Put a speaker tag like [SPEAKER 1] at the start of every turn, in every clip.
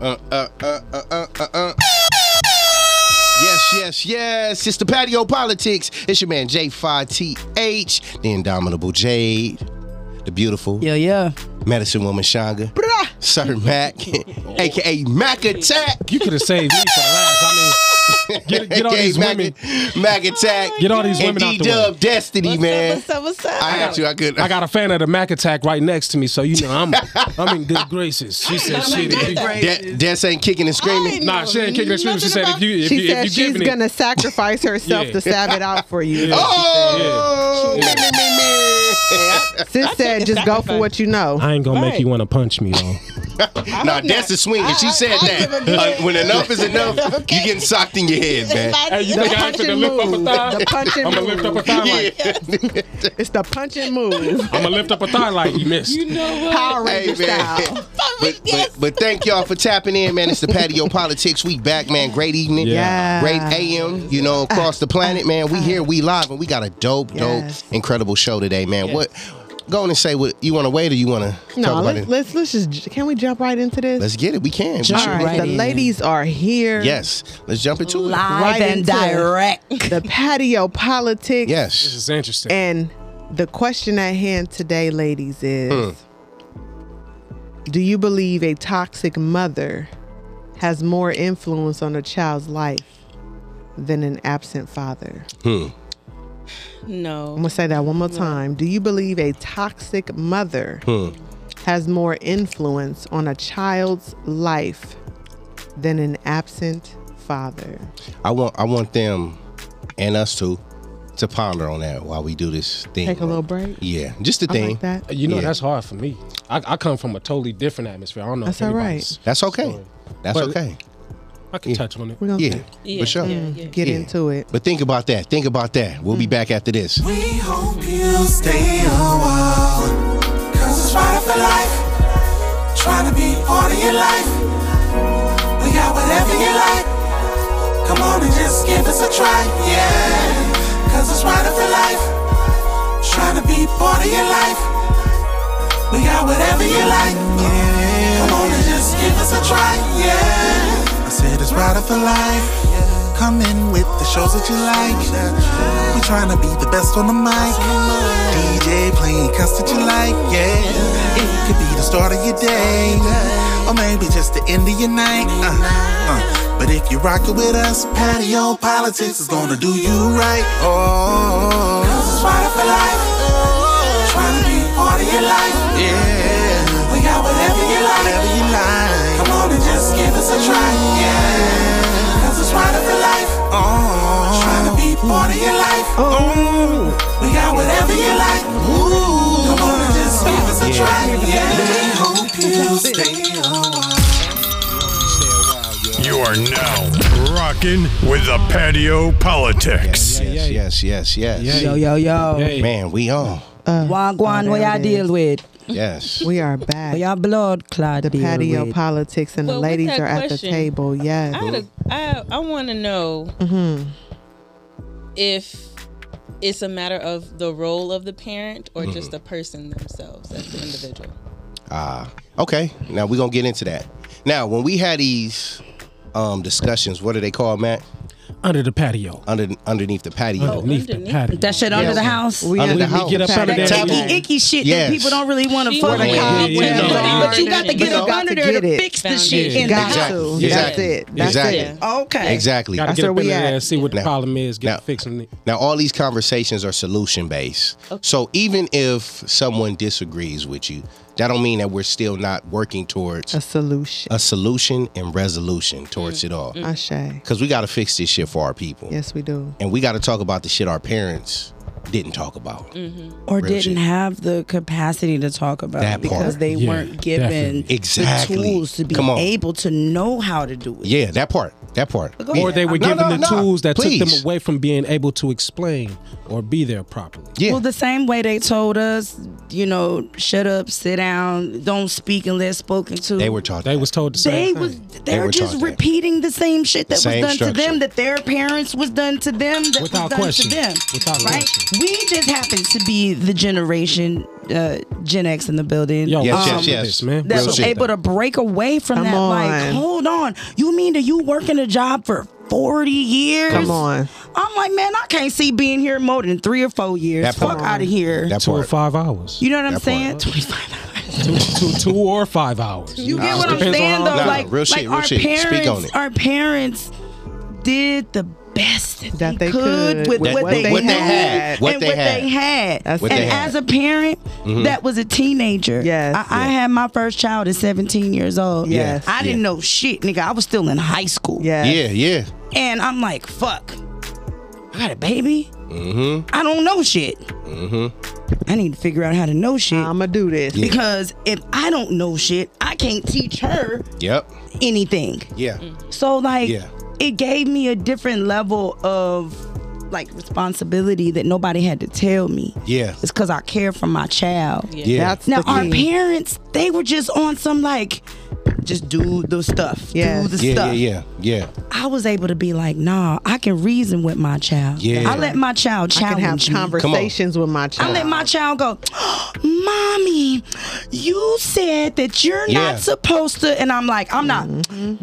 [SPEAKER 1] Uh, uh, uh, uh, uh, uh, uh. Yes, yes, yes. It's the patio politics. It's your man J5TH, the indomitable Jade, the beautiful
[SPEAKER 2] Yeah, yeah.
[SPEAKER 1] medicine woman Shanga, Sir Mac, aka Mac Attack.
[SPEAKER 3] You could have saved me for the last. I mean, get, get all
[SPEAKER 1] AKA
[SPEAKER 3] these
[SPEAKER 1] Mac,
[SPEAKER 3] women.
[SPEAKER 1] Mac Attack.
[SPEAKER 3] Get all these women out
[SPEAKER 1] and
[SPEAKER 3] the
[SPEAKER 1] D Dub
[SPEAKER 3] way.
[SPEAKER 1] Destiny,
[SPEAKER 4] What's
[SPEAKER 1] man.
[SPEAKER 4] up? What's up? What's up?
[SPEAKER 1] I got you. I could.
[SPEAKER 3] I got a fan of the Mac Attack right next to me, so you know I'm I'm in good graces. She said shit. if
[SPEAKER 1] De-
[SPEAKER 3] you-
[SPEAKER 1] Des ain't kicking and screaming.
[SPEAKER 4] didn't
[SPEAKER 3] Nah,
[SPEAKER 4] know
[SPEAKER 3] she ain't kicking and screaming. She
[SPEAKER 4] nothing
[SPEAKER 3] said if
[SPEAKER 4] about-
[SPEAKER 3] you if
[SPEAKER 5] She
[SPEAKER 3] you
[SPEAKER 5] said
[SPEAKER 3] if you
[SPEAKER 5] she's
[SPEAKER 3] giving it,
[SPEAKER 5] gonna sacrifice herself
[SPEAKER 3] Yeah.
[SPEAKER 5] to stab it out for you.
[SPEAKER 3] Yeah.
[SPEAKER 1] Oh,
[SPEAKER 3] Yeah.
[SPEAKER 1] me, me, me.
[SPEAKER 5] Sis said, just go for what you know.
[SPEAKER 3] I ain't gonna make
[SPEAKER 4] Right.
[SPEAKER 3] you want to punch me though.
[SPEAKER 1] Nah,
[SPEAKER 4] hope
[SPEAKER 1] that's
[SPEAKER 4] not.
[SPEAKER 1] the swing. If she
[SPEAKER 4] I- I-
[SPEAKER 1] said
[SPEAKER 4] I
[SPEAKER 1] that,
[SPEAKER 4] give a good-
[SPEAKER 1] uh, when enough is enough,
[SPEAKER 4] Okay.
[SPEAKER 1] you getting socked in your head, man.
[SPEAKER 4] Hey, you
[SPEAKER 5] The
[SPEAKER 4] think I
[SPEAKER 5] punch
[SPEAKER 4] ain't
[SPEAKER 5] and
[SPEAKER 3] finna lift up a
[SPEAKER 5] move.
[SPEAKER 3] thigh?
[SPEAKER 5] The punch and
[SPEAKER 3] I'm gonna
[SPEAKER 5] move.
[SPEAKER 3] lift up a thigh like
[SPEAKER 1] Yeah.
[SPEAKER 5] It's the punch and move.
[SPEAKER 3] I'm gonna lift up a thigh like you missed.
[SPEAKER 4] You know what?
[SPEAKER 5] Power
[SPEAKER 1] Hey,
[SPEAKER 5] Ranger
[SPEAKER 1] man.
[SPEAKER 5] style.
[SPEAKER 1] But, but, but thank y'all for tapping in, man. It's the Patio Politics. We back, man. Great evening.
[SPEAKER 3] Yeah.
[SPEAKER 5] Yeah.
[SPEAKER 1] Great AM, you know, across the planet, man. We here, we live, and we got a dope,
[SPEAKER 5] Yes.
[SPEAKER 1] dope, incredible show today, man. What? Go on and say what you want to wait or you want to
[SPEAKER 5] No,
[SPEAKER 1] talk about
[SPEAKER 5] let's,
[SPEAKER 1] it.
[SPEAKER 5] let's let's just j- can we jump right into this?
[SPEAKER 1] Let's get it. We can. We
[SPEAKER 2] All
[SPEAKER 1] should.
[SPEAKER 5] All right,
[SPEAKER 2] right
[SPEAKER 5] the
[SPEAKER 2] in.
[SPEAKER 5] ladies are here.
[SPEAKER 1] Yes. Let's jump into
[SPEAKER 2] Live
[SPEAKER 5] Right
[SPEAKER 2] and
[SPEAKER 5] into it.
[SPEAKER 2] direct.
[SPEAKER 5] The patio politics.
[SPEAKER 1] it.
[SPEAKER 3] This
[SPEAKER 1] Yes.
[SPEAKER 3] is interesting.
[SPEAKER 5] And the question at hand today, ladies, is
[SPEAKER 1] Hmm.
[SPEAKER 5] do you believe a toxic mother has more influence on a child's life than an absent father?
[SPEAKER 1] Hmm.
[SPEAKER 5] I'm
[SPEAKER 4] No.
[SPEAKER 5] gonna say that one more time. Do you believe a toxic mother
[SPEAKER 1] Hmm.
[SPEAKER 5] has more influence on a child's life than an absent father?
[SPEAKER 1] I want I want them and us to to ponder on that while we do this thing.
[SPEAKER 5] Take a little break.
[SPEAKER 1] Yeah. Just the
[SPEAKER 5] I
[SPEAKER 1] thing.
[SPEAKER 5] like that.
[SPEAKER 3] You know
[SPEAKER 1] Yeah.
[SPEAKER 3] that's hard for me. I, I come from a totally different atmosphere. I don't know.
[SPEAKER 5] That's
[SPEAKER 3] if
[SPEAKER 5] all right.
[SPEAKER 3] anybody's-
[SPEAKER 1] That's okay.
[SPEAKER 3] Sorry.
[SPEAKER 1] That's
[SPEAKER 3] But-
[SPEAKER 1] okay.
[SPEAKER 3] I can touch on it.
[SPEAKER 5] We're gonna
[SPEAKER 1] Yeah.
[SPEAKER 4] Yeah,
[SPEAKER 1] For sure.
[SPEAKER 4] yeah, yeah.
[SPEAKER 5] get
[SPEAKER 1] Yeah.
[SPEAKER 5] into it. Mm.
[SPEAKER 1] But think about that. Think about that. We'll be back after this.
[SPEAKER 6] We hope you stay a while. Cause it's right for life. Trying to be part of your life. We got whatever you like. Come on and just give us a try. Yeah. Cause it's right for life. Trying to be part of your life. We got whatever you like. Come on and just give us a try. Yeah. I said it's right for life. Come in with the shows that you like. We trying to be the best on the mic. DJ playing cuts that you like. Yeah. It could be the start of your day. Or maybe just the end of your night. Uh, uh. But if you rock it with us, patio politics is gonna do you right. Oh, it's right for life trying to be part of your life. Yeah. We got whatever you like. Whatever you like. Come on and just give us a try. Yeah. Cause it's right up for life. Oh. Trying to be part of your life.
[SPEAKER 5] Oh.
[SPEAKER 6] We got whatever you like. Ooh. Come on and just give us a try. Yeah. We hope you stay a while.
[SPEAKER 7] You are now rocking with the patio politics.
[SPEAKER 1] Yes, yes, yes, yes.
[SPEAKER 3] Yeah.
[SPEAKER 2] Yo, yo, yo.
[SPEAKER 3] Hey,
[SPEAKER 1] Man, we on.
[SPEAKER 2] Wagwan, what y'all deal with?
[SPEAKER 1] Yes.
[SPEAKER 5] We are back.
[SPEAKER 2] What y'all blood clot
[SPEAKER 5] the
[SPEAKER 2] deal
[SPEAKER 5] patio
[SPEAKER 2] with?
[SPEAKER 5] politics and
[SPEAKER 4] Well,
[SPEAKER 5] the
[SPEAKER 4] with
[SPEAKER 5] ladies
[SPEAKER 4] that
[SPEAKER 5] are at the
[SPEAKER 4] question,
[SPEAKER 5] table. Yes.
[SPEAKER 4] I, had a, I, I want to know
[SPEAKER 2] Mm-hmm.
[SPEAKER 4] if it's a matter of the role of the parent or
[SPEAKER 3] Mm-hmm.
[SPEAKER 4] just the person themselves as an individual.
[SPEAKER 1] Ah, okay. Now we're gonna get into that. Now, when we had these um discussions, what do they call Matt?
[SPEAKER 3] under the patio.
[SPEAKER 1] Under underneath the patio.
[SPEAKER 3] Underneath the
[SPEAKER 4] Oh, underneath.
[SPEAKER 3] patio.
[SPEAKER 2] That shit under the house.
[SPEAKER 5] we
[SPEAKER 1] Under
[SPEAKER 5] are
[SPEAKER 1] the
[SPEAKER 5] at
[SPEAKER 1] house.
[SPEAKER 3] get up out of
[SPEAKER 2] that
[SPEAKER 3] there.
[SPEAKER 1] Taboo.
[SPEAKER 2] icky, icky shit
[SPEAKER 1] Yes.
[SPEAKER 2] that people don't really want to
[SPEAKER 4] She
[SPEAKER 2] fuck
[SPEAKER 4] wanna
[SPEAKER 2] with.
[SPEAKER 5] Yeah,
[SPEAKER 3] yeah,
[SPEAKER 2] But-
[SPEAKER 3] yeah.
[SPEAKER 2] But you got to get
[SPEAKER 5] You
[SPEAKER 2] up
[SPEAKER 5] got
[SPEAKER 2] under
[SPEAKER 5] to
[SPEAKER 2] there
[SPEAKER 5] get
[SPEAKER 2] to
[SPEAKER 5] it.
[SPEAKER 2] fix the
[SPEAKER 4] Found
[SPEAKER 2] shit
[SPEAKER 4] it.
[SPEAKER 2] in the
[SPEAKER 5] Got
[SPEAKER 2] house.
[SPEAKER 5] to.
[SPEAKER 1] Exactly.
[SPEAKER 5] That's it. That's
[SPEAKER 1] exactly.
[SPEAKER 5] it.
[SPEAKER 2] Okay.
[SPEAKER 1] Exactly.
[SPEAKER 3] Gotta
[SPEAKER 5] That's
[SPEAKER 3] get
[SPEAKER 5] where
[SPEAKER 3] up in
[SPEAKER 5] we
[SPEAKER 3] there
[SPEAKER 5] at.
[SPEAKER 3] and see what the
[SPEAKER 1] Now-
[SPEAKER 3] problem is. Get
[SPEAKER 1] now-
[SPEAKER 3] to fixing it.
[SPEAKER 1] Now, all these conversations are solution based. So even if someone disagrees with you, that don't mean that we're still not working towards
[SPEAKER 5] A solution.
[SPEAKER 1] a solution and resolution towards
[SPEAKER 2] Mm.
[SPEAKER 1] it all.
[SPEAKER 5] Ashe.
[SPEAKER 1] Because we got to fix this shit for our people.
[SPEAKER 5] Yes, we do.
[SPEAKER 1] And we got to talk about the shit our parents didn't talk about.
[SPEAKER 2] Or
[SPEAKER 1] Real
[SPEAKER 2] didn't
[SPEAKER 1] shit.
[SPEAKER 2] have the capacity to talk about
[SPEAKER 1] That
[SPEAKER 2] it because
[SPEAKER 1] part.
[SPEAKER 2] they
[SPEAKER 3] Yeah,
[SPEAKER 2] weren't given
[SPEAKER 1] definitely. Exactly.
[SPEAKER 2] the tools to be
[SPEAKER 1] Come on.
[SPEAKER 2] able to know how to do it.
[SPEAKER 1] Yeah, that part. That part.
[SPEAKER 2] Go
[SPEAKER 3] Or
[SPEAKER 2] ahead.
[SPEAKER 3] they were
[SPEAKER 1] No,
[SPEAKER 3] given
[SPEAKER 1] no,
[SPEAKER 3] the
[SPEAKER 1] no.
[SPEAKER 3] tools that took
[SPEAKER 1] Please.
[SPEAKER 3] them away from being able to explain or be there properly.
[SPEAKER 1] Yeah.
[SPEAKER 2] Well, the same way they told us, you know, shut up, sit down, don't speak unless spoken to.
[SPEAKER 1] they were taught.
[SPEAKER 3] They
[SPEAKER 1] that.
[SPEAKER 3] was told the
[SPEAKER 2] They
[SPEAKER 3] same
[SPEAKER 2] was
[SPEAKER 3] thing.
[SPEAKER 2] they
[SPEAKER 1] were
[SPEAKER 2] were
[SPEAKER 1] taught
[SPEAKER 2] just
[SPEAKER 1] that.
[SPEAKER 2] repeating the same shit that
[SPEAKER 1] Same
[SPEAKER 2] was done
[SPEAKER 1] structure.
[SPEAKER 2] to them, that their parents was done to them, that
[SPEAKER 3] Without
[SPEAKER 2] was done
[SPEAKER 3] question.
[SPEAKER 2] to them.
[SPEAKER 3] Without
[SPEAKER 2] right?
[SPEAKER 3] question.
[SPEAKER 2] we just happen to be the generation uh, Gen X in the building.
[SPEAKER 3] Yo,
[SPEAKER 1] Yes,
[SPEAKER 3] what's
[SPEAKER 1] yes,
[SPEAKER 3] up with
[SPEAKER 1] yes.
[SPEAKER 3] this, man?
[SPEAKER 1] Real
[SPEAKER 2] that's
[SPEAKER 1] shit.
[SPEAKER 2] able to break away from
[SPEAKER 5] Come
[SPEAKER 2] that.
[SPEAKER 5] on.
[SPEAKER 2] Like, hold on. You mean that you work in a job for 40 years?
[SPEAKER 5] Come on.
[SPEAKER 2] I'm like, man, I can't see being here more than three or four years.
[SPEAKER 1] That part.
[SPEAKER 2] Fuck out of here.
[SPEAKER 1] That
[SPEAKER 3] Two or
[SPEAKER 1] part.
[SPEAKER 3] five hours.
[SPEAKER 2] you know what I'm
[SPEAKER 1] that
[SPEAKER 2] saying?
[SPEAKER 1] part.
[SPEAKER 2] 25 hours.
[SPEAKER 3] two, two, two or five hours.
[SPEAKER 2] You get what I'm
[SPEAKER 3] Depends on
[SPEAKER 2] saying
[SPEAKER 3] how
[SPEAKER 2] though?
[SPEAKER 3] long.
[SPEAKER 2] like,
[SPEAKER 1] real
[SPEAKER 2] like
[SPEAKER 1] shit, real
[SPEAKER 2] our
[SPEAKER 1] shit. Speak
[SPEAKER 2] parents,
[SPEAKER 1] on it.
[SPEAKER 2] our parents did the best that,
[SPEAKER 5] That
[SPEAKER 2] they,
[SPEAKER 5] they
[SPEAKER 2] could,
[SPEAKER 5] could
[SPEAKER 2] with
[SPEAKER 5] with
[SPEAKER 2] what, they,
[SPEAKER 1] what
[SPEAKER 2] had,
[SPEAKER 1] they had, what
[SPEAKER 2] and
[SPEAKER 1] they
[SPEAKER 2] what
[SPEAKER 1] had.
[SPEAKER 2] they had.
[SPEAKER 5] That's
[SPEAKER 2] and
[SPEAKER 5] What they
[SPEAKER 1] had. Mm-hmm.
[SPEAKER 2] as a parent that was a teenager,
[SPEAKER 5] Yes.
[SPEAKER 2] I, I had my first child at 17 years old.
[SPEAKER 5] Yes.
[SPEAKER 2] I didn't
[SPEAKER 1] Yeah.
[SPEAKER 2] know shit, nigga. I was still in high school.
[SPEAKER 5] Yes.
[SPEAKER 1] Yeah, yeah.
[SPEAKER 2] And I'm like, fuck. I got a baby.
[SPEAKER 1] Mm-hmm.
[SPEAKER 2] I don't know shit. I need to figure out how to know shit.
[SPEAKER 5] I'ma do this.
[SPEAKER 2] because if I don't know shit, I can't teach her
[SPEAKER 1] Yep.
[SPEAKER 2] anything.
[SPEAKER 1] Yeah.
[SPEAKER 2] So like
[SPEAKER 1] Yeah.
[SPEAKER 2] it gave me a different level of like responsibility that nobody had to tell me.
[SPEAKER 1] Yeah.
[SPEAKER 2] It's cause I care for my child.
[SPEAKER 1] Yeah.
[SPEAKER 5] That's
[SPEAKER 2] Now
[SPEAKER 5] the
[SPEAKER 2] our
[SPEAKER 5] key.
[SPEAKER 2] parents, they were just on some like just do the stuff.
[SPEAKER 5] Yes.
[SPEAKER 2] Do the
[SPEAKER 1] Yeah, yeah,
[SPEAKER 2] stuff.
[SPEAKER 1] yeah, yeah.
[SPEAKER 2] I was able to be like, nah, I can reason with my child.
[SPEAKER 1] Yeah.
[SPEAKER 2] I let my child
[SPEAKER 5] I can
[SPEAKER 2] challenge
[SPEAKER 5] have
[SPEAKER 2] me.
[SPEAKER 5] conversations with my child.
[SPEAKER 2] I let my child go, Mommy, you said that you're
[SPEAKER 1] Yeah. Mm-hmm.
[SPEAKER 2] not supposed to. And I'm like, I'm not.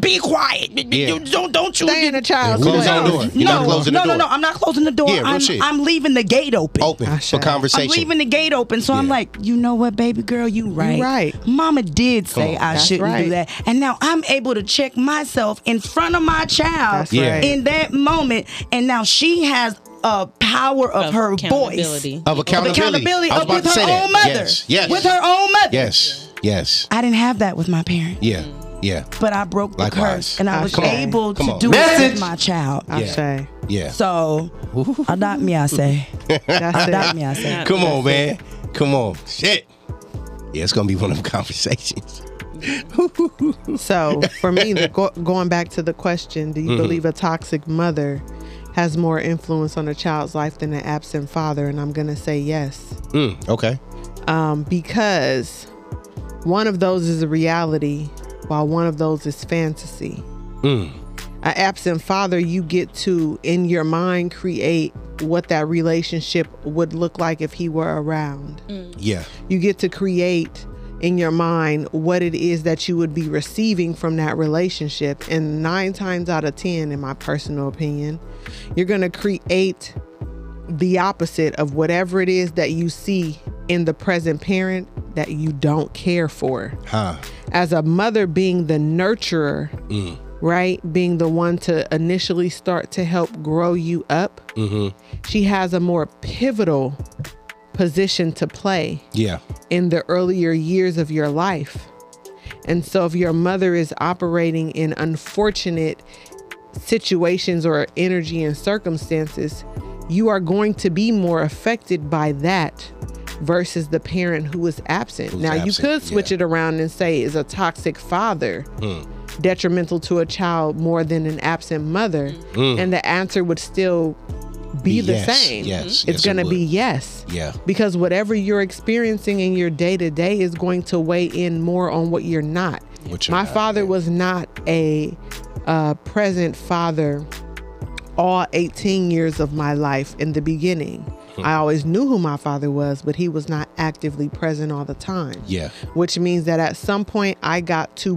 [SPEAKER 2] Be quiet. B- b-
[SPEAKER 1] Yeah.
[SPEAKER 2] Don't, don't you.
[SPEAKER 5] Stay in the child's
[SPEAKER 1] Close
[SPEAKER 5] way.
[SPEAKER 1] that door. You're
[SPEAKER 2] no,
[SPEAKER 1] not closing the
[SPEAKER 2] no,
[SPEAKER 1] door.
[SPEAKER 2] no, no. I'm not closing the door.
[SPEAKER 1] Yeah, real
[SPEAKER 2] I'm,
[SPEAKER 1] shit.
[SPEAKER 2] I'm leaving the gate open.
[SPEAKER 1] Open for
[SPEAKER 5] shut-
[SPEAKER 2] I'm
[SPEAKER 1] conversation.
[SPEAKER 2] leaving the gate open. So I'm
[SPEAKER 1] Yeah.
[SPEAKER 2] like, you know what, baby girl, you right.
[SPEAKER 5] right.
[SPEAKER 2] Mama did say
[SPEAKER 1] on.
[SPEAKER 2] I
[SPEAKER 5] That's
[SPEAKER 2] shouldn't
[SPEAKER 5] right.
[SPEAKER 2] do that. And now I'm able to check myself in front of my child
[SPEAKER 5] That's Yeah. right.
[SPEAKER 2] in that moment. And now she has a power of,
[SPEAKER 4] Of
[SPEAKER 2] her voice.
[SPEAKER 4] accountability.
[SPEAKER 3] Oh,
[SPEAKER 1] of accountability.
[SPEAKER 2] Accountability
[SPEAKER 1] I was
[SPEAKER 2] of
[SPEAKER 1] about
[SPEAKER 2] with
[SPEAKER 1] to
[SPEAKER 2] her
[SPEAKER 1] say
[SPEAKER 2] own
[SPEAKER 1] that.
[SPEAKER 2] mother.
[SPEAKER 1] Yes, yes,
[SPEAKER 2] With her own mother.
[SPEAKER 1] yes, yes,
[SPEAKER 2] I didn't have that with my parents,
[SPEAKER 1] yeah, yeah,
[SPEAKER 2] but I broke the
[SPEAKER 1] Likewise.
[SPEAKER 2] curse and I was
[SPEAKER 5] Come on.
[SPEAKER 2] able
[SPEAKER 1] Come
[SPEAKER 2] to
[SPEAKER 1] on.
[SPEAKER 2] do it
[SPEAKER 1] Message.
[SPEAKER 2] with my child.
[SPEAKER 5] I
[SPEAKER 1] Yeah.
[SPEAKER 5] say.
[SPEAKER 1] yeah.
[SPEAKER 2] So adopt me, I say.
[SPEAKER 5] That's
[SPEAKER 2] Adopt
[SPEAKER 5] it.
[SPEAKER 2] me, I say.
[SPEAKER 1] Come on, man. Come on. Shit. Yeah, it's gonna be one of them conversations.
[SPEAKER 5] So for me, the, go, going back to the question,
[SPEAKER 1] Mm-hmm.
[SPEAKER 5] do you believe a toxic mother has more influence on a child's life than an absent father? And I'm going to say yes,
[SPEAKER 1] Mm, okay.
[SPEAKER 5] um, because one of those is a reality, while one of those is fantasy. An absent father, you get to in your mind create what that relationship would look like if he were around
[SPEAKER 1] Yeah.
[SPEAKER 5] you get to create in your mind what it is that you would be receiving from that relationship. And nine times out of 10, in my personal opinion, you're going to create the opposite of whatever it is that you see in the present parent that you don't care for
[SPEAKER 1] Huh.
[SPEAKER 5] as a mother being the nurturer, right? Being the one to initially start to help grow you up, she has a more pivotal position to play
[SPEAKER 1] Yeah.
[SPEAKER 5] in the earlier years of your life. And so, if your mother is operating in unfortunate situations or energy and circumstances, you are going to be more affected by that versus the parent who is absent. now,
[SPEAKER 1] absent,
[SPEAKER 5] you could switch
[SPEAKER 1] yeah. Hmm.
[SPEAKER 5] it around and say, is a toxic father detrimental to a child more than an absent mother? And the answer would still be the
[SPEAKER 1] Hmm. Yes,
[SPEAKER 5] same.
[SPEAKER 1] yes, yes, it
[SPEAKER 5] it's going to be
[SPEAKER 1] would.
[SPEAKER 5] yes
[SPEAKER 1] Yeah.
[SPEAKER 5] because whatever you're experiencing in your day to day is going to weigh in more on what you're not.
[SPEAKER 1] What you're
[SPEAKER 5] My
[SPEAKER 1] not,
[SPEAKER 5] father
[SPEAKER 1] yeah.
[SPEAKER 5] was not a uh, present father all 18 years of my life in the beginning.
[SPEAKER 1] Hmm.
[SPEAKER 5] I always knew who my father was, but he was not actively present all the time.
[SPEAKER 1] Yeah.
[SPEAKER 5] Which means that at some point I got to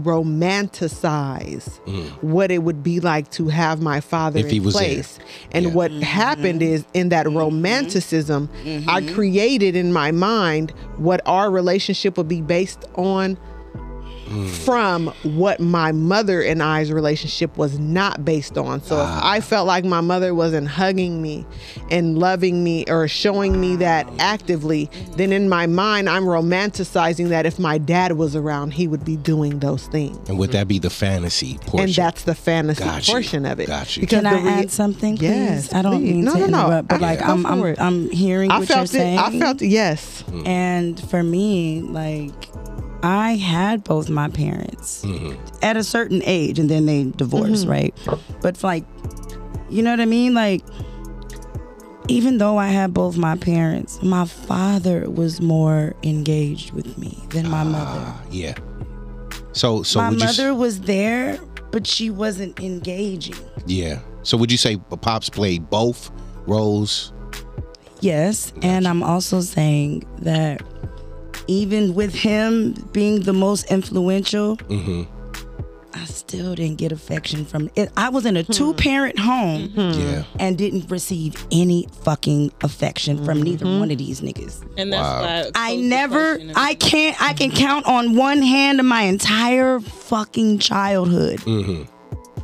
[SPEAKER 5] romanticize
[SPEAKER 1] Hmm.
[SPEAKER 5] what it would be like to have my father
[SPEAKER 1] If
[SPEAKER 5] in
[SPEAKER 1] he was there.
[SPEAKER 5] place. And
[SPEAKER 1] Yeah.
[SPEAKER 5] what
[SPEAKER 2] Mm-hmm.
[SPEAKER 5] happened is in that romanticism, I
[SPEAKER 2] Mm-hmm.
[SPEAKER 5] created in my mind what our relationship would be based on
[SPEAKER 1] Mm.
[SPEAKER 5] from what my mother and I's relationship was not based on. So if
[SPEAKER 1] Ah.
[SPEAKER 5] I felt like my mother wasn't hugging me and loving me or showing me that actively, then in my mind, I'm romanticizing that if my dad was around, he would be doing those things.
[SPEAKER 1] And would that be the fantasy portion?
[SPEAKER 5] And that's the fantasy
[SPEAKER 1] Got you.
[SPEAKER 5] portion of it.
[SPEAKER 1] Got you.
[SPEAKER 5] Because
[SPEAKER 2] Can I
[SPEAKER 5] the rea-
[SPEAKER 2] add something, please?
[SPEAKER 5] Yes,
[SPEAKER 2] I don't
[SPEAKER 5] please.
[SPEAKER 2] mean
[SPEAKER 5] No,
[SPEAKER 2] to
[SPEAKER 5] no, no.
[SPEAKER 2] interrupt, but
[SPEAKER 5] I-
[SPEAKER 2] like
[SPEAKER 5] go
[SPEAKER 2] I'm,
[SPEAKER 5] for
[SPEAKER 2] I'm,
[SPEAKER 5] it.
[SPEAKER 2] I'm hearing
[SPEAKER 5] I
[SPEAKER 2] what
[SPEAKER 5] felt
[SPEAKER 2] you're saying.
[SPEAKER 5] it. I felt yes.
[SPEAKER 2] And for me, like I had both my parents
[SPEAKER 1] Mm-hmm.
[SPEAKER 2] at a certain age and then they divorced, right? But like you know what I mean? Like even though I had both my parents, my father was more engaged with me than my mother.
[SPEAKER 1] yeah. So Ah. so
[SPEAKER 2] my
[SPEAKER 1] would you s-
[SPEAKER 2] mother was there, but she wasn't engaging.
[SPEAKER 1] Yeah. So would you say Pops played both roles?
[SPEAKER 2] Yes. And I'm also saying that even with him being the most influential, I still didn't get affection from it. I was
[SPEAKER 5] Hmm.
[SPEAKER 2] in a two parent home
[SPEAKER 5] Mm-hmm.
[SPEAKER 1] Yeah.
[SPEAKER 2] and didn't receive any fucking affection from
[SPEAKER 5] Mm-hmm.
[SPEAKER 2] neither one of these niggas.
[SPEAKER 4] And that's why
[SPEAKER 2] I
[SPEAKER 4] posed the
[SPEAKER 2] never,
[SPEAKER 4] question and
[SPEAKER 2] I can't, I can count on one hand of my entire fucking childhood.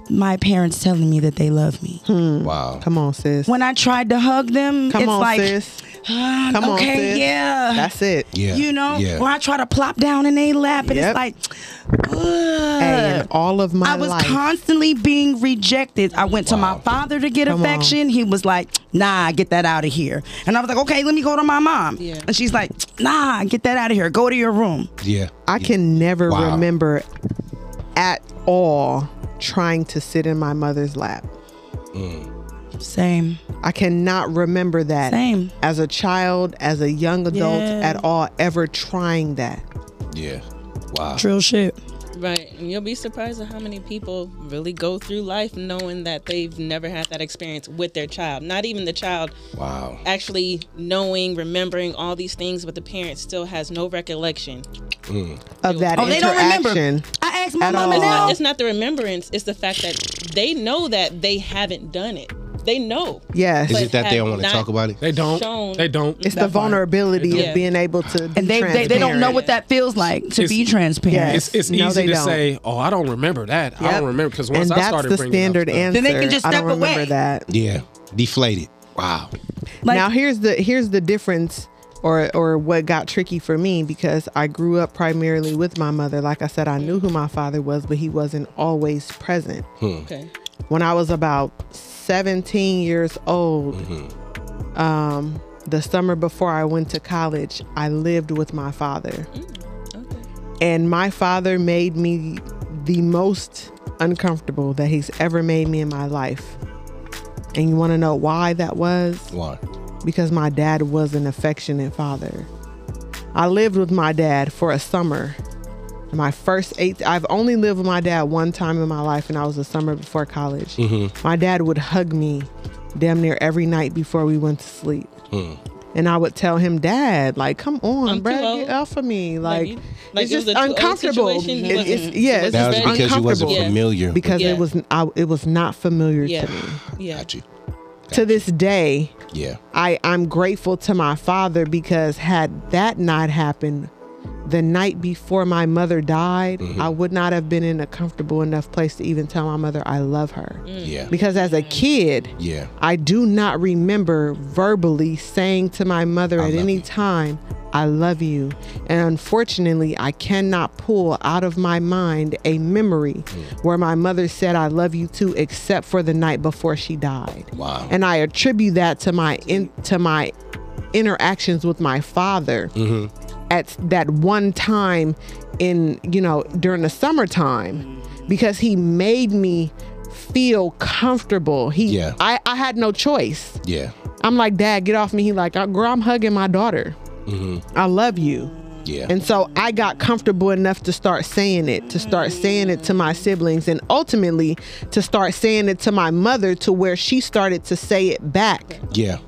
[SPEAKER 2] My parents telling me that they love me.
[SPEAKER 1] Wow.
[SPEAKER 5] Come on, sis.
[SPEAKER 2] When I tried to hug them,
[SPEAKER 5] Hmm. Come
[SPEAKER 2] it's
[SPEAKER 5] on,
[SPEAKER 2] like, uh,
[SPEAKER 5] sis.
[SPEAKER 2] "Ah,
[SPEAKER 5] Come on,
[SPEAKER 2] okay,
[SPEAKER 5] sis.
[SPEAKER 2] yeah.
[SPEAKER 5] That's it.
[SPEAKER 1] Yeah.
[SPEAKER 2] You know,
[SPEAKER 1] Yeah.
[SPEAKER 2] or I try to plop down in a lap, and
[SPEAKER 5] Yep.
[SPEAKER 2] it's like,
[SPEAKER 5] And
[SPEAKER 2] ugh.
[SPEAKER 5] all of my
[SPEAKER 2] Uh, I was
[SPEAKER 5] life.
[SPEAKER 2] constantly being rejected. I went to my
[SPEAKER 1] Wow.
[SPEAKER 2] father to get
[SPEAKER 5] Come on.
[SPEAKER 2] affection. He was like, "Nah, get that out of here." And I was like, "Okay, let me go to my mom."
[SPEAKER 4] Yeah.
[SPEAKER 2] And she's like, "Nah, get that out of here. Go to your room."
[SPEAKER 1] Yeah.
[SPEAKER 5] I can never
[SPEAKER 1] Wow.
[SPEAKER 5] remember at all trying to sit in my mother's lap.
[SPEAKER 2] Same.
[SPEAKER 5] I cannot remember that
[SPEAKER 2] Same.
[SPEAKER 5] as a child, as a young adult
[SPEAKER 2] Yeah.
[SPEAKER 5] at all, ever trying that.
[SPEAKER 1] Yeah. Wow.
[SPEAKER 2] Drill shit.
[SPEAKER 4] Right. And you'll be surprised at how many people really go through life knowing that they've never had that experience with their child. Not even the child
[SPEAKER 1] Wow.
[SPEAKER 4] actually knowing, remembering all these things, but the parent still has no recollection.
[SPEAKER 5] Of that
[SPEAKER 2] Oh, they don't remember.
[SPEAKER 5] interaction.
[SPEAKER 2] I asked my
[SPEAKER 5] At
[SPEAKER 2] mom
[SPEAKER 5] all.
[SPEAKER 2] and now.
[SPEAKER 4] It's not the remembrance, it's the fact that they know that they haven't done it. They know.
[SPEAKER 5] Yes.
[SPEAKER 1] Is
[SPEAKER 4] But
[SPEAKER 1] it that they don't
[SPEAKER 4] have
[SPEAKER 1] want to
[SPEAKER 4] not-
[SPEAKER 1] talk about it?
[SPEAKER 3] They don't.
[SPEAKER 4] Shown-
[SPEAKER 3] They don't.
[SPEAKER 5] it's the
[SPEAKER 3] That part.
[SPEAKER 5] vulnerability
[SPEAKER 4] Yeah.
[SPEAKER 5] of being able to be
[SPEAKER 2] And they, they, they don't know
[SPEAKER 5] transparent.
[SPEAKER 2] what that feels like to be
[SPEAKER 3] It's-
[SPEAKER 2] transparent.
[SPEAKER 5] Yes.
[SPEAKER 3] It's, it's
[SPEAKER 5] No,
[SPEAKER 3] easy
[SPEAKER 5] they
[SPEAKER 3] to
[SPEAKER 5] don't.
[SPEAKER 3] say, oh, I don't remember that. I
[SPEAKER 5] Yep.
[SPEAKER 3] don't remember because once
[SPEAKER 5] and
[SPEAKER 3] I
[SPEAKER 5] that's
[SPEAKER 3] started
[SPEAKER 5] the
[SPEAKER 3] bringing it
[SPEAKER 5] standard
[SPEAKER 3] up, stuff-
[SPEAKER 5] answer.
[SPEAKER 2] Then they can just
[SPEAKER 5] I don't
[SPEAKER 2] step away.
[SPEAKER 5] remember that.
[SPEAKER 1] Yeah. Deflated. Wow.
[SPEAKER 2] Like,
[SPEAKER 5] now here's the here's the difference or or what got tricky for me because I grew up primarily with my mother. Like I said, I knew who my father was, but he wasn't always present.
[SPEAKER 4] Okay.
[SPEAKER 5] When I was about 17 years old, um, the summer before I went to college, I lived with my father.
[SPEAKER 4] Okay.
[SPEAKER 5] And my father made me the most uncomfortable that he's ever made me in my life. And you want to know why that was?
[SPEAKER 1] Wow.
[SPEAKER 5] because my dad was an affectionate father. I lived with my dad for a summer. My first eight, I've only lived with my dad one time in my life, and I was a summer before college.
[SPEAKER 1] Mm-hmm.
[SPEAKER 5] My dad would hug me damn near every night before we went to sleep.
[SPEAKER 1] Hmm.
[SPEAKER 5] And I would tell him, Dad, like, come on,
[SPEAKER 4] I'm too
[SPEAKER 5] bruh,
[SPEAKER 4] old."
[SPEAKER 5] get off of me. Like,
[SPEAKER 4] you- like
[SPEAKER 5] it's
[SPEAKER 4] it was
[SPEAKER 5] just
[SPEAKER 4] a too old
[SPEAKER 5] uncomfortable.
[SPEAKER 4] situation, you
[SPEAKER 5] It-
[SPEAKER 4] wasn't-
[SPEAKER 5] it's, yeah,
[SPEAKER 4] it
[SPEAKER 5] it's
[SPEAKER 4] wasn't
[SPEAKER 1] That was
[SPEAKER 5] just
[SPEAKER 4] ready.
[SPEAKER 1] because you wasn't
[SPEAKER 5] uncomfortable.
[SPEAKER 4] Yeah.
[SPEAKER 1] familiar.
[SPEAKER 5] Because
[SPEAKER 4] Yeah.
[SPEAKER 5] it was I, it was not familiar
[SPEAKER 4] Yeah.
[SPEAKER 5] to me.
[SPEAKER 4] Yeah.
[SPEAKER 1] Got you.
[SPEAKER 5] To this day,
[SPEAKER 1] Yeah.
[SPEAKER 5] I, I'm grateful to my father because had that not happened, the night before my mother died,
[SPEAKER 1] Mm-hmm.
[SPEAKER 5] I would not have been in a comfortable enough place to even tell my mother I love her.
[SPEAKER 4] Hmm.
[SPEAKER 1] Yeah.
[SPEAKER 5] Because as a kid,
[SPEAKER 1] Yeah.
[SPEAKER 5] I do not remember verbally saying to my mother at
[SPEAKER 1] love
[SPEAKER 5] any
[SPEAKER 1] you.
[SPEAKER 5] time, I love you. And unfortunately, I cannot pull out of my mind a memory
[SPEAKER 1] Mm.
[SPEAKER 5] where my mother said, I love you too, except for the night before she died.
[SPEAKER 1] Wow.
[SPEAKER 5] And I attribute that to my in, to my interactions with my father at that one time in you know during the summertime because he made me feel comfortable he
[SPEAKER 1] Yeah.
[SPEAKER 5] I, I had no choice
[SPEAKER 1] Yeah.
[SPEAKER 5] i'm like dad get off me he like "Uh, girl i'm hugging my daughter i love you
[SPEAKER 1] Yeah.
[SPEAKER 5] and so I got comfortable enough to start saying it, to start saying it to my siblings, and ultimately to start saying it to my mother to where she started to say it back.
[SPEAKER 1] yeah.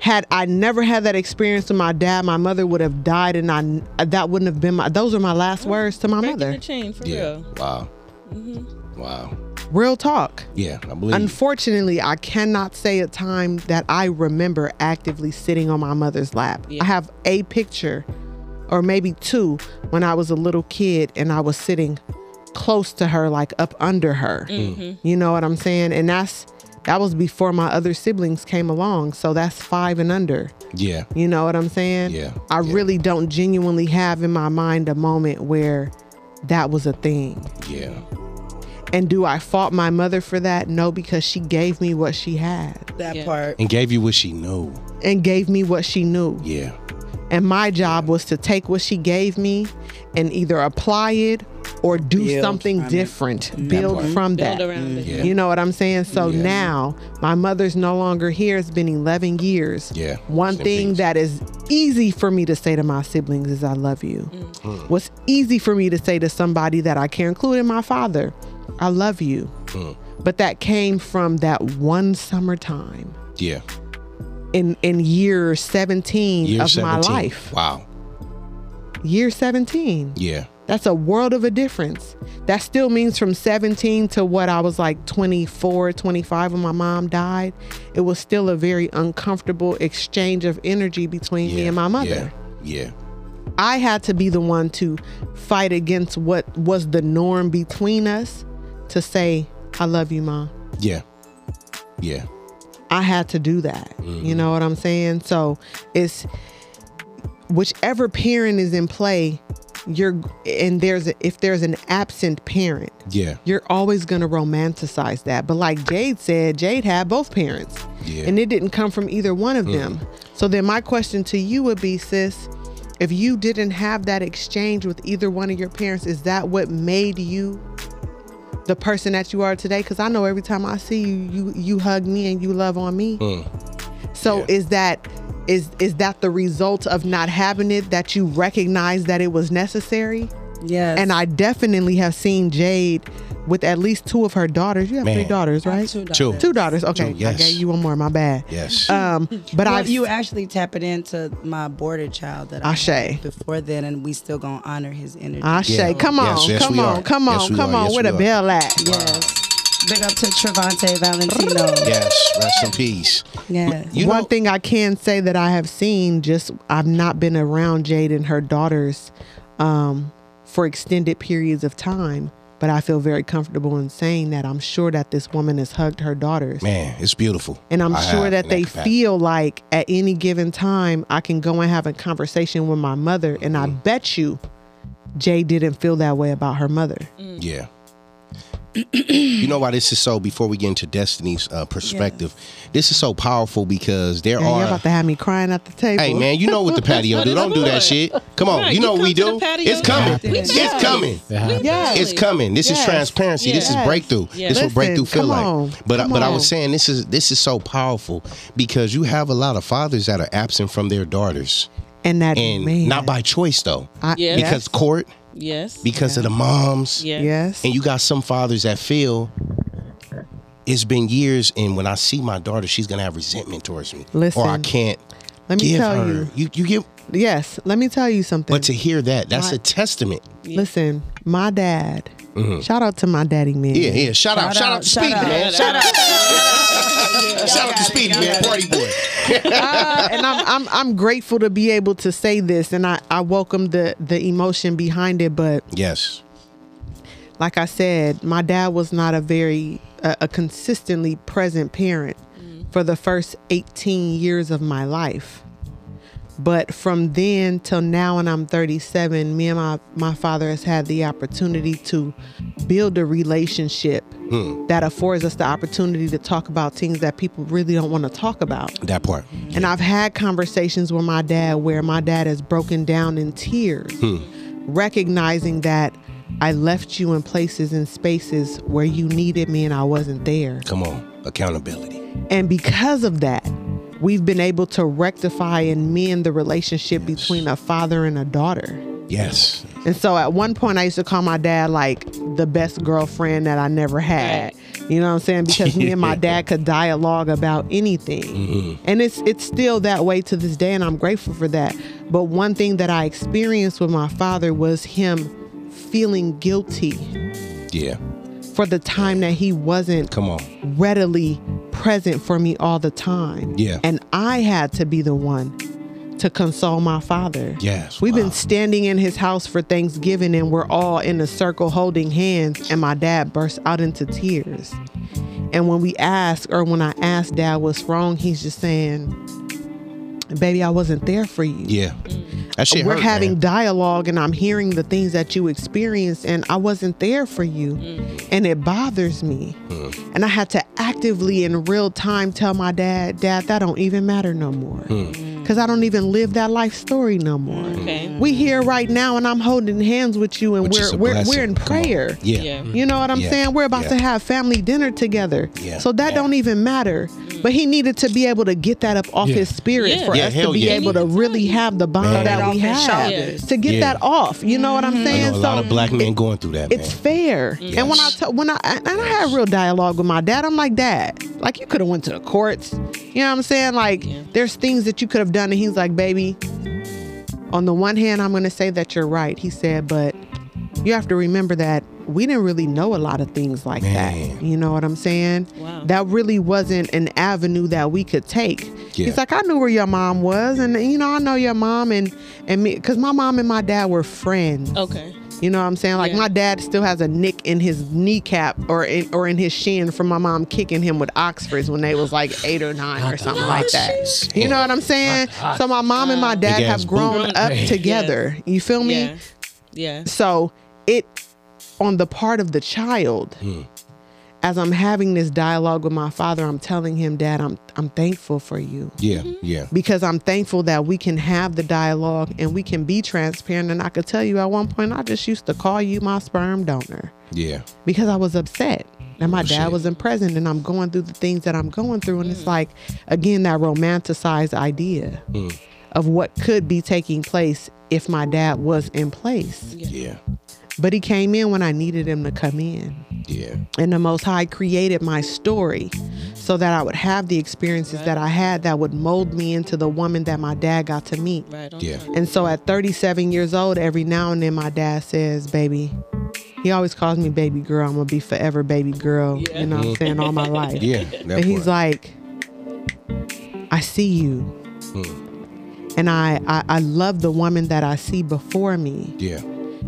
[SPEAKER 5] Had I never had that experience with my dad, my mother would have died, and I that wouldn't have been my. Those are my last words to my
[SPEAKER 4] Breaking
[SPEAKER 5] mother.
[SPEAKER 4] the chain for
[SPEAKER 1] Yeah.
[SPEAKER 4] real.
[SPEAKER 1] Wow.
[SPEAKER 4] Mm-hmm.
[SPEAKER 1] Wow.
[SPEAKER 5] Real talk.
[SPEAKER 1] Yeah. I believe. you.
[SPEAKER 5] Unfortunately, I cannot say a time that I remember actively sitting on my mother's lap. I have a picture or maybe two when I was a little kid and I was sitting close to her, like up under her.
[SPEAKER 1] Mm-hmm.
[SPEAKER 5] Mm. You know what I'm saying? And that's that was before my other siblings came along. So that's five and under.
[SPEAKER 1] yeah.
[SPEAKER 5] You know what I'm saying?
[SPEAKER 1] Yeah,
[SPEAKER 5] I
[SPEAKER 1] yeah.
[SPEAKER 5] really don't genuinely have in my mind a moment where that was a thing.
[SPEAKER 1] Yeah.
[SPEAKER 5] And do I fault my mother for that? No, because she gave me what she had
[SPEAKER 2] that
[SPEAKER 4] Yeah.
[SPEAKER 2] part.
[SPEAKER 1] And gave you what she knew.
[SPEAKER 5] and gave me what she knew.
[SPEAKER 1] Yeah.
[SPEAKER 5] And my job was to take what she gave me and either apply it or do
[SPEAKER 2] Build
[SPEAKER 5] something
[SPEAKER 2] from it.
[SPEAKER 5] different, build
[SPEAKER 1] part.
[SPEAKER 5] from
[SPEAKER 4] Build
[SPEAKER 5] that.
[SPEAKER 4] around it.
[SPEAKER 1] Yeah.
[SPEAKER 5] You know what I'm saying? So
[SPEAKER 1] Yeah.
[SPEAKER 5] now my mother's no longer here. It's been 11 years.
[SPEAKER 1] Yeah.
[SPEAKER 5] One
[SPEAKER 1] Same
[SPEAKER 5] thing
[SPEAKER 1] things.
[SPEAKER 5] that is easy for me to say to my siblings is I love you.
[SPEAKER 4] Mm.
[SPEAKER 1] Hmm.
[SPEAKER 5] What's easy for me to say to somebody that I care, including my father, I love
[SPEAKER 1] Hmm.
[SPEAKER 5] you. But that came from that one summertime.
[SPEAKER 1] Yeah.
[SPEAKER 5] in in year 17
[SPEAKER 1] Year
[SPEAKER 5] of
[SPEAKER 1] 17.
[SPEAKER 5] my life.
[SPEAKER 1] Wow.
[SPEAKER 5] Year 17.
[SPEAKER 1] Yeah.
[SPEAKER 5] That's a world of a difference. That still means from 17 to what I was like 24, 25 when my mom died, it was still a very uncomfortable exchange of energy between
[SPEAKER 1] yeah
[SPEAKER 5] me and my mother.
[SPEAKER 1] Yeah. yeah.
[SPEAKER 5] I had to be the one to fight against what was the norm between us to say, I love you, mom.
[SPEAKER 1] Yeah. Yeah.
[SPEAKER 5] I had to do that. You know what I'm saying? So it's whichever parent is in play, you're and there's a, if there's an absent parent,
[SPEAKER 1] Yeah.
[SPEAKER 5] you're always gonna romanticize that. But like Jade said, Jade had both parents.
[SPEAKER 1] Yeah. Mm.
[SPEAKER 5] And it didn't come from either one of them. So then my question to you would be, sis, if you didn't have that exchange with either one of your parents, is that what made you the person that you are today? Because I know every time I see you, you you hug me and you love on me. So
[SPEAKER 1] Mm. Yeah.
[SPEAKER 5] is that is is that the result of not having it that you recognize that it was necessary?
[SPEAKER 2] Yes.
[SPEAKER 5] And I definitely have seen Jade with at least two of her daughters. You have three
[SPEAKER 1] Man.
[SPEAKER 5] daughters, right?
[SPEAKER 2] Two dollars.
[SPEAKER 1] Two.
[SPEAKER 5] Two daughters. Okay,
[SPEAKER 1] Two, yes.
[SPEAKER 5] I gave you one more. My bad.
[SPEAKER 1] Yes.
[SPEAKER 5] Um, but
[SPEAKER 2] Well,
[SPEAKER 5] I
[SPEAKER 2] you actually tap it into my aborted child that I
[SPEAKER 5] Ashe.
[SPEAKER 2] had before then, and we still gonna honor his energy.
[SPEAKER 5] I say,
[SPEAKER 1] Yeah.
[SPEAKER 5] come on,
[SPEAKER 1] Yes, yes,
[SPEAKER 5] come
[SPEAKER 1] we
[SPEAKER 5] on,
[SPEAKER 1] are.
[SPEAKER 5] come on,
[SPEAKER 1] Yes, we
[SPEAKER 5] come
[SPEAKER 1] are.
[SPEAKER 5] on,
[SPEAKER 1] Yes,
[SPEAKER 5] with
[SPEAKER 1] we
[SPEAKER 5] a
[SPEAKER 1] are.
[SPEAKER 5] bell at.
[SPEAKER 2] yes. Big up to Trevante Valentino.
[SPEAKER 1] Yes. Rest in peace.
[SPEAKER 2] Yes.
[SPEAKER 1] You
[SPEAKER 5] One
[SPEAKER 1] know-
[SPEAKER 5] thing I can say that I have seen, just I've not been around Jade and her daughters um, for extended periods of time, but I feel very comfortable in saying that I'm sure that this woman has hugged her daughters.
[SPEAKER 1] Man, it's beautiful.
[SPEAKER 5] And I'm
[SPEAKER 1] I
[SPEAKER 5] sure
[SPEAKER 1] have
[SPEAKER 5] that
[SPEAKER 1] in
[SPEAKER 5] they
[SPEAKER 1] capacity.
[SPEAKER 5] feel like at any given time, I can go and have a conversation with my mother. And
[SPEAKER 1] Mm-hmm.
[SPEAKER 5] I bet you Jay didn't feel that way about her mother.
[SPEAKER 1] Yeah. you know why this is so? Before we get into Destiny's uh, perspective, this is so powerful because there
[SPEAKER 5] And
[SPEAKER 1] are.
[SPEAKER 5] you're about to have me crying at the table.
[SPEAKER 1] Hey man, you know what the patio do?
[SPEAKER 4] What is
[SPEAKER 1] Don't do that
[SPEAKER 4] it?
[SPEAKER 1] shit. Come on,
[SPEAKER 4] Right,
[SPEAKER 1] you
[SPEAKER 4] you
[SPEAKER 1] know what
[SPEAKER 4] come
[SPEAKER 1] we
[SPEAKER 4] to the
[SPEAKER 1] do.
[SPEAKER 4] patio,
[SPEAKER 1] It's coming.
[SPEAKER 4] we
[SPEAKER 1] It's
[SPEAKER 4] just-
[SPEAKER 1] coming.
[SPEAKER 3] That happened.
[SPEAKER 5] Yes.
[SPEAKER 1] It's coming. This is
[SPEAKER 5] Yes.
[SPEAKER 1] transparency. This is
[SPEAKER 5] Yes.
[SPEAKER 1] breakthrough.
[SPEAKER 4] Yeah.
[SPEAKER 1] This is what
[SPEAKER 5] Listen,
[SPEAKER 1] breakthrough feel
[SPEAKER 5] come
[SPEAKER 1] like.
[SPEAKER 5] on.
[SPEAKER 1] But I
[SPEAKER 5] Come
[SPEAKER 1] but I
[SPEAKER 5] on.
[SPEAKER 1] was saying this is this is so powerful because you have a lot of fathers that are absent from their daughters
[SPEAKER 5] And that
[SPEAKER 1] and
[SPEAKER 5] man.
[SPEAKER 1] not by choice though.
[SPEAKER 5] I,
[SPEAKER 4] Yeah.
[SPEAKER 5] yes.
[SPEAKER 1] Because court,
[SPEAKER 4] Yes.
[SPEAKER 1] because of the moms.
[SPEAKER 4] Yeah.
[SPEAKER 5] Yes.
[SPEAKER 1] And you got some fathers that feel it's been years, and when I see my daughter, she's gonna have resentment towards me, or I
[SPEAKER 5] Listen,
[SPEAKER 1] can't
[SPEAKER 5] let me
[SPEAKER 1] give
[SPEAKER 5] tell
[SPEAKER 1] her.
[SPEAKER 5] you.
[SPEAKER 1] You you give,
[SPEAKER 5] Yes. Let me tell you something.
[SPEAKER 1] but to hear that, that's
[SPEAKER 5] Right.
[SPEAKER 1] a testament.
[SPEAKER 5] Listen, my dad. Shout out to my daddy man.
[SPEAKER 1] Mm-hmm. Yeah, yeah. Shout, out, shout out to Speedy, man. Shout out, shout out to Speedy, man. Party boy.
[SPEAKER 5] Ah, and I'm, I'm I'm grateful to be able to say this and I, I welcome the the emotion behind it, but
[SPEAKER 1] Yes.
[SPEAKER 5] like I said, my dad was not a very a, a consistently present parent for the first 18 years of my life. But from then till now, and I'm 37, me and my, my father has had the opportunity to build a relationship that affords us the opportunity to talk about things that people really don't want to talk about.
[SPEAKER 1] That part.
[SPEAKER 5] And I've had conversations with my dad where my dad has broken down in tears, recognizing that I left you in places and spaces where you needed me and I wasn't there.
[SPEAKER 1] Come on, accountability.
[SPEAKER 5] And because of that, we've been able to rectify and mend the relationship between a father and a daughter.
[SPEAKER 1] Yes.
[SPEAKER 5] And so at one point, I used to call my dad like the best girlfriend that I never had. You know what I'm saying? Because me and my dad could dialogue about anything, and it's it's still that way to this day, and I'm grateful for that. But one thing that I experienced with my father was him feeling guilty
[SPEAKER 1] Yeah.
[SPEAKER 5] for the time that he wasn't
[SPEAKER 1] Come on.
[SPEAKER 5] readily present for me all the time.
[SPEAKER 1] Yeah.
[SPEAKER 5] And I had to be the one to console my father.
[SPEAKER 1] Yes,
[SPEAKER 5] We've
[SPEAKER 1] wow.
[SPEAKER 5] been standing in his house for Thanksgiving and we're all in a circle holding hands and my dad bursts out into tears. And when we ask or when I ask dad what's wrong, he's just saying, "Baby, I wasn't there for you."
[SPEAKER 1] Yeah. That shit
[SPEAKER 5] we're
[SPEAKER 1] hurt,
[SPEAKER 5] having
[SPEAKER 1] man.
[SPEAKER 5] dialogue and I'm hearing the things that you experienced and I wasn't there for you and it bothers me.
[SPEAKER 1] Hmm.
[SPEAKER 5] And I had to actively in real time tell my dad, "Dad, that don't even matter no more."
[SPEAKER 1] Hmm.
[SPEAKER 5] Cuz I don't even live that life story no more.
[SPEAKER 4] Okay.
[SPEAKER 5] We here right now and I'm holding hands with you and
[SPEAKER 1] Which is
[SPEAKER 5] we're
[SPEAKER 1] a
[SPEAKER 5] we're,
[SPEAKER 1] blessing.
[SPEAKER 5] we're in
[SPEAKER 1] Come on.
[SPEAKER 5] prayer.
[SPEAKER 1] Yeah.
[SPEAKER 4] Yeah.
[SPEAKER 5] You know what I'm
[SPEAKER 1] Mm-hmm. Yeah,
[SPEAKER 5] saying? We're about
[SPEAKER 1] yeah.
[SPEAKER 5] to have family dinner together.
[SPEAKER 1] Yeah,
[SPEAKER 5] So that
[SPEAKER 1] yeah.
[SPEAKER 5] don't even matter. But he needed to be able to get that up off
[SPEAKER 3] Yeah.
[SPEAKER 5] his spirit
[SPEAKER 4] Yeah.
[SPEAKER 5] for
[SPEAKER 1] Yeah,
[SPEAKER 5] us to
[SPEAKER 1] hell
[SPEAKER 5] be
[SPEAKER 1] yeah.
[SPEAKER 5] able to really have the bond
[SPEAKER 1] Man.
[SPEAKER 5] that
[SPEAKER 2] off
[SPEAKER 5] we
[SPEAKER 2] his
[SPEAKER 5] have.
[SPEAKER 2] shoulders.
[SPEAKER 5] To get
[SPEAKER 1] Yeah.
[SPEAKER 5] that off. You know what I'm
[SPEAKER 1] I
[SPEAKER 5] saying?
[SPEAKER 1] know a lot
[SPEAKER 5] So
[SPEAKER 1] of black men going through that, man.
[SPEAKER 5] it's fair. And when I
[SPEAKER 1] Mm-hmm. Yes.
[SPEAKER 5] t- when I and I had real dialogue with my dad, I'm like, Dad, like you could have went to the courts. You know what I'm saying? Like there's things that you could have done. And he's like, Baby, on the one hand, I'm gonna say that you're right. He said, but you have to remember that we didn't really know a lot of things like
[SPEAKER 1] Man.
[SPEAKER 5] that. You know what I'm saying?
[SPEAKER 4] Wow.
[SPEAKER 5] That really wasn't an avenue that we could take.
[SPEAKER 1] Yeah.
[SPEAKER 5] He's like, I knew where your mom was, and you know, I know your mom and and me, cause my mom and my dad were friends.
[SPEAKER 4] Okay.
[SPEAKER 5] You know what I'm saying? Like
[SPEAKER 4] Yeah.
[SPEAKER 5] my dad still has a nick in his kneecap or in, or in his shin from my mom kicking him with Oxfords when they was like eight or nine or something like that. You know what I'm saying? So my mom and my dad
[SPEAKER 1] Big ass
[SPEAKER 5] have grown
[SPEAKER 1] boot.
[SPEAKER 5] up
[SPEAKER 3] Yes.
[SPEAKER 5] together. You feel me?
[SPEAKER 4] Yeah. Yeah.
[SPEAKER 5] So it on the part of the child. As I'm having this dialogue with my father, I'm telling him, Dad, I'm I'm thankful for you
[SPEAKER 1] Yeah, yeah.
[SPEAKER 5] because I'm thankful that we can have the dialogue and we can be transparent. And I could tell you at one point, I just used to call you my sperm donor
[SPEAKER 1] Yeah.
[SPEAKER 5] because I was upset that my dad wasn't present and I'm going through the things that I'm going through. And it's like, again, that romanticized idea of what could be taking place if my dad was in place.
[SPEAKER 1] Yeah.
[SPEAKER 5] But he came in when I needed him to come in.
[SPEAKER 1] Yeah.
[SPEAKER 5] And the Most High created my story so that I would have the experiences that I had that would mold me into the woman that my dad got to meet.
[SPEAKER 4] Right on.
[SPEAKER 1] Yeah.
[SPEAKER 4] time.
[SPEAKER 5] And so at 37 years old, every now and then my dad says, Baby, he always calls me baby girl. I'm going to be forever baby girl. You know what I'm saying? All my life.
[SPEAKER 1] Yeah.
[SPEAKER 5] But
[SPEAKER 1] That
[SPEAKER 5] he's
[SPEAKER 1] part.
[SPEAKER 5] like, I see you.
[SPEAKER 1] Hmm.
[SPEAKER 5] And I, I, I love the woman that I see before me.
[SPEAKER 1] Yeah.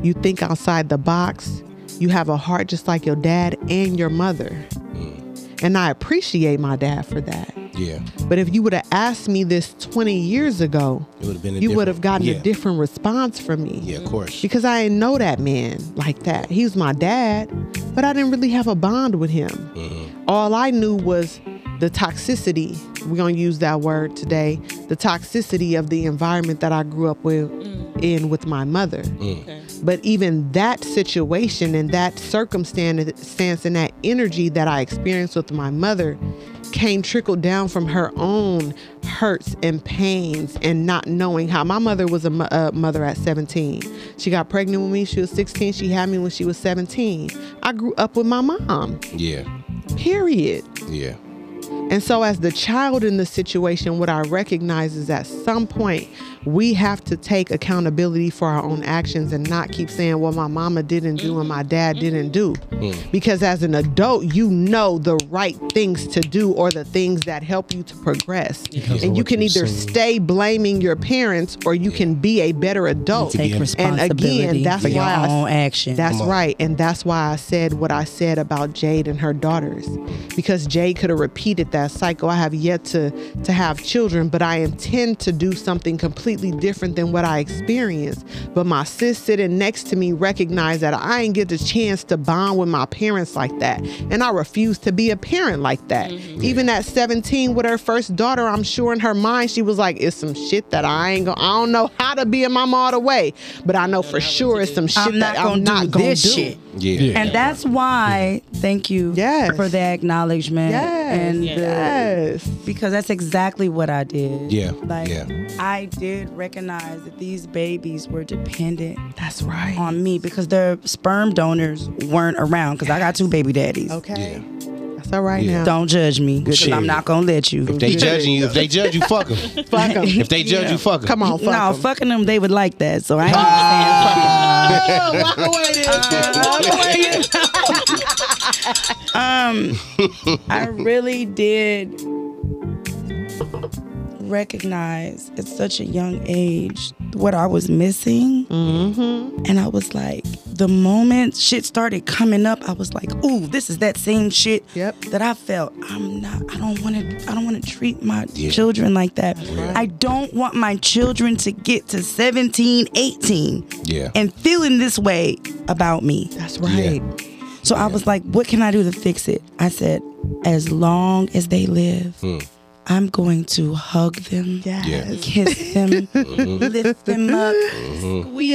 [SPEAKER 5] You think outside the box. You have a heart just like your dad and your mother.
[SPEAKER 1] Mm.
[SPEAKER 5] And I appreciate my dad for that.
[SPEAKER 1] Yeah.
[SPEAKER 5] But if you would have asked me this 20 years ago,
[SPEAKER 1] It would have been a
[SPEAKER 5] you would have
[SPEAKER 1] different-
[SPEAKER 5] gotten
[SPEAKER 1] yeah.
[SPEAKER 5] a different response from me.
[SPEAKER 1] Yeah, of course.
[SPEAKER 5] Because I didn't know that man like that. He was my dad, but I didn't really have a bond with him. All I knew was the toxicity. We're going to use that word today the toxicity of the environment that I grew up with in with my mother.
[SPEAKER 4] Okay.
[SPEAKER 5] But even that situation and that circumstance and that energy that I experienced with my mother came trickled down from her own hurts and pains and not knowing how. My mother was a mo- uh, mother at 17. She got pregnant with me. She was 16. She had me when she was 17. I grew up with my mom,
[SPEAKER 1] Yeah.
[SPEAKER 5] period.
[SPEAKER 1] Yeah.
[SPEAKER 5] And so, as the child in the situation, what I recognize is at some point we have to take accountability for our own actions and not keep saying, Well, my mama didn't do and my dad didn't do. Because as an adult, you know the right things to do or the things that help you to progress. And you
[SPEAKER 3] what
[SPEAKER 5] can
[SPEAKER 3] you're
[SPEAKER 5] either
[SPEAKER 3] saying.
[SPEAKER 5] stay blaming your parents or you can be a better adult.
[SPEAKER 1] be
[SPEAKER 2] Take
[SPEAKER 1] And again,
[SPEAKER 2] responsibility
[SPEAKER 5] that's
[SPEAKER 2] for your
[SPEAKER 5] why I s-
[SPEAKER 2] own action.
[SPEAKER 5] That's
[SPEAKER 1] on.
[SPEAKER 5] right. And that's why I said what I said about Jade and her daughters. Because Jade could have repeated that cycle. I have yet to to have children, but I intend to do something completely different than what I experienced. But my sis sitting next to me recognized that I didn't get the chance to bond with my parents like that. And I refuse to be a parent like that. Even at 17 with her first daughter, I'm sure in her mind she was like, it's some shit that I ain't gonna I don't know how to be a mama all the way. But I know for sure it's some shit
[SPEAKER 2] I'm
[SPEAKER 5] shit
[SPEAKER 2] not
[SPEAKER 5] that
[SPEAKER 2] gonna
[SPEAKER 5] I'm
[SPEAKER 2] do
[SPEAKER 5] not gonna
[SPEAKER 2] this
[SPEAKER 5] do.
[SPEAKER 2] shit.
[SPEAKER 1] Yeah.
[SPEAKER 3] Yeah.
[SPEAKER 2] And that's why, thank you
[SPEAKER 5] Yes.
[SPEAKER 2] for the acknowledgement.
[SPEAKER 5] Yes.
[SPEAKER 2] And
[SPEAKER 4] Yes.
[SPEAKER 2] the-
[SPEAKER 5] Yes.
[SPEAKER 2] because that's exactly what I did.
[SPEAKER 1] Yeah,
[SPEAKER 2] Like,
[SPEAKER 1] yeah.
[SPEAKER 2] I did recognize that these babies were dependent
[SPEAKER 5] That's right.
[SPEAKER 2] on me because their sperm donors weren't around because I got two baby daddies.
[SPEAKER 5] okay. That's all right
[SPEAKER 1] Yeah.
[SPEAKER 5] now.
[SPEAKER 2] Don't judge me because
[SPEAKER 1] Shit.
[SPEAKER 2] I'm not going to let you.
[SPEAKER 1] If they judging you, if they judge you, fuck them.
[SPEAKER 5] fuck 'em.
[SPEAKER 1] If they judge you, fuck Ah. them.
[SPEAKER 5] Come on, fuck
[SPEAKER 2] no,
[SPEAKER 5] 'em.
[SPEAKER 2] fucking them, they would like that. So I ain't saying fucking
[SPEAKER 5] Oh, walk away then.
[SPEAKER 2] um I really did recognize at such a young age what I was missing. And I was like, the moment shit started coming up, I was like, ooh, this is that same shit
[SPEAKER 5] Yep.
[SPEAKER 2] that I felt. I'm not I don't want to I don't want to treat my children like that. I don't want my children to get to 17, 18
[SPEAKER 1] Yeah.
[SPEAKER 2] and feeling this way about me.
[SPEAKER 5] That's right.
[SPEAKER 2] So I was like, what can I do to fix it? I said, as long as they live, I'm going to hug them,
[SPEAKER 1] Hmm. Yeah. Mm-hmm.
[SPEAKER 2] kiss them, lift them up, squeeze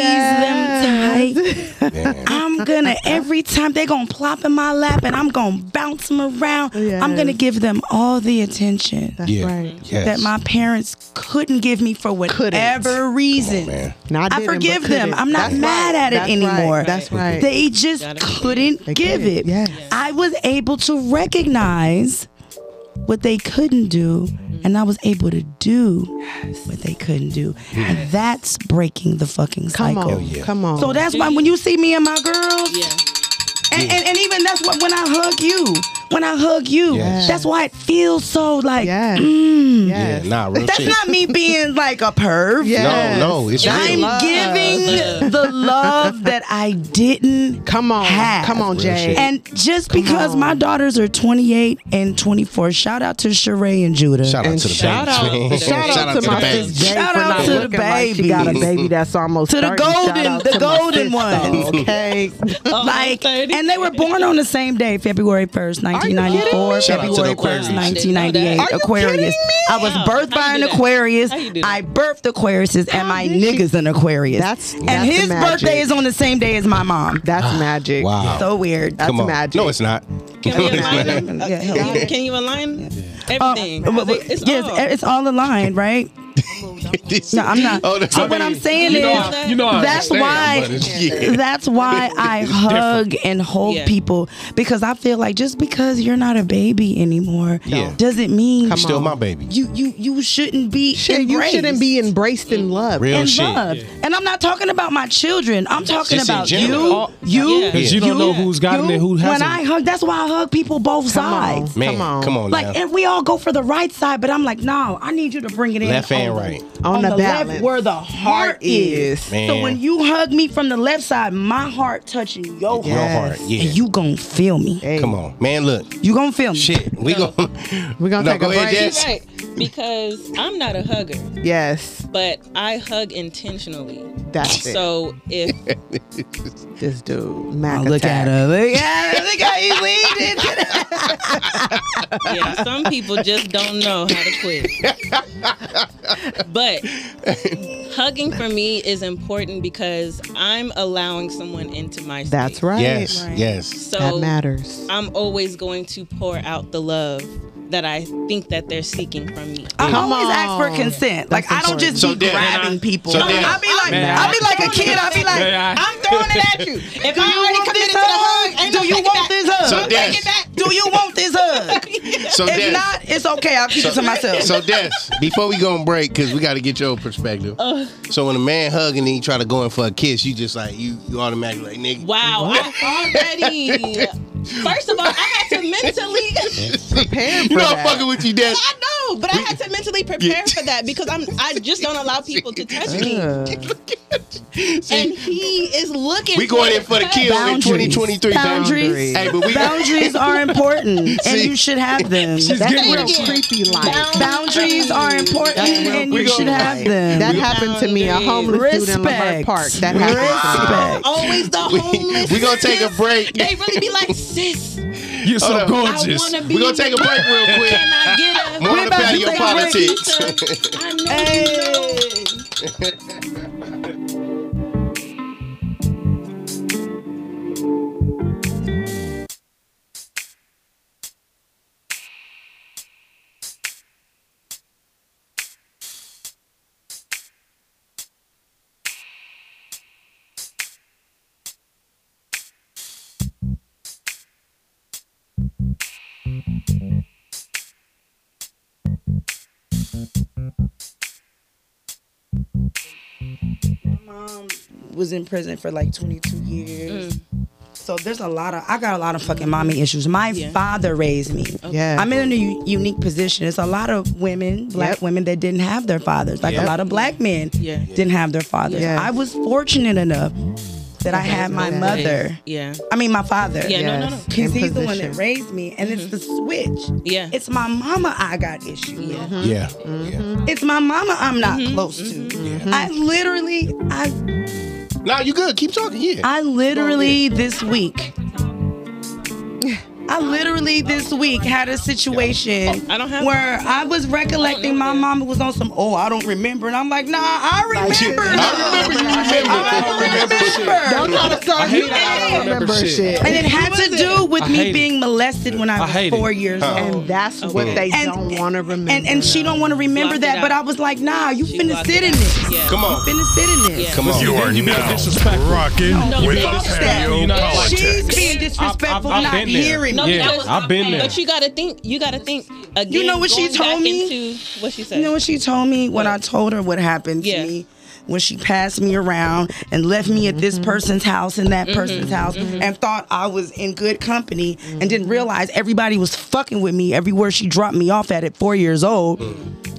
[SPEAKER 2] them tight.
[SPEAKER 1] Man.
[SPEAKER 2] I'm gonna every time they're gonna plop in my lap and I'm gonna bounce them around. I'm gonna
[SPEAKER 5] Yes.
[SPEAKER 2] give them all the attention
[SPEAKER 5] That's
[SPEAKER 1] Yeah.
[SPEAKER 5] right.
[SPEAKER 1] Yes.
[SPEAKER 2] that my parents couldn't give me for whatever reason.
[SPEAKER 1] man.
[SPEAKER 5] No,
[SPEAKER 2] I
[SPEAKER 5] didn't, but
[SPEAKER 2] forgive
[SPEAKER 5] couldn't.
[SPEAKER 2] them. I'm not
[SPEAKER 5] That's right.
[SPEAKER 2] mad at it
[SPEAKER 5] That's right.
[SPEAKER 2] anymore.
[SPEAKER 5] That's right.
[SPEAKER 2] They just
[SPEAKER 4] Gotta forgive.
[SPEAKER 2] couldn't
[SPEAKER 5] They
[SPEAKER 2] give
[SPEAKER 5] couldn't.
[SPEAKER 2] it.
[SPEAKER 5] Yes.
[SPEAKER 2] I was able to recognize what they couldn't do, and I was able to do what they couldn't do. And that's breaking the fucking
[SPEAKER 5] Come
[SPEAKER 2] cycle.
[SPEAKER 1] Oh,
[SPEAKER 5] on. Come on.
[SPEAKER 2] So that's why when you see me and my girls,
[SPEAKER 4] Yeah.
[SPEAKER 2] and, and, and even that's what when I hug you, when I hug you,
[SPEAKER 1] Yes.
[SPEAKER 2] that's why it feels so like
[SPEAKER 5] Yes.
[SPEAKER 1] Yeah,
[SPEAKER 2] mm.
[SPEAKER 5] Yes.
[SPEAKER 1] nah, real
[SPEAKER 2] that's
[SPEAKER 1] shit.
[SPEAKER 2] not me being like a perv.
[SPEAKER 5] Yes.
[SPEAKER 1] No, no, it's
[SPEAKER 5] Yes.
[SPEAKER 1] real.
[SPEAKER 2] I'm
[SPEAKER 5] Love.
[SPEAKER 2] giving the love that I didn't
[SPEAKER 5] Come on.
[SPEAKER 2] have.
[SPEAKER 5] Come on,
[SPEAKER 1] Real
[SPEAKER 5] Jay.
[SPEAKER 1] shit.
[SPEAKER 2] And just because
[SPEAKER 5] on.
[SPEAKER 2] my daughters are 28 and 24, shout out to Sheree and Judah.
[SPEAKER 1] Shout out to the
[SPEAKER 4] Shout
[SPEAKER 1] babies,
[SPEAKER 4] out.
[SPEAKER 1] man.
[SPEAKER 5] Shout, out, to, my
[SPEAKER 1] babies.
[SPEAKER 5] sis Jay
[SPEAKER 2] Shout
[SPEAKER 5] for
[SPEAKER 2] out
[SPEAKER 5] not
[SPEAKER 2] to the
[SPEAKER 5] looking like she
[SPEAKER 2] baby.
[SPEAKER 5] got a baby that's almost
[SPEAKER 2] To the
[SPEAKER 5] 30. Shout
[SPEAKER 2] golden-
[SPEAKER 5] out
[SPEAKER 2] the
[SPEAKER 5] to my
[SPEAKER 2] golden
[SPEAKER 5] sis,
[SPEAKER 2] one.
[SPEAKER 5] though, Okay.
[SPEAKER 2] like,
[SPEAKER 5] Oh,
[SPEAKER 4] thirty.
[SPEAKER 2] and they were born on the same day, February 1st,
[SPEAKER 5] kidding
[SPEAKER 2] 1994,
[SPEAKER 5] me?
[SPEAKER 1] Shout out to the
[SPEAKER 2] February 1st,
[SPEAKER 1] Aquarius.
[SPEAKER 2] 1998.
[SPEAKER 4] Are
[SPEAKER 5] you
[SPEAKER 2] Aquarius.
[SPEAKER 5] kidding me?
[SPEAKER 2] I was
[SPEAKER 4] Wow.
[SPEAKER 2] birthed
[SPEAKER 4] How
[SPEAKER 2] by
[SPEAKER 4] you
[SPEAKER 2] an
[SPEAKER 4] do that?
[SPEAKER 2] Aquarius.
[SPEAKER 4] How you do that?
[SPEAKER 2] I birthed Aquariuses, and my
[SPEAKER 5] did you-
[SPEAKER 2] nigga's an Aquarius.
[SPEAKER 5] That's-
[SPEAKER 2] and
[SPEAKER 5] that's
[SPEAKER 2] his
[SPEAKER 5] magic.
[SPEAKER 2] birthday is on the same day as my mom.
[SPEAKER 5] That's magic.
[SPEAKER 1] Wow.
[SPEAKER 2] So weird.
[SPEAKER 5] That's
[SPEAKER 1] Come on.
[SPEAKER 5] magic.
[SPEAKER 1] No, it's not.
[SPEAKER 4] Can we align them?
[SPEAKER 2] Yeah,
[SPEAKER 4] Uh,
[SPEAKER 2] yeah.
[SPEAKER 4] can you- Can you align
[SPEAKER 2] Uh,
[SPEAKER 4] everything?
[SPEAKER 2] but- but-
[SPEAKER 4] It's
[SPEAKER 2] yes,
[SPEAKER 4] all.
[SPEAKER 2] it's all aligned, right? No, I'm not.
[SPEAKER 1] Oh, that's
[SPEAKER 2] Uh, what I'm saying
[SPEAKER 4] You
[SPEAKER 2] is,
[SPEAKER 4] know
[SPEAKER 3] I- you know I
[SPEAKER 2] that's
[SPEAKER 3] understand,
[SPEAKER 2] why.
[SPEAKER 3] but it's-
[SPEAKER 1] Yeah.
[SPEAKER 2] That's why I hug and hold
[SPEAKER 4] Yeah.
[SPEAKER 2] people because I feel like just because you're not a baby anymore
[SPEAKER 1] Yeah.
[SPEAKER 2] doesn't mean
[SPEAKER 1] You're still my baby.
[SPEAKER 2] you you you shouldn't be
[SPEAKER 5] Shit, you
[SPEAKER 2] embraced
[SPEAKER 5] shouldn't be embraced in love.
[SPEAKER 1] Real
[SPEAKER 2] and
[SPEAKER 1] shit.
[SPEAKER 2] loved. And I'm not talking about my children. I'm talking
[SPEAKER 1] Just in
[SPEAKER 2] about you,
[SPEAKER 1] general.
[SPEAKER 2] you,
[SPEAKER 4] Yeah.
[SPEAKER 3] 'Cause you don't know who's got
[SPEAKER 2] you.
[SPEAKER 3] it and who hasn't.
[SPEAKER 2] When I hug, that's why I hug people both
[SPEAKER 5] Come on.
[SPEAKER 2] sides.
[SPEAKER 1] Man,
[SPEAKER 5] Come on.
[SPEAKER 1] come on
[SPEAKER 2] Like,
[SPEAKER 1] now.
[SPEAKER 2] and we all go for the right side, but I'm like, no, I need you to bring it in
[SPEAKER 1] Left and
[SPEAKER 2] on the-
[SPEAKER 1] right.
[SPEAKER 5] On the
[SPEAKER 2] left
[SPEAKER 5] balance.
[SPEAKER 2] where the heart is.
[SPEAKER 5] is.
[SPEAKER 1] Man.
[SPEAKER 2] So when you hug me from the left side, my heart touching your
[SPEAKER 1] Your
[SPEAKER 2] heart,
[SPEAKER 1] heart, yeah.
[SPEAKER 2] and you gonna feel me.
[SPEAKER 5] Hey,
[SPEAKER 1] Come on, man. Look,
[SPEAKER 2] You gonna feel me.
[SPEAKER 1] shit. We
[SPEAKER 4] No.
[SPEAKER 1] go.
[SPEAKER 5] We're gonna
[SPEAKER 1] no,
[SPEAKER 5] take
[SPEAKER 1] go
[SPEAKER 5] a
[SPEAKER 1] ahead,
[SPEAKER 5] break.
[SPEAKER 1] Jess.
[SPEAKER 4] Right, because I'm not a hugger,
[SPEAKER 5] Yes,
[SPEAKER 4] but I hug intentionally.
[SPEAKER 5] that's it.
[SPEAKER 4] So if
[SPEAKER 5] This dude,
[SPEAKER 2] Now
[SPEAKER 5] Mac
[SPEAKER 2] look
[SPEAKER 5] attack.
[SPEAKER 2] at her. Look at her. Look how he leaned into that.
[SPEAKER 4] yeah, some people just don't know how to quit. but hugging for me is important because I'm allowing someone into my space.
[SPEAKER 5] That's right.
[SPEAKER 1] Yes,
[SPEAKER 2] Right.
[SPEAKER 1] yes.
[SPEAKER 4] So
[SPEAKER 5] that matters.
[SPEAKER 4] I'm always going to pour out the love that I think that they're seeking from me.
[SPEAKER 2] I
[SPEAKER 5] Come
[SPEAKER 2] always ask for
[SPEAKER 5] on.
[SPEAKER 2] consent. Like I don't
[SPEAKER 5] important.
[SPEAKER 2] just
[SPEAKER 1] So
[SPEAKER 2] be
[SPEAKER 1] then-
[SPEAKER 2] grabbing people.
[SPEAKER 1] So
[SPEAKER 2] I,
[SPEAKER 1] then-
[SPEAKER 2] be like,
[SPEAKER 3] May
[SPEAKER 2] I
[SPEAKER 3] I?
[SPEAKER 2] be like a kid. I be like,
[SPEAKER 3] May I?
[SPEAKER 2] I'm throwing it at you. If I already committed to the hug, do you want this hug?
[SPEAKER 1] So then-
[SPEAKER 2] do you want this hug?
[SPEAKER 1] So
[SPEAKER 2] If
[SPEAKER 1] Des,
[SPEAKER 2] not, it's okay. I'll keep it to myself.
[SPEAKER 1] so Des, before we go on break, because we got to get your perspective.
[SPEAKER 2] Uh.
[SPEAKER 1] so when a man hug and then you try to go in for a kiss, you just like you, you automatically like nigga.
[SPEAKER 4] Wow, I already. First of all, I had to mentally.
[SPEAKER 5] Prepare for
[SPEAKER 1] You know I'm
[SPEAKER 5] that.
[SPEAKER 1] fucking with you, Des.
[SPEAKER 4] I know, but I had to mentally prepare for that because I'm. I just don't allow people to touch me,
[SPEAKER 5] Ugh.
[SPEAKER 4] and he is looking.
[SPEAKER 1] We going in for the
[SPEAKER 4] touch.
[SPEAKER 1] kill in
[SPEAKER 2] Boundaries.
[SPEAKER 1] 2023. baby.
[SPEAKER 2] Boundaries.
[SPEAKER 1] Hey, but we
[SPEAKER 2] Boundaries are important, and
[SPEAKER 1] See?
[SPEAKER 2] you should have them.
[SPEAKER 5] That's
[SPEAKER 3] getting
[SPEAKER 5] real
[SPEAKER 4] real.
[SPEAKER 5] creepy life.
[SPEAKER 2] Boundaries are important, and
[SPEAKER 1] we
[SPEAKER 2] you
[SPEAKER 1] go-
[SPEAKER 2] should have them.
[SPEAKER 5] That happened to me. A homeless dude in Lamar
[SPEAKER 2] Respect.
[SPEAKER 5] Park. That happened. to me.
[SPEAKER 2] Respect.
[SPEAKER 4] Always the homeless.
[SPEAKER 1] we gonna take a
[SPEAKER 4] sis.
[SPEAKER 1] break.
[SPEAKER 4] They really be like, sis,
[SPEAKER 3] You're so
[SPEAKER 1] Hold
[SPEAKER 4] I
[SPEAKER 3] gorgeous.
[SPEAKER 4] wanna be.
[SPEAKER 1] we gonna take a break real quick.
[SPEAKER 4] Can I get a?
[SPEAKER 1] More on the
[SPEAKER 2] about to
[SPEAKER 1] patio
[SPEAKER 2] take a break.
[SPEAKER 1] politics.
[SPEAKER 4] I know
[SPEAKER 2] Hey.
[SPEAKER 4] you know.
[SPEAKER 2] mom was in prison for like 22 years. So there's a lot of I got a lot of fucking mommy issues. My father raised me.
[SPEAKER 5] Yeah.
[SPEAKER 2] I'm in a u- unique position. It's a lot of women, black
[SPEAKER 5] Yep.
[SPEAKER 2] women that didn't have their fathers. Like
[SPEAKER 1] Yep.
[SPEAKER 2] a lot of black men
[SPEAKER 4] Yeah.
[SPEAKER 2] didn't have their fathers.
[SPEAKER 5] Yeah.
[SPEAKER 2] I was fortunate enough that I had my
[SPEAKER 5] Yeah.
[SPEAKER 2] mother.
[SPEAKER 4] Yeah.
[SPEAKER 2] I mean my father.
[SPEAKER 4] Yeah. No. No. No.
[SPEAKER 5] Yes.
[SPEAKER 2] Because
[SPEAKER 5] In
[SPEAKER 2] he's the one that
[SPEAKER 5] position.
[SPEAKER 2] raised me, and it's the switch.
[SPEAKER 4] Yeah.
[SPEAKER 2] It's my mama I got issues with.
[SPEAKER 1] Yeah. yeah.
[SPEAKER 2] It's my mama I'm not
[SPEAKER 4] Mm-hmm.
[SPEAKER 2] close to. I literally, I
[SPEAKER 1] Nah, you good. Keep talking. Yeah.
[SPEAKER 2] I literally this week I literally this week had a situation
[SPEAKER 4] Oh, I don't have
[SPEAKER 2] where I was recollecting my mama was on some, oh, I don't remember. And I'm like, nah, I remember.
[SPEAKER 1] I remember you remember.
[SPEAKER 2] I remember.
[SPEAKER 5] Don't try to start
[SPEAKER 3] hate
[SPEAKER 5] you
[SPEAKER 3] that I
[SPEAKER 5] can't
[SPEAKER 3] don't remember shit.
[SPEAKER 2] And it had to do with
[SPEAKER 3] I hate
[SPEAKER 2] me
[SPEAKER 3] it.
[SPEAKER 2] being molested when I
[SPEAKER 3] I
[SPEAKER 2] was
[SPEAKER 3] hate it. Oh.
[SPEAKER 2] four years old.
[SPEAKER 5] And that's what they
[SPEAKER 2] And-
[SPEAKER 5] don't want to remember.
[SPEAKER 2] Oh, And and she don't want to
[SPEAKER 4] Blocked
[SPEAKER 2] remember
[SPEAKER 4] it
[SPEAKER 2] that, but I
[SPEAKER 4] out.
[SPEAKER 2] was like, nah, you finna
[SPEAKER 4] blocked
[SPEAKER 2] sit
[SPEAKER 4] it
[SPEAKER 2] in
[SPEAKER 4] out.
[SPEAKER 2] this.
[SPEAKER 4] Yeah.
[SPEAKER 1] Come on.
[SPEAKER 2] Finna sit in this.
[SPEAKER 4] Come
[SPEAKER 7] You are
[SPEAKER 3] you being
[SPEAKER 7] now
[SPEAKER 3] disrespectful.
[SPEAKER 7] rocking
[SPEAKER 4] No,
[SPEAKER 7] with
[SPEAKER 4] you
[SPEAKER 7] the
[SPEAKER 4] said
[SPEAKER 7] patio
[SPEAKER 3] you're not like
[SPEAKER 7] politics.
[SPEAKER 2] She's being disrespectful,
[SPEAKER 3] I've
[SPEAKER 2] not
[SPEAKER 3] been there.
[SPEAKER 2] hearing
[SPEAKER 3] No,
[SPEAKER 2] me.
[SPEAKER 3] Yeah,
[SPEAKER 4] because-
[SPEAKER 3] I've been there.
[SPEAKER 4] But you gotta think. You gotta think again.
[SPEAKER 2] You know what she
[SPEAKER 4] going back
[SPEAKER 2] told me?
[SPEAKER 4] Into what she said.
[SPEAKER 2] You know what she told me when I told her what happened
[SPEAKER 4] Yeah.
[SPEAKER 2] to me when she passed me around and left me at
[SPEAKER 5] Mm-hmm.
[SPEAKER 2] this person's house and that person's house and thought I was in good company
[SPEAKER 5] Mm-hmm.
[SPEAKER 2] and didn't realize everybody was fucking with me everywhere she dropped me off at at four years old.
[SPEAKER 5] Mm.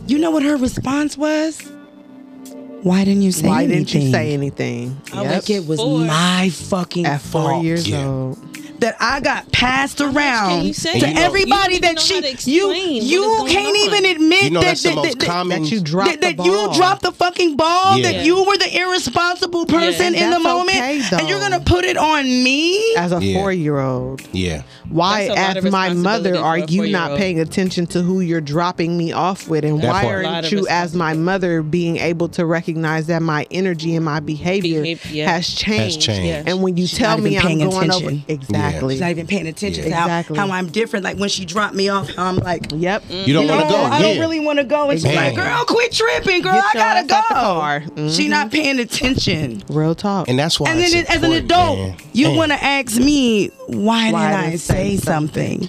[SPEAKER 2] You know what her response was? Why didn't you say
[SPEAKER 5] Why
[SPEAKER 2] anything?
[SPEAKER 5] didn't you say anything?
[SPEAKER 4] I
[SPEAKER 5] Yep.
[SPEAKER 4] was
[SPEAKER 2] Like it was
[SPEAKER 4] four.
[SPEAKER 2] my fucking
[SPEAKER 5] At four
[SPEAKER 2] fault
[SPEAKER 5] years
[SPEAKER 1] Yeah.
[SPEAKER 5] old.
[SPEAKER 2] that I got passed around
[SPEAKER 4] you say?
[SPEAKER 2] to
[SPEAKER 4] You know-
[SPEAKER 2] everybody
[SPEAKER 4] You don't even
[SPEAKER 2] that
[SPEAKER 4] know how to
[SPEAKER 2] she you
[SPEAKER 4] explain
[SPEAKER 2] you
[SPEAKER 4] what is going
[SPEAKER 2] can't
[SPEAKER 4] on.
[SPEAKER 2] even admit
[SPEAKER 1] You know
[SPEAKER 2] that
[SPEAKER 1] that's the
[SPEAKER 2] that-
[SPEAKER 1] most
[SPEAKER 2] that-
[SPEAKER 1] common.
[SPEAKER 5] That you drop
[SPEAKER 2] that,
[SPEAKER 5] the
[SPEAKER 2] that you
[SPEAKER 5] ball.
[SPEAKER 2] dropped the fucking ball,
[SPEAKER 1] Yeah.
[SPEAKER 2] that you were the irresponsible person in the
[SPEAKER 5] That's
[SPEAKER 2] moment,
[SPEAKER 5] okay,
[SPEAKER 2] and you're
[SPEAKER 5] though.
[SPEAKER 2] gonna put it on me.
[SPEAKER 5] as a
[SPEAKER 1] Yeah.
[SPEAKER 5] four year old.
[SPEAKER 1] Yeah.
[SPEAKER 5] Why,
[SPEAKER 4] That's a lot
[SPEAKER 5] as
[SPEAKER 4] of
[SPEAKER 5] my mother,
[SPEAKER 4] responsibility
[SPEAKER 5] are
[SPEAKER 4] for a
[SPEAKER 5] you not
[SPEAKER 4] four-year-old.
[SPEAKER 5] paying attention to who you're dropping me off with? And why
[SPEAKER 1] part.
[SPEAKER 4] Lot
[SPEAKER 5] aren't
[SPEAKER 4] of
[SPEAKER 5] you, as my mother, being able to recognize that my energy and my behavior
[SPEAKER 4] Behave- yeah.
[SPEAKER 5] has changed?
[SPEAKER 1] changed.
[SPEAKER 5] And when you tell
[SPEAKER 2] not
[SPEAKER 5] me
[SPEAKER 2] even
[SPEAKER 5] I'm
[SPEAKER 2] paying
[SPEAKER 5] going over.
[SPEAKER 2] attention.
[SPEAKER 5] Exactly.
[SPEAKER 2] She's not even paying attention
[SPEAKER 5] Yeah.
[SPEAKER 2] to how,
[SPEAKER 5] Exactly.
[SPEAKER 2] how I'm different. Like when she dropped me off, I'm like,
[SPEAKER 5] Yep.
[SPEAKER 4] Mm.
[SPEAKER 1] You don't
[SPEAKER 2] no,
[SPEAKER 1] want to go.
[SPEAKER 2] I don't
[SPEAKER 1] yeah.
[SPEAKER 2] really want to go. And she's
[SPEAKER 1] Exactly.
[SPEAKER 2] like, girl, quit tripping, girl.
[SPEAKER 5] Get
[SPEAKER 2] I
[SPEAKER 5] your
[SPEAKER 2] gotta
[SPEAKER 5] ass out the car.
[SPEAKER 2] go. She not paying attention.
[SPEAKER 5] Real talk.
[SPEAKER 1] And that's why.
[SPEAKER 2] and then
[SPEAKER 1] it's
[SPEAKER 2] it- as an
[SPEAKER 1] important,
[SPEAKER 2] adult,
[SPEAKER 1] man.
[SPEAKER 2] you
[SPEAKER 1] Man.
[SPEAKER 2] want to ask me why,
[SPEAKER 5] Why
[SPEAKER 2] didn't
[SPEAKER 5] didn't
[SPEAKER 2] I say something?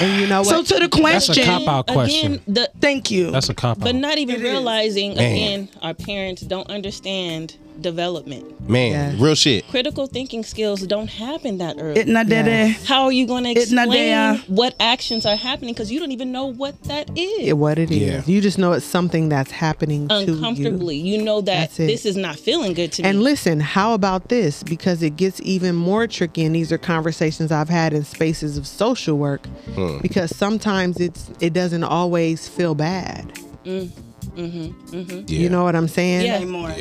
[SPEAKER 5] And you know what?
[SPEAKER 2] So to the
[SPEAKER 3] That's a
[SPEAKER 2] question,
[SPEAKER 3] cop out question.
[SPEAKER 4] Again, the
[SPEAKER 2] thank you.
[SPEAKER 3] That's a cop out.
[SPEAKER 4] but not even
[SPEAKER 2] It is.
[SPEAKER 4] realizing
[SPEAKER 1] Man.
[SPEAKER 4] again, our parents don't understand development.
[SPEAKER 1] man, real shit.
[SPEAKER 4] Critical thinking skills don't happen that early.
[SPEAKER 2] it not that
[SPEAKER 5] Yes.
[SPEAKER 2] uh,
[SPEAKER 4] How are you going to
[SPEAKER 2] It not
[SPEAKER 4] explain
[SPEAKER 2] there.
[SPEAKER 4] what actions are happening? Because you don't even know what that is.
[SPEAKER 5] It- what it is.
[SPEAKER 1] Yeah.
[SPEAKER 5] You just know it's something that's happening to you.
[SPEAKER 4] Uncomfortably, you. know that
[SPEAKER 5] That's it.
[SPEAKER 4] this is not feeling good to
[SPEAKER 5] And
[SPEAKER 4] me.
[SPEAKER 5] listen, how about this? Because it gets even more tricky, and these are conversations I've had in spaces of social work.
[SPEAKER 4] Hmm.
[SPEAKER 5] Because sometimes it's it doesn't always feel bad.
[SPEAKER 1] Yeah.
[SPEAKER 5] You know what I'm saying?
[SPEAKER 4] Mm, mm-hmm, Yeah.
[SPEAKER 2] anymore.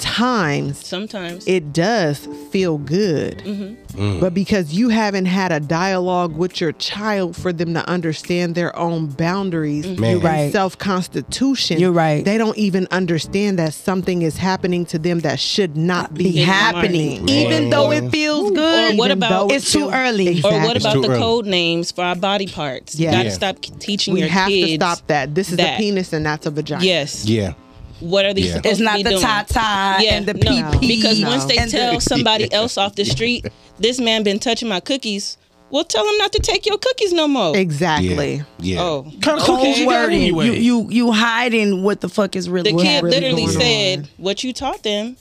[SPEAKER 5] Sometimes
[SPEAKER 4] Sometimes
[SPEAKER 5] it does feel good,
[SPEAKER 4] Mm-hmm.
[SPEAKER 1] Mm.
[SPEAKER 5] but because you haven't had a dialogue with your child for them to understand their own boundaries,
[SPEAKER 1] Mm-hmm. Man.
[SPEAKER 2] Right.
[SPEAKER 5] self constitution.
[SPEAKER 2] You're right.
[SPEAKER 5] They don't even understand that something is happening to them that should not be
[SPEAKER 2] Be
[SPEAKER 4] Yeah.
[SPEAKER 2] happening,
[SPEAKER 4] Right.
[SPEAKER 2] even though it feels good.
[SPEAKER 4] Or what
[SPEAKER 5] Even
[SPEAKER 4] about-
[SPEAKER 5] though it
[SPEAKER 2] It's too
[SPEAKER 5] feels-
[SPEAKER 2] early. Or
[SPEAKER 4] Or
[SPEAKER 5] Exactly.
[SPEAKER 4] what about
[SPEAKER 1] too
[SPEAKER 4] the
[SPEAKER 1] early.
[SPEAKER 4] code names for our body parts?
[SPEAKER 5] Yeah.
[SPEAKER 4] You gotta
[SPEAKER 1] Yeah.
[SPEAKER 4] stop k- teaching
[SPEAKER 5] we
[SPEAKER 4] your
[SPEAKER 5] have
[SPEAKER 4] kids.
[SPEAKER 5] to stop that. This is
[SPEAKER 4] that.
[SPEAKER 5] a penis and that's a vagina.
[SPEAKER 4] Yes.
[SPEAKER 1] Yeah.
[SPEAKER 4] What are these?
[SPEAKER 1] Yeah.
[SPEAKER 4] supposed
[SPEAKER 2] It's
[SPEAKER 4] to
[SPEAKER 2] not
[SPEAKER 4] be
[SPEAKER 2] the
[SPEAKER 4] doing?
[SPEAKER 2] tie tie
[SPEAKER 4] Yeah,
[SPEAKER 2] and the E. pee
[SPEAKER 4] no,
[SPEAKER 2] pee.
[SPEAKER 4] because
[SPEAKER 5] No.
[SPEAKER 4] once they
[SPEAKER 2] and the-
[SPEAKER 4] tell somebody else off the street, this man been touching my cookies. Well, tell him not to take your cookies no more.
[SPEAKER 5] Exactly.
[SPEAKER 1] Yeah. Yeah.
[SPEAKER 4] Oh,
[SPEAKER 3] kind of cookies
[SPEAKER 2] cold
[SPEAKER 3] you got
[SPEAKER 2] wording,
[SPEAKER 3] anyway?
[SPEAKER 2] you, you you hiding what the fuck is really
[SPEAKER 4] the kid
[SPEAKER 2] happening.
[SPEAKER 4] literally
[SPEAKER 5] going
[SPEAKER 4] said
[SPEAKER 5] on?
[SPEAKER 4] what you taught them,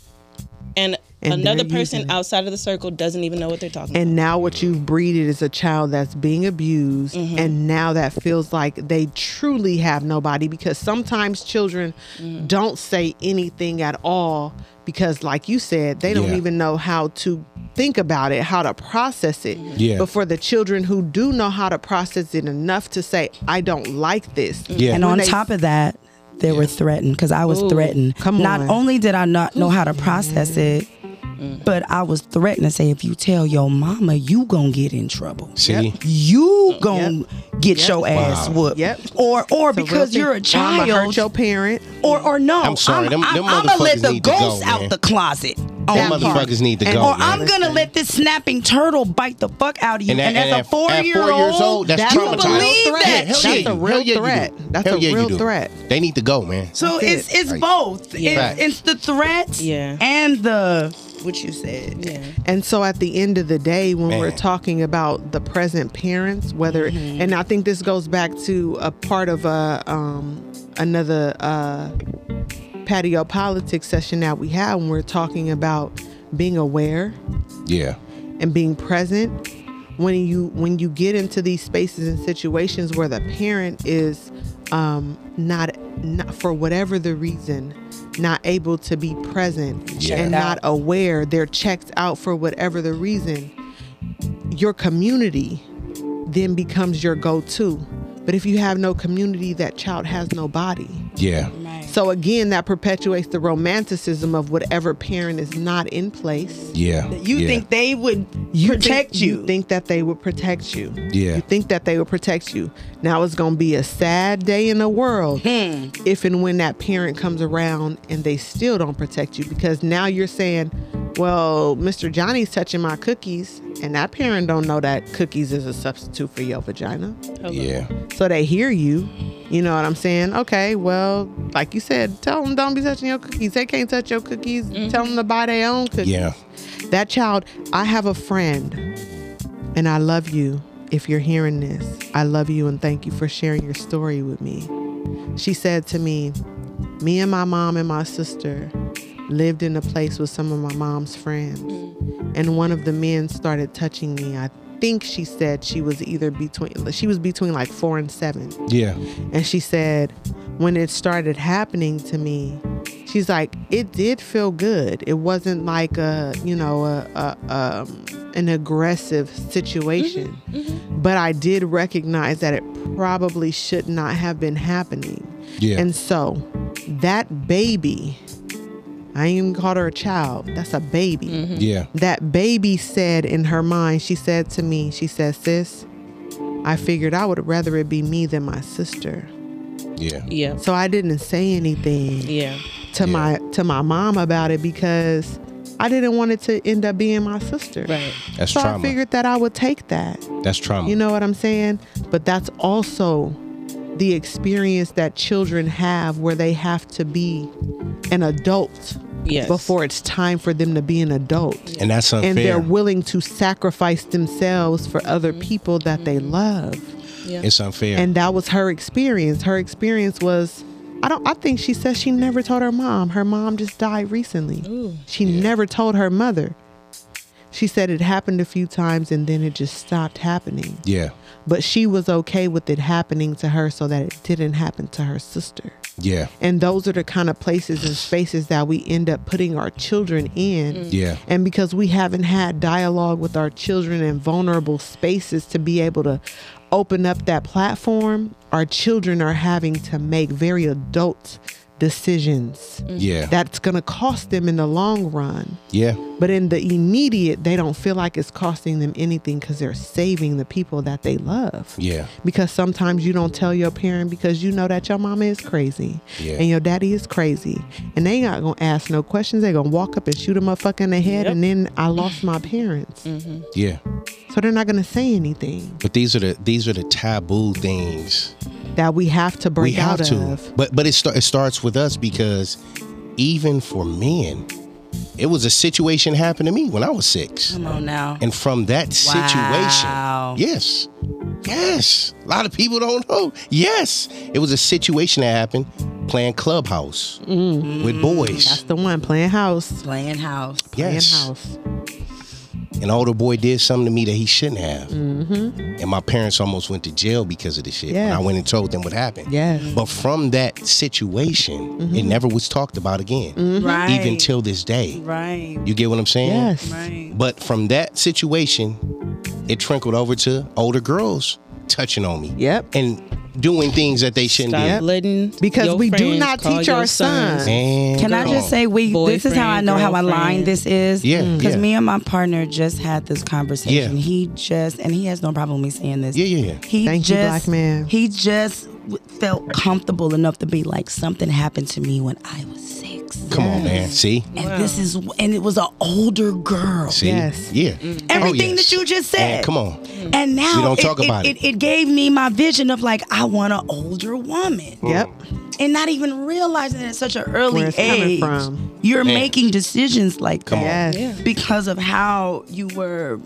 [SPEAKER 4] and,
[SPEAKER 5] And
[SPEAKER 4] another
[SPEAKER 5] they're
[SPEAKER 4] person
[SPEAKER 5] using it.
[SPEAKER 4] outside of the circle doesn't even know what they're talking
[SPEAKER 5] And now what you've breeded is a child that's being abused and now that feels like they truly have nobody because sometimes children don't say anything at all because like you said, they don't
[SPEAKER 1] Yeah.
[SPEAKER 5] even know how to think about it, how to process it.
[SPEAKER 1] Yeah.
[SPEAKER 5] But for the children who do know how to process it enough to say, I don't like this.
[SPEAKER 1] Yeah.
[SPEAKER 2] And on
[SPEAKER 5] they-
[SPEAKER 2] top of that, they were threatened because I was threatened.
[SPEAKER 5] come
[SPEAKER 2] not
[SPEAKER 5] on.
[SPEAKER 2] only did I not know how to process it, but I was threatened to say, if you tell your mama, you gonna get in trouble.
[SPEAKER 1] See.
[SPEAKER 2] You gonna get your ass whooped.
[SPEAKER 5] Yep.
[SPEAKER 2] Or or
[SPEAKER 5] It's a real
[SPEAKER 2] because
[SPEAKER 5] thing.
[SPEAKER 2] you're a
[SPEAKER 5] Or I'ma
[SPEAKER 2] child.
[SPEAKER 5] hurt your parent.
[SPEAKER 2] or or no.
[SPEAKER 1] I'm sorry, them- them
[SPEAKER 2] gonna let
[SPEAKER 1] motherfuckers
[SPEAKER 2] the
[SPEAKER 1] need to go,
[SPEAKER 2] ghost
[SPEAKER 1] man.
[SPEAKER 2] out the closet. on
[SPEAKER 5] Them
[SPEAKER 2] me.
[SPEAKER 1] motherfuckers need to
[SPEAKER 5] And-
[SPEAKER 1] go.
[SPEAKER 2] or
[SPEAKER 5] yeah.
[SPEAKER 1] man.
[SPEAKER 2] I'm gonna let this snapping turtle bite the fuck out of you. And,
[SPEAKER 1] that-
[SPEAKER 2] as
[SPEAKER 1] and
[SPEAKER 2] a
[SPEAKER 1] at- at four
[SPEAKER 2] four year
[SPEAKER 1] years old,
[SPEAKER 2] old,
[SPEAKER 1] that's
[SPEAKER 5] you
[SPEAKER 1] traumatizing.
[SPEAKER 2] believe that?
[SPEAKER 1] Yeah, hell
[SPEAKER 5] That's
[SPEAKER 1] yeah,
[SPEAKER 5] a
[SPEAKER 1] you do.
[SPEAKER 5] real
[SPEAKER 1] Hell yeah, you
[SPEAKER 5] threat.
[SPEAKER 1] do.
[SPEAKER 5] That's
[SPEAKER 1] Hell
[SPEAKER 5] a
[SPEAKER 1] yeah, you
[SPEAKER 5] real
[SPEAKER 1] do.
[SPEAKER 5] threat.
[SPEAKER 1] They need to go, man.
[SPEAKER 2] So
[SPEAKER 5] That's
[SPEAKER 2] it's
[SPEAKER 5] it.
[SPEAKER 2] it's both.
[SPEAKER 4] Yeah.
[SPEAKER 2] It's, it's the threats
[SPEAKER 4] Yeah.
[SPEAKER 2] and the what you said.
[SPEAKER 4] about. Yeah.
[SPEAKER 5] And so at the end of the day, when we're
[SPEAKER 1] Man.
[SPEAKER 5] talking about the present parents, whether and I think this goes back to a part of a um, another uh, patio politics session that we had when we're talking about being aware
[SPEAKER 1] Yeah.
[SPEAKER 5] and being present when you when you get into these spaces and situations where the parent is um not not for whatever the reason not able to be present
[SPEAKER 1] Yeah.
[SPEAKER 5] and not aware they're checked out for whatever the reason your community then becomes your go-to but if you have no community that child has no body
[SPEAKER 1] Yeah.
[SPEAKER 5] So again, that perpetuates the romanticism of whatever parent is not in place.
[SPEAKER 1] Yeah.
[SPEAKER 2] You
[SPEAKER 1] yeah.
[SPEAKER 2] think they would protect
[SPEAKER 5] think-
[SPEAKER 2] you?
[SPEAKER 5] Think that they would protect you.
[SPEAKER 1] Yeah.
[SPEAKER 5] You think that they would protect you. Now it's gonna be a sad day in the world
[SPEAKER 2] Hmm.
[SPEAKER 5] if and when that parent comes around and they still don't protect you because now you're saying, well, Mr. Johnny's touching my cookies, and that parent don't know that cookies is a substitute for your vagina.
[SPEAKER 1] Yeah.
[SPEAKER 5] So they hear you. You know what I'm saying? Okay, well, like you said, tell them don't be touching your cookies. They can't touch your cookies.
[SPEAKER 2] Mm-hmm.
[SPEAKER 5] Tell them to buy their own cookies.
[SPEAKER 1] Yeah.
[SPEAKER 5] That child, I have a friend, and I love you if you're hearing this. I love you and thank you for sharing your story with me. She said to me, Me and my mom and my sister lived in a place with some of my mom's friends, and one of the men started touching me. I think she said she was either between, she was between like four and seven.
[SPEAKER 1] Yeah.
[SPEAKER 5] And she said, when it started happening to me, she's like, it did feel good. It wasn't like a, you know, a, a um, an aggressive situation, but I did recognize that it probably should not have been happening.
[SPEAKER 1] Yeah.
[SPEAKER 5] And so, that baby, I ain't even called her a child. That's a baby
[SPEAKER 1] Yeah.
[SPEAKER 5] that baby said in her mind, she said to me, she said, Sis, I figured I would rather it be me than my sister.
[SPEAKER 1] Yeah.
[SPEAKER 4] Yeah.
[SPEAKER 5] So I didn't say anything
[SPEAKER 4] Yeah.
[SPEAKER 5] to my to my mom about it because I didn't want it to end up being my sister.
[SPEAKER 4] Right.
[SPEAKER 1] That's
[SPEAKER 5] so I
[SPEAKER 1] trauma.
[SPEAKER 5] figured that I would take that.
[SPEAKER 1] That's trauma.
[SPEAKER 5] You know what I'm saying? But that's also the experience that children have where they have to be an adult
[SPEAKER 4] Yes.
[SPEAKER 5] before it's time for them to be an adult
[SPEAKER 1] and that's unfair.
[SPEAKER 5] and they're willing to sacrifice themselves for other
[SPEAKER 4] Mm-hmm.
[SPEAKER 5] people that they love.
[SPEAKER 1] it's unfair.
[SPEAKER 5] And that was her experience. Her experience was I don't I think she says she never told her mom. Her mom just died recently. She never told her mother. She said it happened a few times and then it just stopped happening.
[SPEAKER 1] yeah.
[SPEAKER 5] But she was okay with it happening to her so that it didn't happen to her sister.
[SPEAKER 1] Yeah.
[SPEAKER 5] And those are the kind of places and spaces that we end up putting our children in.
[SPEAKER 1] Yeah.
[SPEAKER 5] And because we haven't had dialogue with our children in vulnerable spaces to be able to open up that platform, our children are having to make very adult decisions
[SPEAKER 1] Yeah.
[SPEAKER 5] that's going to cost them in the long run.
[SPEAKER 1] yeah.
[SPEAKER 5] But in the immediate, they don't feel like it's costing them anything because they're saving the people that they love.
[SPEAKER 1] Yeah.
[SPEAKER 5] Because sometimes you don't tell your parent because you know that your mama is crazy
[SPEAKER 1] Yeah.
[SPEAKER 5] and your daddy is crazy. And they not gonna ask no questions. They gonna walk up and shoot a motherfucker in the head and then I lost my parents.
[SPEAKER 1] Yeah.
[SPEAKER 5] So they're not gonna say anything
[SPEAKER 1] But these are the these are the taboo things
[SPEAKER 5] that we have to
[SPEAKER 1] we
[SPEAKER 5] break
[SPEAKER 1] have
[SPEAKER 5] out
[SPEAKER 1] to.
[SPEAKER 5] of.
[SPEAKER 1] But but it, start, it starts with us because even for men, it was a situation happened to me when I was six,
[SPEAKER 2] Come on now.
[SPEAKER 1] and from that
[SPEAKER 2] Wow.
[SPEAKER 1] situation, yes, yes, a lot of people don't know. Yes, it was a situation that happened playing clubhouse with
[SPEAKER 5] Mm. That's
[SPEAKER 1] boys.
[SPEAKER 5] the one playing house.
[SPEAKER 2] Playing house.
[SPEAKER 1] Yes,
[SPEAKER 5] Playing house.
[SPEAKER 1] an older boy did something to me that he shouldn't have,
[SPEAKER 2] Mm-hmm.
[SPEAKER 1] and my parents almost went to jail because of the shit. When
[SPEAKER 5] Yeah.
[SPEAKER 1] I went and told them what happened.
[SPEAKER 5] Yes.
[SPEAKER 1] But from that situation, it never was talked about again.
[SPEAKER 2] Mm-hmm. Right.
[SPEAKER 1] Mm-hmm. even till this day.
[SPEAKER 2] Right.
[SPEAKER 1] You get what I'm saying?
[SPEAKER 5] Yes.
[SPEAKER 2] Right.
[SPEAKER 1] But from that situation, it trickled over to older girls touching on me.
[SPEAKER 5] Yep.
[SPEAKER 1] And doing things that they shouldn't
[SPEAKER 4] Stop
[SPEAKER 1] do.
[SPEAKER 4] letting
[SPEAKER 5] Because
[SPEAKER 4] your
[SPEAKER 5] we do
[SPEAKER 4] friends
[SPEAKER 5] not
[SPEAKER 4] call
[SPEAKER 5] teach
[SPEAKER 4] your
[SPEAKER 5] our sons.
[SPEAKER 1] Man,
[SPEAKER 2] Can I
[SPEAKER 1] come
[SPEAKER 2] just
[SPEAKER 1] on.
[SPEAKER 2] say we? this is how I
[SPEAKER 4] Boyfriend,
[SPEAKER 2] know how aligned
[SPEAKER 4] girlfriend.
[SPEAKER 2] this is.
[SPEAKER 1] Yeah,
[SPEAKER 2] Because
[SPEAKER 1] yeah.
[SPEAKER 2] me and my partner just had this conversation.
[SPEAKER 1] Yeah.
[SPEAKER 2] He just and he has no problem with me saying this.
[SPEAKER 1] Yeah, yeah, yeah.
[SPEAKER 2] He
[SPEAKER 5] Thank you,
[SPEAKER 2] just,
[SPEAKER 5] black man.
[SPEAKER 2] He just w- felt comfortable enough to be like something happened to me when I was six.
[SPEAKER 1] Come on, man. See?
[SPEAKER 2] And this is and it was an older girl.
[SPEAKER 1] See?
[SPEAKER 5] Yes.
[SPEAKER 1] Yeah.
[SPEAKER 2] Everything
[SPEAKER 1] Oh, yes.
[SPEAKER 2] that you just said.
[SPEAKER 1] Man, come on.
[SPEAKER 2] And now
[SPEAKER 1] We don't talk
[SPEAKER 2] it,
[SPEAKER 1] about it.
[SPEAKER 2] It, it gave me my vision of like I want an older woman,
[SPEAKER 5] Yep.
[SPEAKER 2] and not even realizing that at such an early
[SPEAKER 5] Where it's coming
[SPEAKER 2] age,
[SPEAKER 5] from.
[SPEAKER 2] you're
[SPEAKER 1] Man.
[SPEAKER 2] making decisions like that
[SPEAKER 5] Yes.
[SPEAKER 2] because of how you were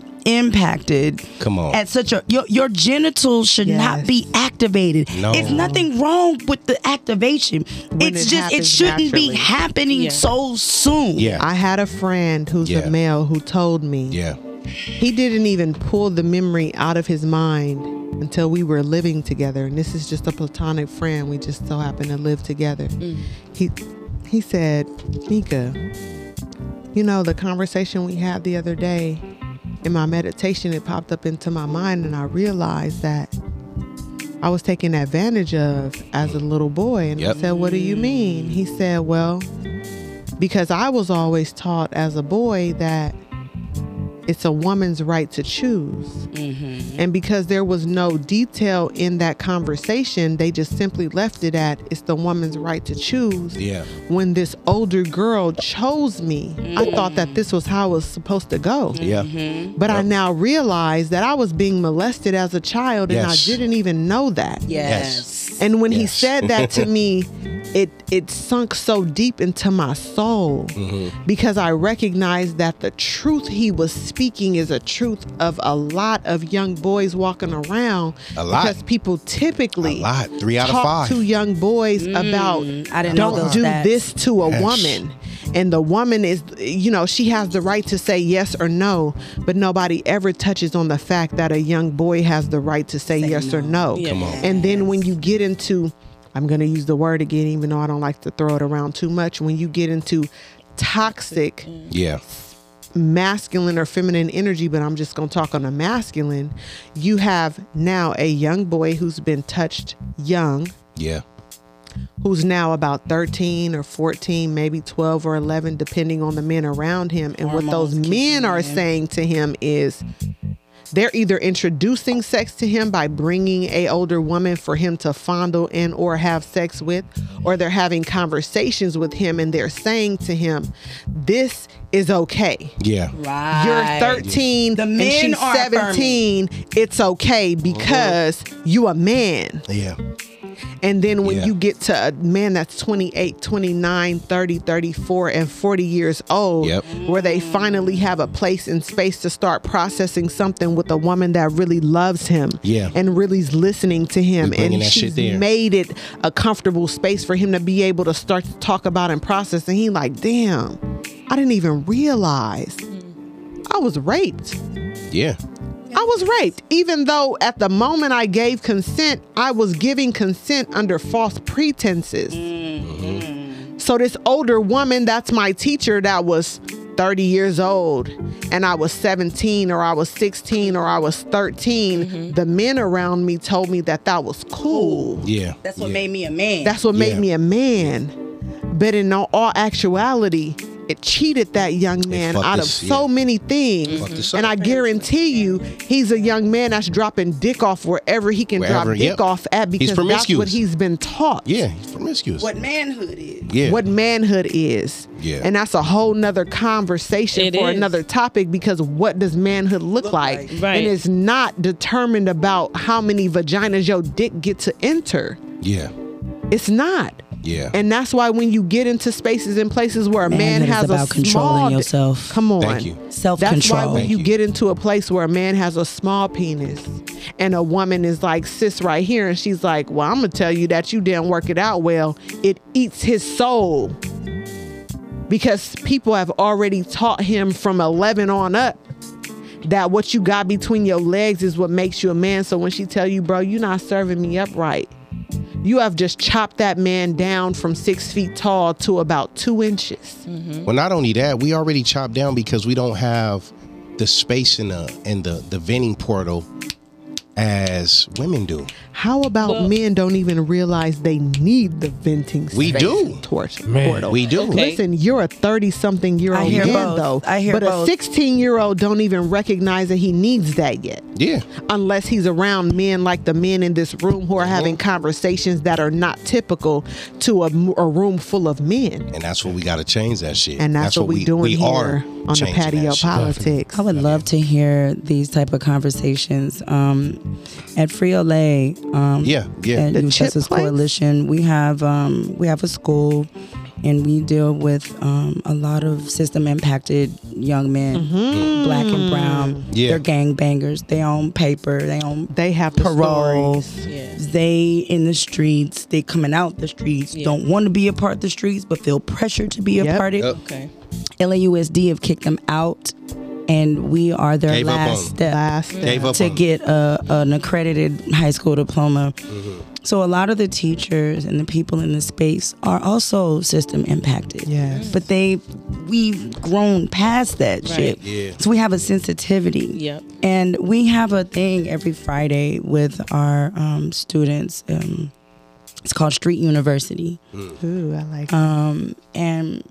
[SPEAKER 2] impacted.
[SPEAKER 1] Come on.
[SPEAKER 2] At such a your, your genitals should
[SPEAKER 5] Yes.
[SPEAKER 2] not be activated.
[SPEAKER 1] No.
[SPEAKER 2] It's nothing wrong with the activation.
[SPEAKER 5] When
[SPEAKER 2] it's
[SPEAKER 5] it
[SPEAKER 2] just it
[SPEAKER 5] happens
[SPEAKER 2] shouldn't
[SPEAKER 5] naturally.
[SPEAKER 2] be happening
[SPEAKER 4] Yeah.
[SPEAKER 2] so soon.
[SPEAKER 1] Yeah.
[SPEAKER 5] I had a friend who's
[SPEAKER 1] Yeah.
[SPEAKER 5] a male who told me
[SPEAKER 1] yeah.
[SPEAKER 5] He didn't even pull the memory out of his mind until we were living together. And this is just a platonic friend. We just so happen to live together. He he said, Nika, you know, the conversation we had the other day in my meditation, it popped up into my mind and I realized that I was taken advantage of as a little boy. And
[SPEAKER 1] Yep.
[SPEAKER 5] I said, What do you mean? He said, Well, because I was always taught as a boy that it's a woman's right to choose. And because there was no detail in that conversation, they just simply left it at it's the woman's right to choose.
[SPEAKER 1] Yeah.
[SPEAKER 5] When this older girl chose me, I thought that this was how it was supposed to go.
[SPEAKER 1] Yeah.
[SPEAKER 2] Mm-hmm.
[SPEAKER 5] But I now realize that I was being molested as a child and
[SPEAKER 1] Yes.
[SPEAKER 5] I didn't even know that.
[SPEAKER 1] Yes.
[SPEAKER 8] Yes.
[SPEAKER 5] And when he
[SPEAKER 1] Yes.
[SPEAKER 5] said that to me, it it sunk so deep into my soul
[SPEAKER 1] Mm-hmm.
[SPEAKER 5] because I recognized that the truth he was speaking is a truth of a lot of young boys walking around.
[SPEAKER 1] A lot.
[SPEAKER 5] Because people typically
[SPEAKER 1] A lot. Three out of
[SPEAKER 5] talk
[SPEAKER 1] five.
[SPEAKER 5] to young boys about
[SPEAKER 2] I didn't know
[SPEAKER 5] don't
[SPEAKER 2] those
[SPEAKER 5] do
[SPEAKER 2] stats.
[SPEAKER 5] this to a
[SPEAKER 1] Yes.
[SPEAKER 5] woman. And the woman is, you know, she has the right to say yes or no, but nobody ever touches on the fact that a young boy has the right to say, yes or no.
[SPEAKER 4] Come on.
[SPEAKER 5] And then when you get into, I'm going to use the word again, even though I don't like to throw it around too much, when you get into toxic
[SPEAKER 1] Yeah.
[SPEAKER 5] masculine or feminine energy, but I'm just going to talk on the masculine, you have now a young boy who's been touched young
[SPEAKER 1] Yeah.
[SPEAKER 5] who's now about 13 or 14, maybe 12 or 11, depending on the men around him. And what those men are saying to him is they're either introducing sex to him by bringing a older woman for him to fondle and or have sex with or they're having conversations with him and they're saying to him this is okay
[SPEAKER 1] Yeah.
[SPEAKER 8] Right.
[SPEAKER 5] you're 13
[SPEAKER 2] The
[SPEAKER 5] and
[SPEAKER 2] men
[SPEAKER 5] she's
[SPEAKER 2] are affirming. Uh-huh.
[SPEAKER 5] 17 it's okay because you a man
[SPEAKER 1] Yeah.
[SPEAKER 5] and then when
[SPEAKER 1] Yeah.
[SPEAKER 5] you get to a man that's 28, 29, 30, 34, and 40 years old,
[SPEAKER 1] Yep.
[SPEAKER 5] where they finally have a place and space to start processing something with a woman that really loves him
[SPEAKER 1] Yeah.
[SPEAKER 5] and really is listening to him.
[SPEAKER 1] We bringing
[SPEAKER 5] And
[SPEAKER 1] that shit
[SPEAKER 5] she's
[SPEAKER 1] there.
[SPEAKER 5] made it a comfortable space for him to be able to start to talk about and process. And he like, damn, I didn't even realize I was raped.
[SPEAKER 1] Yeah.
[SPEAKER 5] I was raped, even though at the moment I gave consent, I was giving consent under false pretenses. So, this older woman that's my teacher that was 30 years old, and I was 17 or I was 16 or I was 13, the men around me told me that that was cool.
[SPEAKER 1] Yeah.
[SPEAKER 2] That's what
[SPEAKER 1] yeah.
[SPEAKER 2] made me a man.
[SPEAKER 5] That's what
[SPEAKER 1] Yeah.
[SPEAKER 5] made me a man. But in all, all actuality, it cheated that young man
[SPEAKER 1] fucked
[SPEAKER 5] out of
[SPEAKER 1] us,
[SPEAKER 5] so
[SPEAKER 1] yeah.
[SPEAKER 5] many things.
[SPEAKER 1] Fucked us
[SPEAKER 5] And
[SPEAKER 1] up.
[SPEAKER 5] I guarantee you, he's a young man that's dropping dick off wherever he can
[SPEAKER 1] Wherever,
[SPEAKER 5] drop dick
[SPEAKER 1] yep.
[SPEAKER 5] off at
[SPEAKER 1] He's
[SPEAKER 5] because that's what
[SPEAKER 1] promiscuous.
[SPEAKER 5] he's been taught.
[SPEAKER 1] Yeah. He's promiscuous.
[SPEAKER 2] what manhood is.
[SPEAKER 1] Yeah.
[SPEAKER 5] What manhood is.
[SPEAKER 1] Yeah.
[SPEAKER 5] And that's a whole nother conversation
[SPEAKER 4] It
[SPEAKER 5] for
[SPEAKER 4] is.
[SPEAKER 5] another topic because what does manhood look, like?
[SPEAKER 4] Right.
[SPEAKER 5] And it's not determined about how many vaginas your dick get to enter.
[SPEAKER 1] Yeah.
[SPEAKER 5] It's not.
[SPEAKER 1] Yeah.
[SPEAKER 5] And that's why when you get into spaces and places where a man
[SPEAKER 2] Manhood is
[SPEAKER 5] has a
[SPEAKER 2] about controlling
[SPEAKER 5] small di-
[SPEAKER 2] yourself.
[SPEAKER 5] Come on.
[SPEAKER 1] Thank you.
[SPEAKER 5] That's why
[SPEAKER 2] Self-control.
[SPEAKER 5] when you
[SPEAKER 1] you.
[SPEAKER 5] get into a place where a man has a small penis and a woman is like sis right here and she's like, "Well, I'm going to tell you that you didn't work it out well." It eats his soul. Because people have already taught him from 11 on up that what you got between your legs is what makes you a man. So when she tell you, "Bro, you're not serving me up right." you have just chopped that man down from six feet tall to about two inches.
[SPEAKER 1] Well, not only that, we already chopped down because we don't have the space in the in the the venting portal as women do.
[SPEAKER 5] How about
[SPEAKER 4] Well-
[SPEAKER 5] men don't even realize they need the venting space?
[SPEAKER 1] We do.
[SPEAKER 5] Tort-
[SPEAKER 3] Man.
[SPEAKER 5] portal.
[SPEAKER 1] We do.
[SPEAKER 4] Okay.
[SPEAKER 5] Listen, you're a 30 something year
[SPEAKER 2] I
[SPEAKER 5] old
[SPEAKER 2] hear
[SPEAKER 5] man
[SPEAKER 2] both.
[SPEAKER 5] though.
[SPEAKER 2] I hear
[SPEAKER 5] but
[SPEAKER 2] both.
[SPEAKER 5] a 16 year old don't even recognize that he needs that yet.
[SPEAKER 1] Yeah.
[SPEAKER 5] Unless he's around men like the men in this room who are
[SPEAKER 1] Uh-huh.
[SPEAKER 5] having conversations that are not typical to a, m- a room full of men.
[SPEAKER 1] And that's what we got to change that shit.
[SPEAKER 5] And that's, what, we doing
[SPEAKER 1] we
[SPEAKER 5] here
[SPEAKER 1] are
[SPEAKER 5] on the
[SPEAKER 1] changing that
[SPEAKER 5] patio
[SPEAKER 1] shit.
[SPEAKER 5] politics.
[SPEAKER 2] I would love to hear these type of conversations. Um, at Friolet, um,
[SPEAKER 1] Yeah, yeah.
[SPEAKER 2] at
[SPEAKER 5] The
[SPEAKER 2] Youth
[SPEAKER 5] chip
[SPEAKER 2] Justice
[SPEAKER 5] place?
[SPEAKER 2] Coalition, we have um, we have a school, and we deal with um, a lot of system impacted young men, black and brown.
[SPEAKER 1] Mm-hmm. Yeah.
[SPEAKER 2] They're gangbangers. They own paper. They own
[SPEAKER 5] They have the
[SPEAKER 2] parole.
[SPEAKER 5] stories.
[SPEAKER 4] Yeah.
[SPEAKER 2] They in the streets. They coming out the streets. Don't want to be a part of the streets, but feel pressure to be a
[SPEAKER 5] Yep.
[SPEAKER 2] part of it.
[SPEAKER 1] Yep.
[SPEAKER 4] Okay.
[SPEAKER 2] LAUSD have kicked them out and we are their
[SPEAKER 1] Gave up on
[SPEAKER 2] last
[SPEAKER 1] them.
[SPEAKER 2] step
[SPEAKER 5] Last step.
[SPEAKER 1] Gave up
[SPEAKER 2] to
[SPEAKER 1] on them.
[SPEAKER 2] get a, an accredited high school diploma. So a lot of the teachers and the people in the space are also system impacted.
[SPEAKER 5] Yes.
[SPEAKER 2] But they we've grown past that shit.
[SPEAKER 1] Yeah.
[SPEAKER 2] So we have a sensitivity.
[SPEAKER 4] Yep.
[SPEAKER 2] And we have a thing every Friday with our um, students. Um, it's called Street University
[SPEAKER 5] Ooh, I like
[SPEAKER 2] and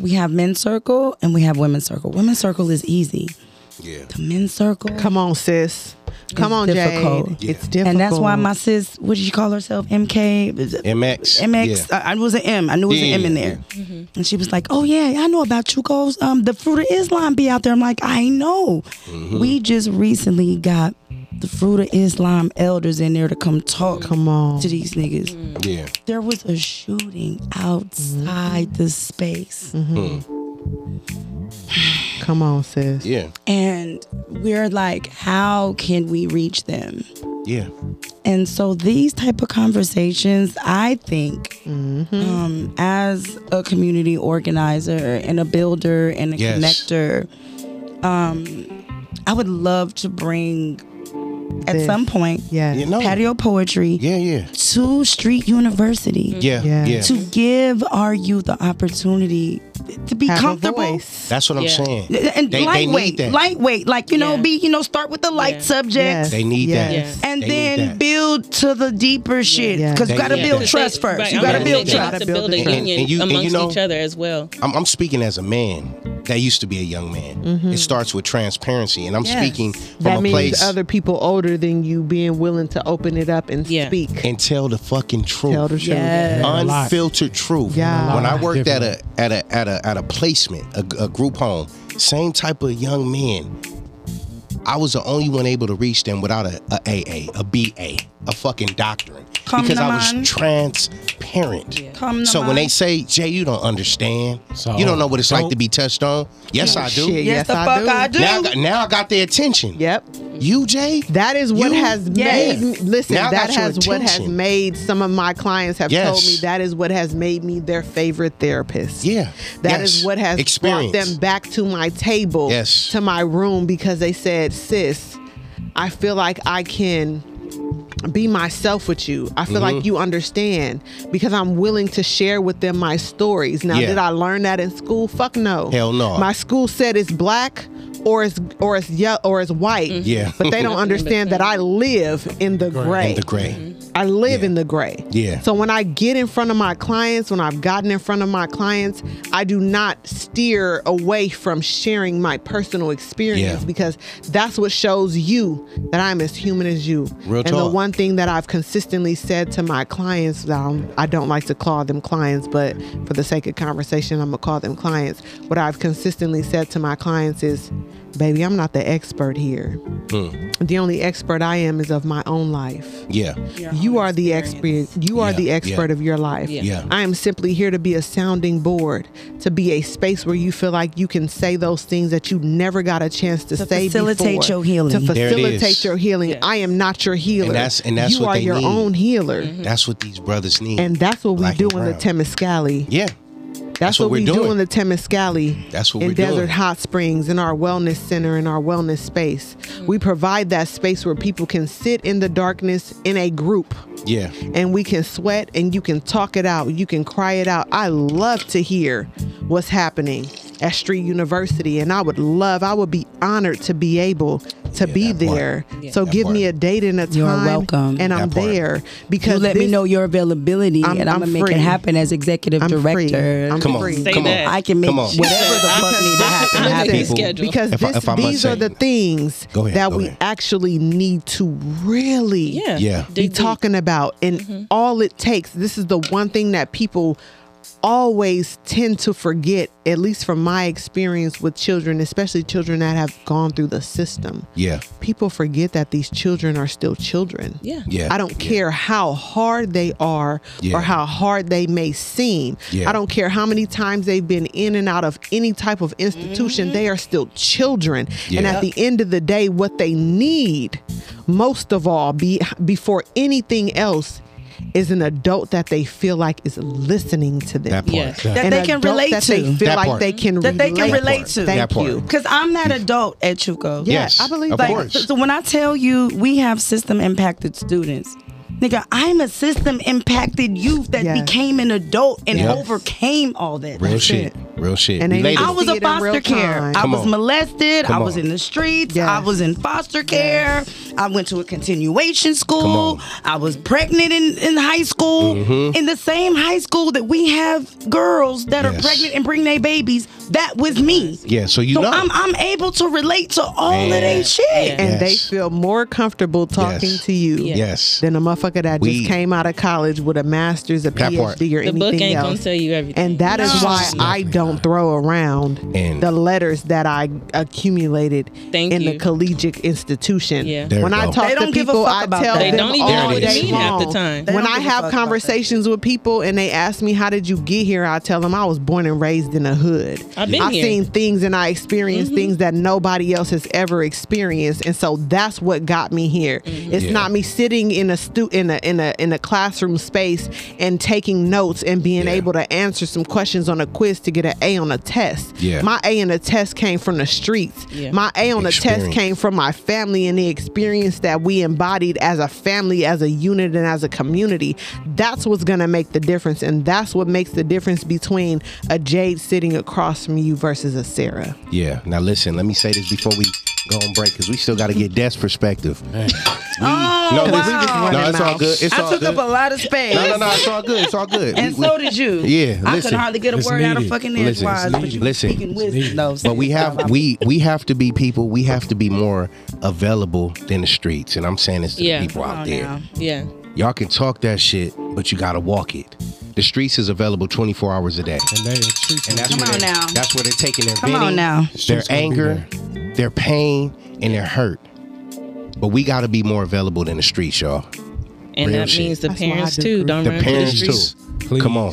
[SPEAKER 2] we have men's circle and we have women's circle. Women's circle is easy.
[SPEAKER 1] Yeah.
[SPEAKER 2] The men's circle,
[SPEAKER 5] Come on, sis. Come on,
[SPEAKER 2] difficult.
[SPEAKER 5] Jade. It's difficult.
[SPEAKER 2] and that's why my sis, what did she call herself? MK, Is it
[SPEAKER 1] MX.
[SPEAKER 2] MX.
[SPEAKER 1] Yeah.
[SPEAKER 2] I, I was an M. I knew it was
[SPEAKER 1] Yeah,
[SPEAKER 2] an M in
[SPEAKER 1] yeah,
[SPEAKER 2] there. And she was like, "Oh yeah, I know about Chukos. Um, the fruit of Islam be out there." I'm like, "I know."
[SPEAKER 5] Mm-hmm.
[SPEAKER 2] We just recently got the fruit of Islam elders in there to come talk
[SPEAKER 5] Come on.
[SPEAKER 2] to these niggas
[SPEAKER 1] Yeah.
[SPEAKER 2] there was a shooting
[SPEAKER 5] Mm-hmm.
[SPEAKER 2] outside the space
[SPEAKER 5] Come on, sis.
[SPEAKER 1] Yeah.
[SPEAKER 2] and we're like how can we reach them
[SPEAKER 1] Yeah.
[SPEAKER 2] and so these type of conversations i think um, as a community organizer and a builder and a
[SPEAKER 1] Yes.
[SPEAKER 2] connector um, i would love to bring at
[SPEAKER 5] This.
[SPEAKER 2] some point
[SPEAKER 5] Yes.
[SPEAKER 1] You know.
[SPEAKER 2] patio poetry
[SPEAKER 1] Oh. Yeah. Mm-hmm. Yeah.
[SPEAKER 2] to street university
[SPEAKER 1] Yeah. Yeah.
[SPEAKER 5] Yeah.
[SPEAKER 2] to give our youth the opportunity to be
[SPEAKER 5] Have a
[SPEAKER 2] comfortable
[SPEAKER 5] voice.
[SPEAKER 1] That's what I'm
[SPEAKER 4] Yeah.
[SPEAKER 1] saying.
[SPEAKER 2] and
[SPEAKER 1] They- they need
[SPEAKER 2] lightweight,
[SPEAKER 1] that.
[SPEAKER 2] lightweight. Like you know,
[SPEAKER 4] Yeah.
[SPEAKER 2] be you know, start with the light
[SPEAKER 4] Yeah.
[SPEAKER 2] subjects,
[SPEAKER 1] They need that.
[SPEAKER 5] Yes.
[SPEAKER 2] and
[SPEAKER 1] They need
[SPEAKER 2] then
[SPEAKER 1] that.
[SPEAKER 2] build to the deeper shit.
[SPEAKER 5] Yeah.
[SPEAKER 2] Because
[SPEAKER 1] They
[SPEAKER 2] you gotta
[SPEAKER 1] need
[SPEAKER 2] build
[SPEAKER 1] that.
[SPEAKER 2] trust first.
[SPEAKER 4] Right,
[SPEAKER 2] you
[SPEAKER 4] I'm
[SPEAKER 2] gotta
[SPEAKER 4] gonna
[SPEAKER 2] build
[SPEAKER 4] say
[SPEAKER 2] trust.
[SPEAKER 4] they need to build a
[SPEAKER 5] trust.
[SPEAKER 4] union
[SPEAKER 1] And you- and you
[SPEAKER 4] amongst
[SPEAKER 1] know-
[SPEAKER 4] each other as well.
[SPEAKER 1] I'm, I'm speaking as a man that used to be a young man. It starts with transparency, and I'm
[SPEAKER 2] Yes.
[SPEAKER 1] speaking from
[SPEAKER 5] Mm-hmm. That
[SPEAKER 1] a
[SPEAKER 5] means
[SPEAKER 1] place
[SPEAKER 5] other people older than you being willing to open it up and
[SPEAKER 4] Yeah.
[SPEAKER 5] speak.
[SPEAKER 1] and tell the fucking truth.
[SPEAKER 5] Tell the truth.
[SPEAKER 2] Yes.
[SPEAKER 3] a lot.
[SPEAKER 1] unfiltered truth.
[SPEAKER 5] Yeah.
[SPEAKER 1] When I
[SPEAKER 3] Lot
[SPEAKER 1] worked at a
[SPEAKER 3] different.
[SPEAKER 1] at a at a at a placement, a, a group home, same type of young men. I was the only one able to reach them without a, a AA, a BA, a fucking doctrine,
[SPEAKER 2] Come
[SPEAKER 1] because
[SPEAKER 2] to
[SPEAKER 1] I was
[SPEAKER 2] mind.
[SPEAKER 1] transparent.
[SPEAKER 2] Come to
[SPEAKER 1] so when they
[SPEAKER 2] mind.
[SPEAKER 1] say, "Jay, you don't understand.
[SPEAKER 3] So,
[SPEAKER 1] you don't know what it's like
[SPEAKER 3] don't-
[SPEAKER 1] to be touched on," yes, I do.
[SPEAKER 5] Shit,
[SPEAKER 2] yes, the fuck I do.
[SPEAKER 1] Now, I got, now I got their attention.
[SPEAKER 5] Yep.
[SPEAKER 1] You, Jay.
[SPEAKER 5] That is what
[SPEAKER 1] You-
[SPEAKER 5] has
[SPEAKER 2] Yes.
[SPEAKER 5] made listen,
[SPEAKER 1] Now I
[SPEAKER 5] that
[SPEAKER 1] got your
[SPEAKER 5] has what has
[SPEAKER 1] attention.
[SPEAKER 5] made some of my clients have told
[SPEAKER 1] Yes.
[SPEAKER 5] me that is what has made me their favorite therapist.
[SPEAKER 1] Yeah.
[SPEAKER 5] That is
[SPEAKER 1] Yes.
[SPEAKER 5] what has
[SPEAKER 1] Experience.
[SPEAKER 5] brought them back to my table,
[SPEAKER 1] Yes.
[SPEAKER 5] to my room, because they said, "Sis, I feel like I can be myself with you. I feel
[SPEAKER 1] Mm-hmm.
[SPEAKER 5] like you understand because I'm willing to share with them my stories. Now,
[SPEAKER 1] Yeah.
[SPEAKER 5] did I learn that in school? Fuck no.
[SPEAKER 1] Hell no.
[SPEAKER 5] My school said it's black." Or it's or it's ye- or it's white.
[SPEAKER 1] Mm-hmm. Yeah.
[SPEAKER 5] But they don't understand that I live in the gray.
[SPEAKER 1] In the gray.
[SPEAKER 5] I live
[SPEAKER 1] Yeah.
[SPEAKER 5] in the gray.
[SPEAKER 1] Yeah.
[SPEAKER 5] So when I get in front of my clients, when I've gotten in front of my clients, I do not steer away from sharing my personal experience
[SPEAKER 1] Yeah.
[SPEAKER 5] because that's what shows you that I'm as human as you.
[SPEAKER 1] Real
[SPEAKER 5] and the
[SPEAKER 1] talk.
[SPEAKER 5] one thing that I've consistently said to my clients, um, I don't like to call them clients, but for the sake of conversation, I'm gonna call them clients. What I've consistently said to my clients is, "Baby, I'm not the expert here. The only expert I am is of my own life."
[SPEAKER 1] Yeah.
[SPEAKER 5] you are the expert you are
[SPEAKER 1] Yeah,
[SPEAKER 5] the
[SPEAKER 1] yeah.
[SPEAKER 5] expert of your life
[SPEAKER 4] Yeah.
[SPEAKER 1] Yeah.
[SPEAKER 5] i am simply here to be a sounding board to be a space where you feel like you can say those things that you never got a chance to,
[SPEAKER 2] To
[SPEAKER 5] say
[SPEAKER 2] facilitate
[SPEAKER 5] before,
[SPEAKER 2] your healing.
[SPEAKER 5] to
[SPEAKER 1] There it
[SPEAKER 5] facilitate
[SPEAKER 1] is.
[SPEAKER 5] your healing
[SPEAKER 4] Yeah.
[SPEAKER 5] i am not your healer
[SPEAKER 1] that's- and that's
[SPEAKER 5] you
[SPEAKER 1] what
[SPEAKER 5] are
[SPEAKER 1] they
[SPEAKER 5] your
[SPEAKER 1] need.
[SPEAKER 5] own healer
[SPEAKER 1] That's what these brothers need.
[SPEAKER 5] and that's what we
[SPEAKER 1] Black
[SPEAKER 5] do
[SPEAKER 1] and
[SPEAKER 5] in the
[SPEAKER 1] brown.
[SPEAKER 5] Temescali.
[SPEAKER 1] yeah.
[SPEAKER 5] That's what, we do in the Temescali.
[SPEAKER 1] That's what
[SPEAKER 5] in
[SPEAKER 1] we're
[SPEAKER 5] Desert
[SPEAKER 1] doing.
[SPEAKER 5] Hot Springs, in our wellness center, in our wellness space. We provide that space where people can sit in the darkness in a group.
[SPEAKER 1] Yeah.
[SPEAKER 5] and we can sweat and you can talk it out. You can cry it out. I love to hear what's happening at Street University, and I would love, I would be honored to be able to be
[SPEAKER 1] that part.
[SPEAKER 5] there. so
[SPEAKER 1] that
[SPEAKER 5] give me a
[SPEAKER 1] part.
[SPEAKER 5] date and a time.
[SPEAKER 2] You're welcome.
[SPEAKER 5] And I'm
[SPEAKER 1] That part.
[SPEAKER 5] there because
[SPEAKER 2] You let me
[SPEAKER 5] this-
[SPEAKER 2] know your availability,
[SPEAKER 5] I'm-
[SPEAKER 2] and I'm, gonna
[SPEAKER 5] I'm
[SPEAKER 2] make
[SPEAKER 5] free.
[SPEAKER 2] it happen as executive
[SPEAKER 5] I'm free.
[SPEAKER 2] director.
[SPEAKER 5] I'm
[SPEAKER 1] Come on.
[SPEAKER 5] free.
[SPEAKER 4] Say
[SPEAKER 1] Come
[SPEAKER 4] that.
[SPEAKER 1] on.
[SPEAKER 2] I can make
[SPEAKER 1] Come on.
[SPEAKER 2] whatever the fuck need to happen.
[SPEAKER 4] Look at
[SPEAKER 2] happen.
[SPEAKER 4] your schedule.
[SPEAKER 5] Because
[SPEAKER 1] If I-
[SPEAKER 5] this,
[SPEAKER 1] if I must
[SPEAKER 5] these are
[SPEAKER 1] say-
[SPEAKER 5] the things
[SPEAKER 1] Go ahead,
[SPEAKER 5] that
[SPEAKER 1] go
[SPEAKER 5] we
[SPEAKER 1] ahead.
[SPEAKER 5] actually need to really
[SPEAKER 4] Yeah.
[SPEAKER 1] Yeah.
[SPEAKER 4] Dig
[SPEAKER 5] be
[SPEAKER 4] deep. Mm-hmm.
[SPEAKER 5] talking about and all it takes this is the one thing that people always tend to forget at least from my experience with children especially children that have gone through the system
[SPEAKER 1] Yeah.
[SPEAKER 5] people forget that these children are still children
[SPEAKER 4] Yeah.
[SPEAKER 1] Yeah.
[SPEAKER 5] I don't care how hard they are
[SPEAKER 1] Yeah.
[SPEAKER 5] or how hard they may seem.
[SPEAKER 1] Yeah.
[SPEAKER 5] I don't care how many times they've been in and out of any type of institution.
[SPEAKER 2] Mm-hmm.
[SPEAKER 5] They are still children. And
[SPEAKER 1] Yeah.
[SPEAKER 5] at the end of the day, what they need most of all, be, before anything else, is an adult that they feel like is listening to them.
[SPEAKER 1] That part.
[SPEAKER 4] Yes.
[SPEAKER 1] That-
[SPEAKER 2] That
[SPEAKER 5] An
[SPEAKER 2] they can
[SPEAKER 5] adult
[SPEAKER 2] relate
[SPEAKER 5] that
[SPEAKER 2] to.
[SPEAKER 5] They feel
[SPEAKER 1] That
[SPEAKER 5] like
[SPEAKER 1] part.
[SPEAKER 5] they can
[SPEAKER 2] that they can
[SPEAKER 5] relate.
[SPEAKER 2] relate to.
[SPEAKER 1] That
[SPEAKER 5] Thank
[SPEAKER 1] part.
[SPEAKER 5] you.
[SPEAKER 2] Because I'm not adult at Chuco.
[SPEAKER 5] Yeah,
[SPEAKER 1] Yes,
[SPEAKER 5] I believe
[SPEAKER 1] of
[SPEAKER 5] that.
[SPEAKER 2] Like,
[SPEAKER 1] course.
[SPEAKER 2] so when I tell you we have system impacted students, nigga, I'm a system impacted youth that
[SPEAKER 5] Yes.
[SPEAKER 2] became an adult and
[SPEAKER 1] Yep.
[SPEAKER 2] overcame all that.
[SPEAKER 1] Real
[SPEAKER 5] That's
[SPEAKER 1] shit.
[SPEAKER 5] it.
[SPEAKER 1] Real shit.
[SPEAKER 5] And they
[SPEAKER 1] Related.
[SPEAKER 5] need
[SPEAKER 2] I
[SPEAKER 5] to
[SPEAKER 2] was
[SPEAKER 5] see
[SPEAKER 2] a
[SPEAKER 5] it in real
[SPEAKER 2] foster care.
[SPEAKER 5] time.
[SPEAKER 2] I
[SPEAKER 1] Come
[SPEAKER 2] was
[SPEAKER 1] on.
[SPEAKER 2] molested.
[SPEAKER 1] Come
[SPEAKER 2] I was
[SPEAKER 1] on.
[SPEAKER 2] in the streets.
[SPEAKER 5] Yes.
[SPEAKER 2] I was in foster care. I went to a continuation school.
[SPEAKER 1] on. Mm-hmm.
[SPEAKER 2] I was pregnant in, in high school. In the same high school that we have girls that are
[SPEAKER 1] Yes.
[SPEAKER 2] pregnant and bring their babies. That was me.
[SPEAKER 1] yeah, so you
[SPEAKER 2] So
[SPEAKER 1] know.
[SPEAKER 2] I'm, I'm able to relate to all of they shit.
[SPEAKER 5] And they
[SPEAKER 1] Yes.
[SPEAKER 5] feel more comfortable talking
[SPEAKER 1] Yes.
[SPEAKER 5] to you
[SPEAKER 1] yes.
[SPEAKER 5] than a motherfucker that
[SPEAKER 1] We-
[SPEAKER 5] just came out of college with a master's, a
[SPEAKER 1] That
[SPEAKER 5] PhD,
[SPEAKER 1] part.
[SPEAKER 5] or
[SPEAKER 4] The
[SPEAKER 5] anything
[SPEAKER 4] book ain't
[SPEAKER 5] else.
[SPEAKER 4] gonna tell you everything.
[SPEAKER 5] and that is
[SPEAKER 2] No.
[SPEAKER 5] why I don't throw around
[SPEAKER 1] And-
[SPEAKER 5] the letters that I accumulated
[SPEAKER 4] Thank
[SPEAKER 5] in the
[SPEAKER 4] you.
[SPEAKER 5] collegiate institution.
[SPEAKER 4] Yeah.
[SPEAKER 1] There
[SPEAKER 5] When
[SPEAKER 1] you
[SPEAKER 5] I
[SPEAKER 1] go.
[SPEAKER 5] talk
[SPEAKER 2] They
[SPEAKER 5] to
[SPEAKER 2] don't give a
[SPEAKER 5] people,
[SPEAKER 2] fuck
[SPEAKER 5] I
[SPEAKER 2] about
[SPEAKER 5] tell
[SPEAKER 2] that. They
[SPEAKER 5] them
[SPEAKER 4] don't even
[SPEAKER 1] know
[SPEAKER 5] all
[SPEAKER 1] what it
[SPEAKER 5] day
[SPEAKER 1] means
[SPEAKER 5] long.
[SPEAKER 4] half the time. They
[SPEAKER 5] When
[SPEAKER 2] don't
[SPEAKER 5] I
[SPEAKER 2] give a
[SPEAKER 5] have
[SPEAKER 2] fuck about that.
[SPEAKER 5] conversations with people and they ask me, "How did you get here?" I tell them I was born and raised in a hood.
[SPEAKER 4] I've been here.
[SPEAKER 5] seen things and I experienced things that nobody else has ever experienced, and so that's what got me here. It's
[SPEAKER 1] Yeah.
[SPEAKER 5] not me sitting in a stu- in a in a in a classroom space and taking notes and being
[SPEAKER 1] Yeah.
[SPEAKER 5] able to answer some questions on a quiz to get an A on a test.
[SPEAKER 1] Yeah.
[SPEAKER 5] My A on a test came from the streets.
[SPEAKER 4] Yeah.
[SPEAKER 5] My A on a test
[SPEAKER 1] Experience.
[SPEAKER 5] came from my family and the experience that we embodied as a family, as a unit, and as a community. That's what's gonna make the difference, and that's what makes the difference between a Jade sitting across from you versus a Sarah.
[SPEAKER 1] Yeah. Now listen, let me say this before we go on break because we still got to get Des perspective. We,
[SPEAKER 2] Oh,
[SPEAKER 1] no,
[SPEAKER 2] wow.
[SPEAKER 1] listen, no, it's all good. It's
[SPEAKER 2] I
[SPEAKER 1] all
[SPEAKER 2] took
[SPEAKER 1] good.
[SPEAKER 2] up a lot of space.
[SPEAKER 1] no, no, no, it's all good. It's all good.
[SPEAKER 2] And
[SPEAKER 1] We- we-
[SPEAKER 2] so did you.
[SPEAKER 1] Yeah,
[SPEAKER 2] I
[SPEAKER 1] listen,
[SPEAKER 2] couldn't hardly get a
[SPEAKER 3] it's
[SPEAKER 2] word out of
[SPEAKER 3] needed.
[SPEAKER 2] fucking
[SPEAKER 1] Listen,
[SPEAKER 2] edgewise,
[SPEAKER 1] it's
[SPEAKER 2] but you
[SPEAKER 1] needed. Listen,
[SPEAKER 2] speaking wisdom. though.
[SPEAKER 1] But we have we we have to be people. We have to be more available than the streets. And I'm saying this to
[SPEAKER 4] Yeah.
[SPEAKER 1] the people
[SPEAKER 2] Come
[SPEAKER 1] out
[SPEAKER 2] on
[SPEAKER 1] there.
[SPEAKER 2] now.
[SPEAKER 4] yeah,
[SPEAKER 1] Y'all can talk that shit, but you gotta walk it. The streets is available 24 hours a day.
[SPEAKER 3] And they, treat
[SPEAKER 1] And that's
[SPEAKER 2] Come
[SPEAKER 1] where
[SPEAKER 2] on
[SPEAKER 1] they-
[SPEAKER 2] now.
[SPEAKER 1] That's where they're taking their
[SPEAKER 2] Come on
[SPEAKER 1] venting,
[SPEAKER 2] now.
[SPEAKER 1] their
[SPEAKER 3] Streets gonna be
[SPEAKER 1] anger, their pain, and their hurt. But we gotta be more available than the streets, y'all.
[SPEAKER 4] and
[SPEAKER 1] Real
[SPEAKER 4] that
[SPEAKER 1] shit.
[SPEAKER 4] means the
[SPEAKER 5] That's why I
[SPEAKER 4] parents
[SPEAKER 5] do
[SPEAKER 4] too.
[SPEAKER 5] agree.
[SPEAKER 4] Don't
[SPEAKER 1] The
[SPEAKER 4] run to
[SPEAKER 1] parents
[SPEAKER 4] the streets.
[SPEAKER 1] too.
[SPEAKER 3] Please.
[SPEAKER 1] Come on.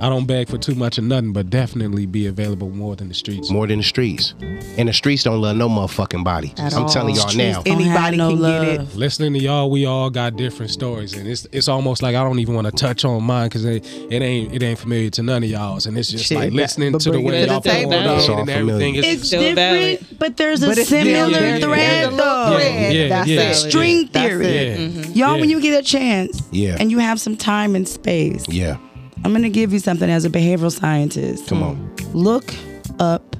[SPEAKER 3] I don't beg for too much of nothing, but definitely be available more than the streets.
[SPEAKER 1] More than the streets. And the streets don't love no motherfucking body.
[SPEAKER 5] At
[SPEAKER 1] I'm
[SPEAKER 5] all.
[SPEAKER 1] telling y'all now.
[SPEAKER 5] Streets Anybody
[SPEAKER 2] Don't have
[SPEAKER 5] can
[SPEAKER 2] Oh, no
[SPEAKER 5] get it.
[SPEAKER 2] love.
[SPEAKER 3] Listening to y'all, we all got different stories, and it's it's almost like I don't even want to touch on mine because it, it ain't it ain't familiar to none of y'all's, and it's just
[SPEAKER 5] Shit,
[SPEAKER 3] like
[SPEAKER 5] but-
[SPEAKER 3] listening
[SPEAKER 5] but
[SPEAKER 3] to the
[SPEAKER 5] bring it
[SPEAKER 3] way
[SPEAKER 5] to the
[SPEAKER 3] y'all
[SPEAKER 5] table,
[SPEAKER 3] poured
[SPEAKER 5] though.
[SPEAKER 1] It's all
[SPEAKER 3] out and everything.
[SPEAKER 1] familiar.
[SPEAKER 2] It's
[SPEAKER 3] It's,
[SPEAKER 4] still
[SPEAKER 2] different,
[SPEAKER 4] valid.
[SPEAKER 2] but there's a
[SPEAKER 5] But it's
[SPEAKER 2] similar
[SPEAKER 5] still there.
[SPEAKER 2] thread,
[SPEAKER 5] There's a little
[SPEAKER 2] though.
[SPEAKER 5] thread.
[SPEAKER 3] Yeah,
[SPEAKER 5] That's
[SPEAKER 3] yeah.
[SPEAKER 5] it.
[SPEAKER 2] String
[SPEAKER 5] That's
[SPEAKER 2] theory.
[SPEAKER 5] it.
[SPEAKER 3] yeah.
[SPEAKER 2] Y'all,
[SPEAKER 3] Yeah.
[SPEAKER 2] when you get a chance
[SPEAKER 1] Yeah.
[SPEAKER 2] and you have some time and space,
[SPEAKER 1] Yeah.
[SPEAKER 2] I'm going to give you something as a behavioral scientist.
[SPEAKER 1] Come on.
[SPEAKER 2] Look up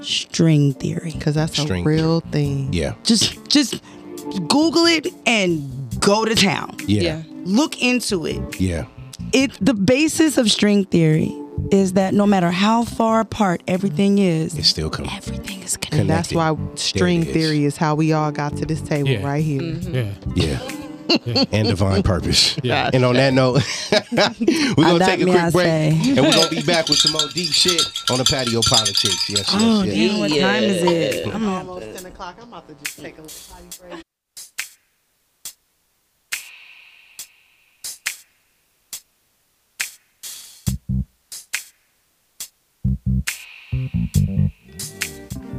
[SPEAKER 2] string theory.
[SPEAKER 5] Cause that's
[SPEAKER 1] String.
[SPEAKER 5] a real thing.
[SPEAKER 1] Yeah.
[SPEAKER 2] Just, just Google it and go to town.
[SPEAKER 1] Yeah.
[SPEAKER 4] Yeah.
[SPEAKER 2] Look into it.
[SPEAKER 1] Yeah.
[SPEAKER 2] it the basis of string theory is that no matter how far apart everything is,
[SPEAKER 1] It still comes.
[SPEAKER 2] everything is connected.
[SPEAKER 1] Connect-
[SPEAKER 5] And that's why
[SPEAKER 1] Connected.
[SPEAKER 5] string
[SPEAKER 1] There it is.
[SPEAKER 5] theory is how we all got to this table
[SPEAKER 3] Yeah.
[SPEAKER 5] right
[SPEAKER 2] Mm-hmm.
[SPEAKER 5] here.
[SPEAKER 3] yeah.
[SPEAKER 1] Yeah. and divine purpose.
[SPEAKER 3] Yeah.
[SPEAKER 1] And on that note, we're
[SPEAKER 2] I
[SPEAKER 1] going to
[SPEAKER 2] like
[SPEAKER 1] take a
[SPEAKER 2] me, I
[SPEAKER 1] quick break
[SPEAKER 2] say.
[SPEAKER 1] and we're going to be back with some more deep shit on the patio politics. Yes, yes,
[SPEAKER 2] Oh,
[SPEAKER 1] yes.
[SPEAKER 2] damn, what time is it? I'm on.
[SPEAKER 5] Almost ten o'clock. I'm about to just take a little potty break.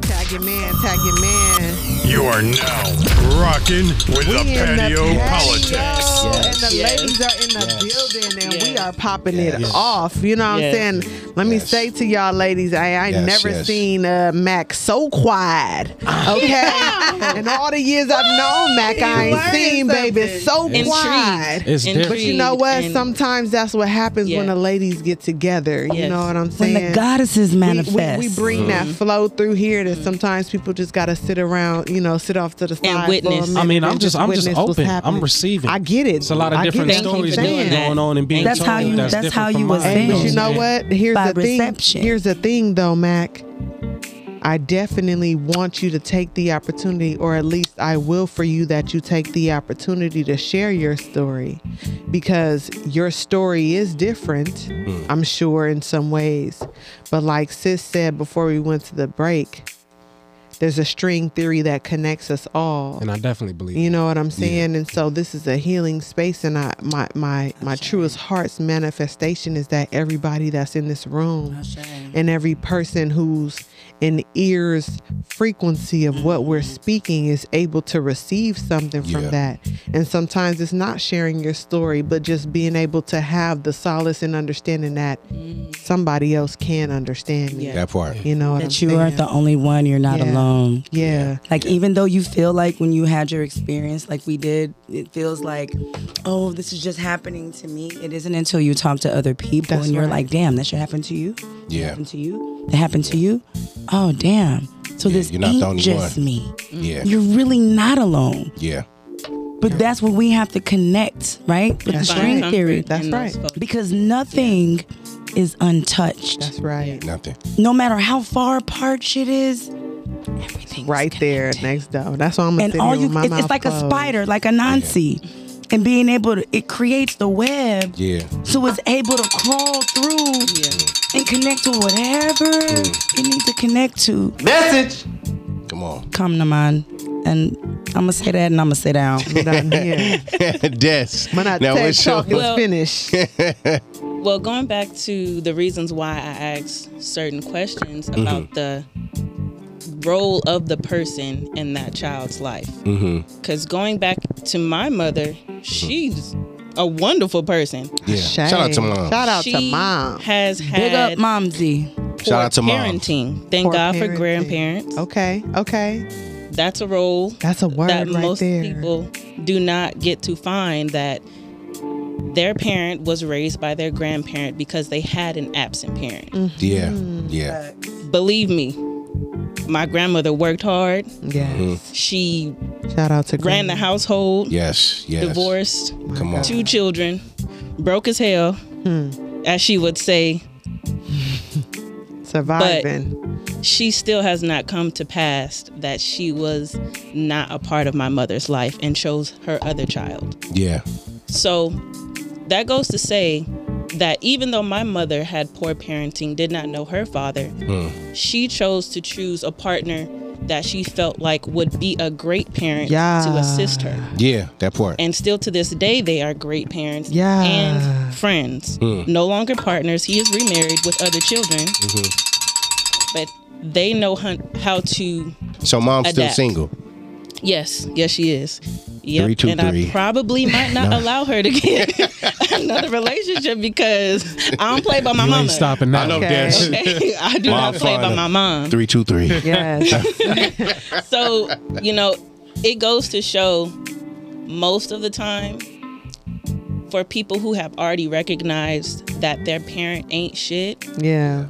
[SPEAKER 5] Tag your man, tag your man.
[SPEAKER 7] You are now rocking with the
[SPEAKER 5] We in
[SPEAKER 7] patio
[SPEAKER 5] the
[SPEAKER 7] politics.
[SPEAKER 5] patio,
[SPEAKER 1] Yes.
[SPEAKER 5] And the
[SPEAKER 4] Yes.
[SPEAKER 5] ladies are in the
[SPEAKER 1] Yes.
[SPEAKER 5] building and
[SPEAKER 4] Yes.
[SPEAKER 5] we are popping
[SPEAKER 1] Yes.
[SPEAKER 5] it off. You know what
[SPEAKER 4] Yes.
[SPEAKER 5] I'm saying? Let me
[SPEAKER 1] Yes.
[SPEAKER 5] say to y'all ladies, I, I
[SPEAKER 1] Yes,
[SPEAKER 5] ain't never
[SPEAKER 1] yes.
[SPEAKER 5] seen uh, Mac so quiet. Okay? In all the years I've known Mac, I ain't
[SPEAKER 2] Learning
[SPEAKER 5] seen, baby, it's so
[SPEAKER 4] Intrigued.
[SPEAKER 5] quiet.
[SPEAKER 3] It's
[SPEAKER 4] Intrigued
[SPEAKER 3] different.
[SPEAKER 5] You know what?
[SPEAKER 4] and-
[SPEAKER 5] Sometimes that's what happens when
[SPEAKER 4] Yeah.
[SPEAKER 5] the ladies get together. You
[SPEAKER 4] Yes.
[SPEAKER 5] know what I'm
[SPEAKER 2] When
[SPEAKER 5] saying?
[SPEAKER 2] the goddesses
[SPEAKER 5] We- we-
[SPEAKER 2] manifest.
[SPEAKER 5] We, bring
[SPEAKER 3] Mm-hmm.
[SPEAKER 5] that flow through here that sometimes people just gotta sit around, you know, sit off to the side for a
[SPEAKER 4] witness.
[SPEAKER 5] minute
[SPEAKER 3] I mean,
[SPEAKER 5] and
[SPEAKER 3] I'm just I'm just
[SPEAKER 5] witness what's
[SPEAKER 3] open.
[SPEAKER 5] happening.
[SPEAKER 3] I'm receiving.
[SPEAKER 5] I get it.
[SPEAKER 3] It's a lot of
[SPEAKER 5] Mm-hmm. I get
[SPEAKER 3] different
[SPEAKER 5] it.
[SPEAKER 3] stories
[SPEAKER 5] Thank you for
[SPEAKER 3] that's
[SPEAKER 5] saying
[SPEAKER 3] going on and being
[SPEAKER 2] That's
[SPEAKER 3] told.
[SPEAKER 2] how you- that's
[SPEAKER 3] different
[SPEAKER 2] how you
[SPEAKER 3] from
[SPEAKER 2] was
[SPEAKER 3] mine.
[SPEAKER 5] Hey, but
[SPEAKER 2] saying.
[SPEAKER 5] you know
[SPEAKER 3] Yeah.
[SPEAKER 5] what? Here's
[SPEAKER 2] By
[SPEAKER 5] the thing.
[SPEAKER 2] reception.
[SPEAKER 5] Here's the thing, though, Mac. I definitely want you to take the opportunity, or at least I will for you that you take the opportunity to share your story because your story is different, I'm sure, in some ways. But like Sis said before we went to the break, there's a string theory that connects us all.
[SPEAKER 3] And I definitely believe.
[SPEAKER 5] You know what I'm saying? And so this is a healing space and I my my my truest heart's manifestation is that everybody that's in this room and every person who's an ear's frequency of what we're speaking is able to receive something from
[SPEAKER 1] Yeah.
[SPEAKER 5] that. And sometimes it's not sharing your story, but just being able to have the solace and understanding that somebody else can understand me.
[SPEAKER 4] Yeah.
[SPEAKER 1] That part.
[SPEAKER 5] You know what
[SPEAKER 2] that
[SPEAKER 5] I'm
[SPEAKER 2] you aren't the
[SPEAKER 5] saying?
[SPEAKER 2] only one. You're not
[SPEAKER 5] Yeah.
[SPEAKER 2] alone.
[SPEAKER 5] yeah.
[SPEAKER 2] Like even though you feel like when you had your experience, like we did, it feels like, oh, this is just happening to me. It isn't until you talk to other people
[SPEAKER 5] That's
[SPEAKER 2] and you're
[SPEAKER 5] right.
[SPEAKER 2] like, damn, that should happen to you.
[SPEAKER 1] Yeah.
[SPEAKER 2] Happened to you. That happened to you. Oh, damn. So
[SPEAKER 1] Yeah,
[SPEAKER 2] this
[SPEAKER 1] you're not
[SPEAKER 2] ain't
[SPEAKER 1] the only
[SPEAKER 2] just
[SPEAKER 1] one.
[SPEAKER 2] me.
[SPEAKER 1] Yeah.
[SPEAKER 2] You're really not alone.
[SPEAKER 1] Yeah.
[SPEAKER 2] But that's where we have to connect, right? With
[SPEAKER 5] That's
[SPEAKER 2] the
[SPEAKER 5] right.
[SPEAKER 2] string
[SPEAKER 5] Comfort.
[SPEAKER 2] theory.
[SPEAKER 5] That's right.
[SPEAKER 2] because nothing is untouched.
[SPEAKER 5] That's right.
[SPEAKER 1] Nothing.
[SPEAKER 2] no matter how far apart shit is, everything's
[SPEAKER 5] Right there
[SPEAKER 2] connected.
[SPEAKER 5] next door. That's why I'm gonna
[SPEAKER 2] and
[SPEAKER 5] sit
[SPEAKER 2] all
[SPEAKER 5] here
[SPEAKER 2] you
[SPEAKER 5] with my
[SPEAKER 2] it's, it's
[SPEAKER 5] mouth
[SPEAKER 2] like
[SPEAKER 5] closed.
[SPEAKER 2] a spider like a nancy and being able to it creates the web
[SPEAKER 1] Yeah.
[SPEAKER 2] so it's able to crawl through
[SPEAKER 4] Yeah.
[SPEAKER 2] and connect to whatever it needs to connect to
[SPEAKER 1] Come on.
[SPEAKER 2] come to mind and i'm gonna say that and i'm gonna sit down
[SPEAKER 5] Down here.
[SPEAKER 1] Des.
[SPEAKER 5] When I
[SPEAKER 1] Now, what's
[SPEAKER 5] text
[SPEAKER 1] your
[SPEAKER 5] talk is
[SPEAKER 4] Well-
[SPEAKER 5] finished.
[SPEAKER 4] Well, going back to the reasons why I ask certain questions
[SPEAKER 1] Mm-hmm.
[SPEAKER 4] about the role of the person in that child's life.
[SPEAKER 1] Mm-hmm.
[SPEAKER 4] Because going back to my mother, she's a wonderful person.
[SPEAKER 1] Yeah.
[SPEAKER 5] Shame.
[SPEAKER 1] Shout out to mom.
[SPEAKER 5] Shout out to
[SPEAKER 4] She
[SPEAKER 5] mom.
[SPEAKER 4] Has had
[SPEAKER 2] big up momsy
[SPEAKER 4] poor
[SPEAKER 1] Shout out to mom.
[SPEAKER 4] parenting. Thank
[SPEAKER 5] Poor
[SPEAKER 4] God
[SPEAKER 5] parenting.
[SPEAKER 4] for grandparents.
[SPEAKER 5] Okay, okay.
[SPEAKER 4] That's a role
[SPEAKER 5] That's a word
[SPEAKER 4] that
[SPEAKER 5] right
[SPEAKER 4] most
[SPEAKER 5] there.
[SPEAKER 4] people do not get to find that their parent was raised by their grandparent because they had an absent parent.
[SPEAKER 5] Mm.
[SPEAKER 1] Yeah.
[SPEAKER 2] Mm.
[SPEAKER 1] Yeah.
[SPEAKER 4] believe me, my grandmother worked hard.
[SPEAKER 5] Yes.
[SPEAKER 4] She
[SPEAKER 1] Mm-hmm.
[SPEAKER 5] Shout out to
[SPEAKER 4] ran the
[SPEAKER 5] Granny.
[SPEAKER 4] household,
[SPEAKER 1] Yes. Yes.
[SPEAKER 4] divorced,
[SPEAKER 1] Come on.
[SPEAKER 4] two children, broke as hell,
[SPEAKER 5] Hmm.
[SPEAKER 4] as she would say.
[SPEAKER 5] surviving.
[SPEAKER 4] She still has not come to pass that she was not a part of my mother's life and chose her other child.
[SPEAKER 1] Yeah.
[SPEAKER 4] So that goes to say that even though my mother had poor parenting, did not know her father, she chose to choose a partner that she felt like would be a great parent to
[SPEAKER 5] Yeah.
[SPEAKER 4] assist her.
[SPEAKER 1] Yeah. That part.
[SPEAKER 4] And still to this day, they are great parents
[SPEAKER 5] Yeah.
[SPEAKER 4] and friends. No longer partners. He is remarried with other children. But they know hun- how to.
[SPEAKER 1] So mom's still
[SPEAKER 4] Adapt.
[SPEAKER 1] single.
[SPEAKER 4] Yes, yes, she is. Yep.
[SPEAKER 1] Three, two,
[SPEAKER 4] and
[SPEAKER 1] three.
[SPEAKER 4] I probably might not allow her to get another relationship because I don't play by my
[SPEAKER 3] You
[SPEAKER 4] mama.
[SPEAKER 3] ain't stopping now.
[SPEAKER 1] I know
[SPEAKER 5] Okay.
[SPEAKER 1] Des.
[SPEAKER 4] I do
[SPEAKER 1] Mom
[SPEAKER 4] not play by
[SPEAKER 1] fun.
[SPEAKER 4] my mom.
[SPEAKER 1] Three, two, three.
[SPEAKER 5] Yes.
[SPEAKER 4] So, you know, it goes to show most of the time for people who have already recognized that their parent ain't shit,
[SPEAKER 5] yeah.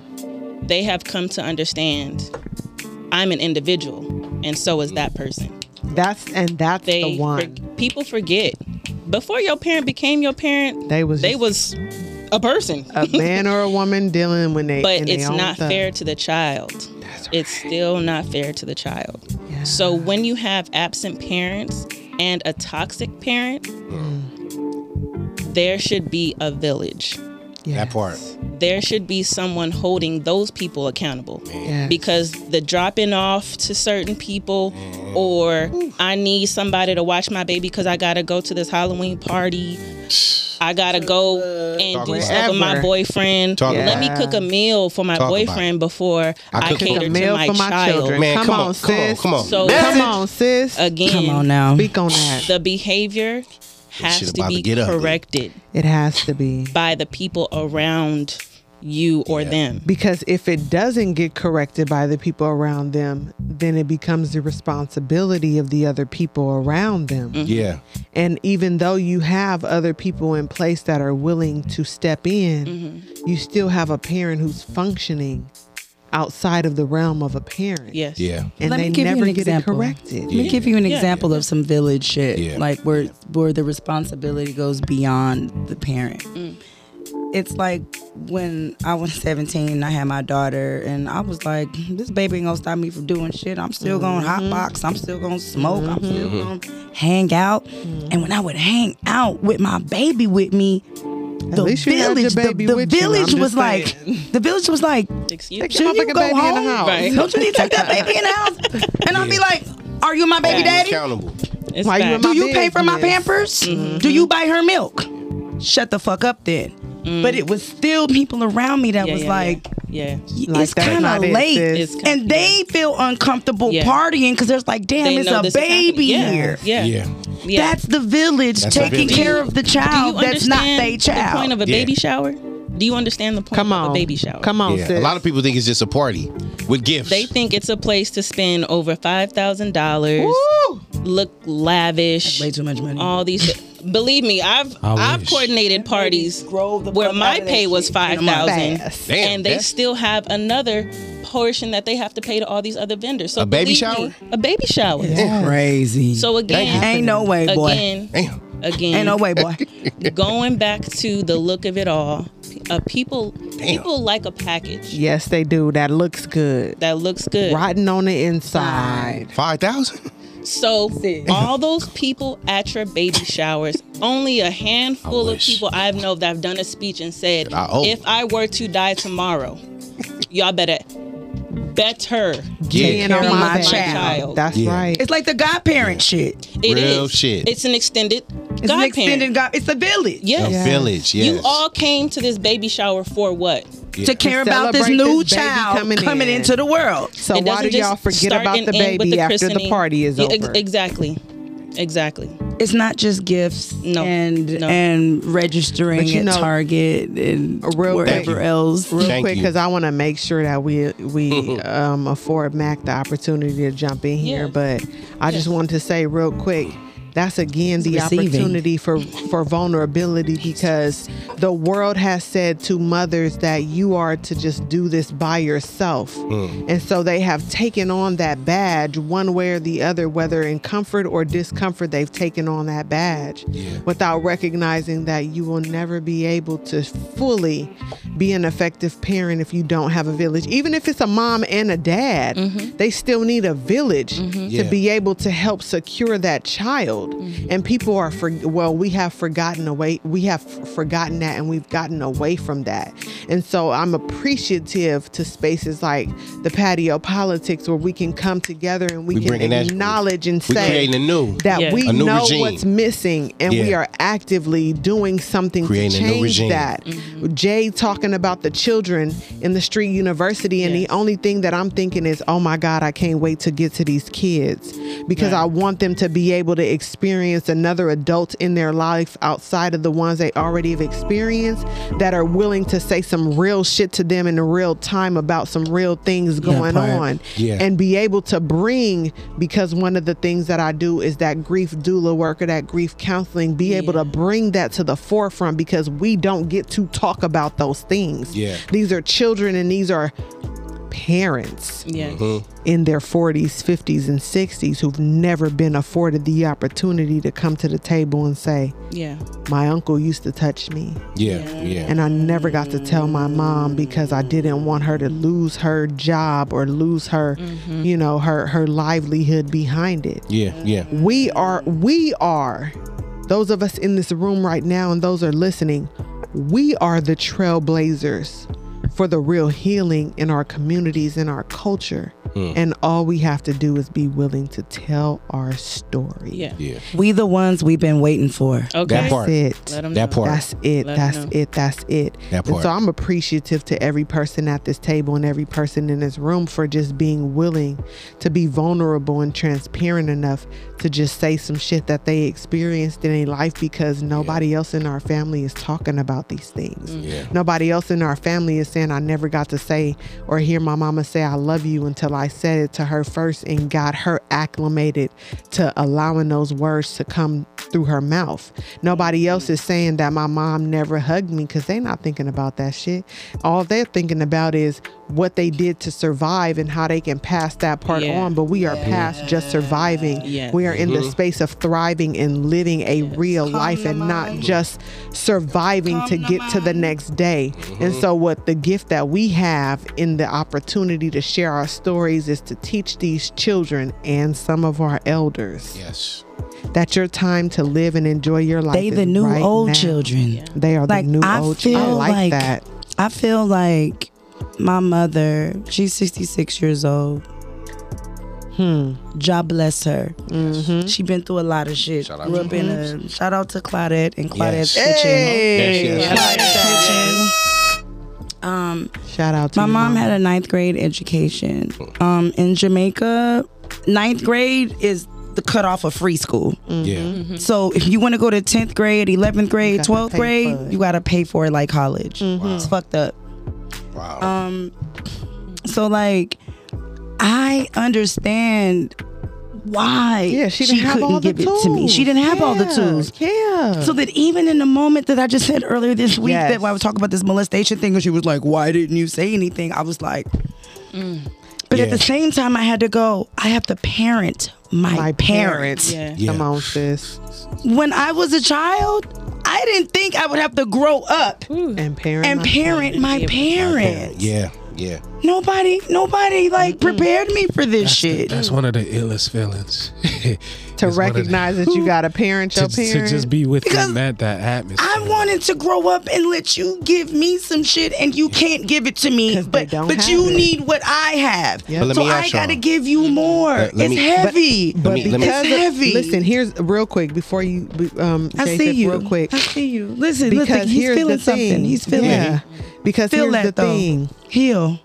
[SPEAKER 4] they have come to understand I'm an individual and so is that person.
[SPEAKER 5] That's and that's
[SPEAKER 4] They
[SPEAKER 5] the one.
[SPEAKER 4] for- people forget before your parent became your parent,
[SPEAKER 5] They was
[SPEAKER 4] they
[SPEAKER 5] just
[SPEAKER 4] was a person.
[SPEAKER 5] a man or a woman dealing when they in
[SPEAKER 4] but
[SPEAKER 5] their
[SPEAKER 4] it's
[SPEAKER 5] own
[SPEAKER 4] not
[SPEAKER 5] stuff.
[SPEAKER 4] fair to the child. It's still not fair to the child. So when you have absent parents and a toxic parent, there should be a village.
[SPEAKER 1] That part.
[SPEAKER 2] Mm-hmm.
[SPEAKER 4] There should be someone holding those people accountable.
[SPEAKER 5] Yes.
[SPEAKER 4] Because the dropping off to certain people, or I need somebody to watch my baby because I gotta go to this Halloween party. I gotta go and do
[SPEAKER 1] Talk
[SPEAKER 4] stuff with my
[SPEAKER 5] Wherever.
[SPEAKER 4] boyfriend.
[SPEAKER 1] Talk
[SPEAKER 5] Yeah.
[SPEAKER 1] about
[SPEAKER 4] Let me cook a meal for my
[SPEAKER 1] Talk about
[SPEAKER 4] boyfriend before
[SPEAKER 1] I
[SPEAKER 4] I,
[SPEAKER 1] cook
[SPEAKER 4] cater
[SPEAKER 1] a
[SPEAKER 4] to
[SPEAKER 5] meal
[SPEAKER 4] my,
[SPEAKER 5] for my
[SPEAKER 4] child.
[SPEAKER 5] children.
[SPEAKER 1] Man,
[SPEAKER 5] Come
[SPEAKER 1] come
[SPEAKER 5] on,
[SPEAKER 1] on, come on,
[SPEAKER 5] sis.
[SPEAKER 1] come on.
[SPEAKER 4] So
[SPEAKER 5] Come on, sis.
[SPEAKER 4] again,
[SPEAKER 2] come on now
[SPEAKER 5] Speak on that.
[SPEAKER 4] the behavior has
[SPEAKER 1] shit
[SPEAKER 4] to
[SPEAKER 1] about to
[SPEAKER 4] be
[SPEAKER 1] get ugly.
[SPEAKER 4] corrected
[SPEAKER 5] it has to be.
[SPEAKER 4] by the people around you or them.
[SPEAKER 5] Because if it doesn't get corrected by the people around them, then it becomes the responsibility of the other people around them.
[SPEAKER 4] Mm.
[SPEAKER 1] Yeah.
[SPEAKER 5] And even though you have other people in place that are willing to step in,
[SPEAKER 4] Mm-hmm.
[SPEAKER 5] you still have a parent who's functioning outside of the realm of a parent.
[SPEAKER 4] Yes.
[SPEAKER 1] Yeah.
[SPEAKER 5] And
[SPEAKER 2] Let
[SPEAKER 5] they
[SPEAKER 2] me give you
[SPEAKER 5] never
[SPEAKER 2] an
[SPEAKER 5] get
[SPEAKER 2] example.
[SPEAKER 5] it corrected.
[SPEAKER 2] Let me give you an
[SPEAKER 4] Yeah.
[SPEAKER 2] example of some village shit,
[SPEAKER 1] Yeah.
[SPEAKER 2] like where where the responsibility goes beyond the parent.
[SPEAKER 1] Mm.
[SPEAKER 2] It's like when I was 17, I had my daughter, and I was like, "This baby ain't gonna stop me from doing shit. I'm still gonna
[SPEAKER 1] Mm-hmm.
[SPEAKER 2] hotbox. I'm still gonna smoke. I'm still gonna hang out."
[SPEAKER 1] Mm-hmm.
[SPEAKER 2] And when I would hang out with my baby with me, the
[SPEAKER 5] least you had your
[SPEAKER 2] village, the,
[SPEAKER 5] baby
[SPEAKER 2] the
[SPEAKER 5] with you, I'm
[SPEAKER 2] village
[SPEAKER 5] just
[SPEAKER 2] was like, the village was like,
[SPEAKER 4] Excuse
[SPEAKER 5] Take
[SPEAKER 4] me.
[SPEAKER 5] your
[SPEAKER 2] should you
[SPEAKER 5] motherfucking
[SPEAKER 2] go
[SPEAKER 5] baby
[SPEAKER 2] home?
[SPEAKER 5] in the house.
[SPEAKER 4] Right.
[SPEAKER 2] Don't you need to take that baby in the house? And I'll be like, are you my baby daddy?
[SPEAKER 1] Accountable.
[SPEAKER 4] It's
[SPEAKER 5] Why you
[SPEAKER 4] facts.
[SPEAKER 5] in
[SPEAKER 2] Do
[SPEAKER 5] my
[SPEAKER 2] you pay for my
[SPEAKER 5] business?
[SPEAKER 2] pampers?
[SPEAKER 4] Mm-hmm.
[SPEAKER 2] Do you buy her milk? Shut the fuck up then. But it was still people around me that
[SPEAKER 4] Mm. Yeah,
[SPEAKER 2] was
[SPEAKER 4] yeah,
[SPEAKER 2] like,
[SPEAKER 4] Yeah.
[SPEAKER 5] Like, that's
[SPEAKER 2] it's kind
[SPEAKER 5] not
[SPEAKER 2] of
[SPEAKER 5] it,
[SPEAKER 2] late,
[SPEAKER 5] sis.
[SPEAKER 4] It's
[SPEAKER 2] and they feel uncomfortable
[SPEAKER 4] Yeah.
[SPEAKER 2] partying because there's like, damn,
[SPEAKER 4] They
[SPEAKER 2] it's
[SPEAKER 4] know
[SPEAKER 2] a
[SPEAKER 4] this is happening.
[SPEAKER 2] baby
[SPEAKER 4] yeah.
[SPEAKER 2] here.
[SPEAKER 4] Yeah.
[SPEAKER 3] Yeah.
[SPEAKER 4] Yeah.
[SPEAKER 2] That's the village
[SPEAKER 1] That's the
[SPEAKER 2] taking
[SPEAKER 1] village.
[SPEAKER 2] care of the child that's not their child.
[SPEAKER 4] the point of a
[SPEAKER 1] Yeah.
[SPEAKER 4] baby shower? Do you understand the point
[SPEAKER 5] Come on,
[SPEAKER 4] of a baby shower?
[SPEAKER 5] Come on,
[SPEAKER 1] Yeah,
[SPEAKER 5] sis.
[SPEAKER 1] a lot of people think it's just a party with gifts.
[SPEAKER 4] They think it's a place to spend over five thousand dollars,
[SPEAKER 5] Woo!
[SPEAKER 4] look lavish,
[SPEAKER 2] Way too much money.
[SPEAKER 4] all these. Believe me, I've
[SPEAKER 3] I
[SPEAKER 4] I've
[SPEAKER 3] wish.
[SPEAKER 4] coordinated parties
[SPEAKER 2] Grove the
[SPEAKER 4] where
[SPEAKER 2] fuck
[SPEAKER 4] my
[SPEAKER 2] out of that
[SPEAKER 4] pay was
[SPEAKER 2] shit in
[SPEAKER 4] five
[SPEAKER 2] a month.
[SPEAKER 4] thousand,
[SPEAKER 5] Fast.
[SPEAKER 1] Damn,
[SPEAKER 4] and they
[SPEAKER 1] that's-
[SPEAKER 4] still have another portion that they have to pay to all these other vendors. So
[SPEAKER 1] A baby
[SPEAKER 4] believe me,
[SPEAKER 1] shower?
[SPEAKER 4] a baby shower.
[SPEAKER 2] Crazy.
[SPEAKER 4] So again,
[SPEAKER 2] ain't no way, boy.
[SPEAKER 4] again,
[SPEAKER 1] damn.
[SPEAKER 4] again,
[SPEAKER 2] Ain't no way, boy.
[SPEAKER 4] going back to the look of it all, uh, people people like a package
[SPEAKER 5] Yes, they do. That looks good.
[SPEAKER 4] that looks good.
[SPEAKER 5] Rotten on the inside.
[SPEAKER 1] Five thousand?
[SPEAKER 4] So all those people at your baby showers, only a handful of
[SPEAKER 1] wish.
[SPEAKER 4] people I've know that have done a speech and said,
[SPEAKER 1] I hope.
[SPEAKER 4] if I were to die tomorrow, y'all better better
[SPEAKER 1] Yeah.
[SPEAKER 5] Being on
[SPEAKER 2] care
[SPEAKER 5] my,
[SPEAKER 2] of my
[SPEAKER 5] back.
[SPEAKER 2] child.
[SPEAKER 5] That's
[SPEAKER 1] Yeah.
[SPEAKER 5] right.
[SPEAKER 2] it's like the godparent shit.
[SPEAKER 4] It is.
[SPEAKER 1] Real shit.
[SPEAKER 4] It's an extended
[SPEAKER 2] It's an
[SPEAKER 4] godparent.
[SPEAKER 2] extended god. It's a village
[SPEAKER 1] A
[SPEAKER 4] yes.
[SPEAKER 5] Yeah.
[SPEAKER 1] village, yes.
[SPEAKER 4] You all came to this baby shower for what?
[SPEAKER 1] Yeah.
[SPEAKER 2] to care
[SPEAKER 5] To
[SPEAKER 2] about this
[SPEAKER 5] celebrate
[SPEAKER 2] new
[SPEAKER 5] this baby
[SPEAKER 2] child coming,
[SPEAKER 5] coming in.
[SPEAKER 2] into the world.
[SPEAKER 5] so
[SPEAKER 4] It
[SPEAKER 5] why
[SPEAKER 4] doesn't
[SPEAKER 5] do y'all
[SPEAKER 4] just
[SPEAKER 5] forget
[SPEAKER 4] start
[SPEAKER 5] about
[SPEAKER 4] and
[SPEAKER 5] the
[SPEAKER 4] end with
[SPEAKER 5] baby after the
[SPEAKER 4] christening.
[SPEAKER 5] party is
[SPEAKER 4] Yeah,
[SPEAKER 5] over?
[SPEAKER 4] ex- exactly. Exactly.
[SPEAKER 2] It's not just gifts
[SPEAKER 4] No,
[SPEAKER 2] and
[SPEAKER 4] no.
[SPEAKER 2] and registering
[SPEAKER 5] But you
[SPEAKER 2] at
[SPEAKER 5] know-
[SPEAKER 2] Target and
[SPEAKER 5] Real quick.
[SPEAKER 2] wherever else.
[SPEAKER 5] Real
[SPEAKER 1] Thank
[SPEAKER 5] quick,
[SPEAKER 1] you.
[SPEAKER 5] because I want to make sure that we we um, afford Mac the opportunity to jump in here.
[SPEAKER 4] Yeah.
[SPEAKER 5] But I just wanted to say real quick, that's again the
[SPEAKER 2] receiving.
[SPEAKER 5] opportunity for for vulnerability because the world has said to mothers that you are to just do this by yourself, and so they have taken on that badge one way or the other, whether in comfort or discomfort, they've taken on that badge without recognizing that you will never be able to fully be an effective parent if you don't have a village. Even if it's a mom and a dad, they still need a village to
[SPEAKER 1] Yeah.
[SPEAKER 5] be able to help secure that child. And people are for well, we have forgotten away. We have f- forgotten that, and we've gotten away from that. And so I'm appreciative to spaces like the patio politics where we can come together and we,
[SPEAKER 1] We
[SPEAKER 5] can
[SPEAKER 1] bringing that-
[SPEAKER 5] acknowledge and
[SPEAKER 1] we
[SPEAKER 5] say
[SPEAKER 1] creating a new.
[SPEAKER 5] that
[SPEAKER 4] Yeah.
[SPEAKER 5] we
[SPEAKER 1] A new
[SPEAKER 5] know
[SPEAKER 1] regime.
[SPEAKER 5] what's missing and we
[SPEAKER 1] Yeah.
[SPEAKER 5] are actively doing something
[SPEAKER 1] Creating a
[SPEAKER 5] to
[SPEAKER 1] new
[SPEAKER 5] change
[SPEAKER 1] regime.
[SPEAKER 5] that.
[SPEAKER 4] Mm-hmm.
[SPEAKER 5] Jay talking about the children in the street university and
[SPEAKER 4] Yes.
[SPEAKER 5] the only thing that I'm thinking is, "Oh my god, I can't wait to get to these kids because
[SPEAKER 4] Right.
[SPEAKER 5] I want them to be able to experience another adult in their life outside of the ones they already have experienced that are willing to say some real shit to them in real time about some real things going
[SPEAKER 2] part.
[SPEAKER 5] on."
[SPEAKER 1] Yeah.
[SPEAKER 5] And be able to bring because one of the things that I do is that grief doula work or that grief counseling, be able to bring that to the forefront because we don't get to talk about those things.
[SPEAKER 1] Yeah.
[SPEAKER 5] These are children and these are parents
[SPEAKER 4] Yeah.
[SPEAKER 1] Mm-hmm.
[SPEAKER 5] in their 40s, 50s, and 60s who've never been afforded the opportunity to come to the table and say,
[SPEAKER 4] Yeah.
[SPEAKER 5] My uncle used to touch me.
[SPEAKER 1] Yeah, yeah.
[SPEAKER 5] And I never got to tell my mom because I didn't want her to lose her job or lose her, you know, her her livelihood behind it.
[SPEAKER 1] Yeah, yeah.
[SPEAKER 5] We are we are those of us in this room right now and those are listening, we are the trailblazers for the real healing in our communities in our culture.
[SPEAKER 1] Hmm.
[SPEAKER 5] And all we have to do is be willing to tell our story.
[SPEAKER 4] Yeah.
[SPEAKER 1] Yeah.
[SPEAKER 2] We the ones we've been waiting for.
[SPEAKER 4] Okay.
[SPEAKER 1] That part.
[SPEAKER 5] That's it.
[SPEAKER 4] Let 'em
[SPEAKER 1] That
[SPEAKER 4] know.
[SPEAKER 1] part.
[SPEAKER 5] That's it.
[SPEAKER 4] Let 'em
[SPEAKER 5] that's
[SPEAKER 4] know.
[SPEAKER 5] it. That's it.
[SPEAKER 1] That
[SPEAKER 5] And
[SPEAKER 1] part.
[SPEAKER 5] so I'm appreciative to every person at this table and every person in this room for just being willing to be vulnerable and transparent enough to just say some shit that they experienced in their life because nobody else in our family is talking about these things.
[SPEAKER 4] Mm.
[SPEAKER 1] Yeah.
[SPEAKER 5] Nobody else in our family is saying, I never got to say or hear my mama say, I love you until I said it to her first and got her acclimated to allowing those words to come through her mouth.
[SPEAKER 4] Mm-hmm.
[SPEAKER 5] Nobody else is saying that my mom never hugged me because they're not thinking about that shit. All they're thinking about is what they did to survive and how they can pass that part
[SPEAKER 4] Yeah.
[SPEAKER 5] on. But we are past just surviving.
[SPEAKER 4] Yes.
[SPEAKER 5] We are in
[SPEAKER 1] Mm-hmm.
[SPEAKER 5] the space of thriving and living a real life and not just surviving to get to the next day.
[SPEAKER 1] Mm-hmm.
[SPEAKER 5] And so, what the gift that we have in the opportunity to share our stories is to teach these children and some of our elders
[SPEAKER 1] Yes.
[SPEAKER 5] that your time to live and enjoy your life.
[SPEAKER 2] They the
[SPEAKER 5] is
[SPEAKER 2] new
[SPEAKER 5] right
[SPEAKER 2] old
[SPEAKER 5] now.
[SPEAKER 2] children.
[SPEAKER 5] They are
[SPEAKER 2] Like
[SPEAKER 5] the new
[SPEAKER 2] I
[SPEAKER 5] old
[SPEAKER 2] feel
[SPEAKER 5] children. I like,
[SPEAKER 2] like-
[SPEAKER 5] that.
[SPEAKER 2] I feel like my mother, she's 66 years old. Hmm. God bless her.
[SPEAKER 5] Mm-hmm.
[SPEAKER 2] She been through a lot of shit.
[SPEAKER 1] Shout out
[SPEAKER 2] Grew
[SPEAKER 1] to
[SPEAKER 2] up in a, shout out to Claudette and Claudette's
[SPEAKER 1] Yes.
[SPEAKER 2] kitchen.
[SPEAKER 1] Yes, yes.
[SPEAKER 2] Claudette's kitchen. Um,
[SPEAKER 5] Shout out to
[SPEAKER 2] my
[SPEAKER 5] your
[SPEAKER 2] mom had a ninth grade education. Um, in Jamaica, ninth grade is the cutoff of free school.
[SPEAKER 5] Mm-hmm.
[SPEAKER 1] Yeah.
[SPEAKER 2] So if you want to go to tenth grade, eleventh grade,
[SPEAKER 5] gotta
[SPEAKER 2] twelfth
[SPEAKER 5] pay
[SPEAKER 2] grade,
[SPEAKER 5] for it. Mm-hmm.
[SPEAKER 2] you gotta pay for it like college. It's fucked up.
[SPEAKER 1] Wow.
[SPEAKER 2] Um, so like, I understand why
[SPEAKER 5] Yeah, she didn't have
[SPEAKER 2] couldn't
[SPEAKER 5] all the
[SPEAKER 2] give it to me. She
[SPEAKER 5] tools.
[SPEAKER 2] didn't have all the
[SPEAKER 5] Yeah,
[SPEAKER 2] tools.
[SPEAKER 5] Yeah.
[SPEAKER 2] So that even in the moment that I just said earlier this week
[SPEAKER 5] Yes.
[SPEAKER 2] that when I was talking about this molestation thing, and she was like, "Why didn't you say anything?" I was like,
[SPEAKER 5] Mm.
[SPEAKER 2] but at
[SPEAKER 1] Yeah.
[SPEAKER 2] the same time, I had to go. I have to parent my,
[SPEAKER 5] my parents.
[SPEAKER 2] parents.
[SPEAKER 4] Yeah.
[SPEAKER 1] Yeah.
[SPEAKER 5] Come on, sis.
[SPEAKER 2] When I was a child, I didn't think I would have to grow up
[SPEAKER 5] And parent.
[SPEAKER 2] Hmm. and
[SPEAKER 5] my
[SPEAKER 2] parent my parents.
[SPEAKER 1] Yeah. Yeah.
[SPEAKER 2] Nobody, nobody like prepared me for this shit.
[SPEAKER 3] That's one of the illest feelings.
[SPEAKER 5] To recognize that you got a parent, your
[SPEAKER 3] to, to
[SPEAKER 5] parent.
[SPEAKER 3] just be with
[SPEAKER 2] Because
[SPEAKER 3] them at that atmosphere.
[SPEAKER 2] I wanted to grow up and let you give me some shit, and you can't give it to me.
[SPEAKER 5] 'Cause they
[SPEAKER 2] But
[SPEAKER 5] don't
[SPEAKER 2] but
[SPEAKER 5] have
[SPEAKER 2] you
[SPEAKER 5] it.
[SPEAKER 2] need what I have.
[SPEAKER 5] But let
[SPEAKER 2] So
[SPEAKER 1] me
[SPEAKER 2] I
[SPEAKER 1] ask y'all.
[SPEAKER 2] gotta give you more.
[SPEAKER 1] Let-
[SPEAKER 2] It's
[SPEAKER 1] let me-
[SPEAKER 2] heavy.
[SPEAKER 5] but
[SPEAKER 1] me- let me-
[SPEAKER 5] because
[SPEAKER 2] it's
[SPEAKER 5] of-
[SPEAKER 2] heavy.
[SPEAKER 5] listen, here's real quick before you, be- um,
[SPEAKER 2] I
[SPEAKER 5] Jay
[SPEAKER 2] see
[SPEAKER 5] said
[SPEAKER 2] you.
[SPEAKER 5] real quick.
[SPEAKER 2] I see you. Listen,
[SPEAKER 5] Because
[SPEAKER 2] listen. He's
[SPEAKER 5] here's
[SPEAKER 2] feeling
[SPEAKER 5] the thing.
[SPEAKER 2] something. He's feeling.
[SPEAKER 5] Yeah. Because
[SPEAKER 2] Feel
[SPEAKER 5] here's
[SPEAKER 2] that
[SPEAKER 5] the
[SPEAKER 2] though.
[SPEAKER 5] thing.
[SPEAKER 2] Heal.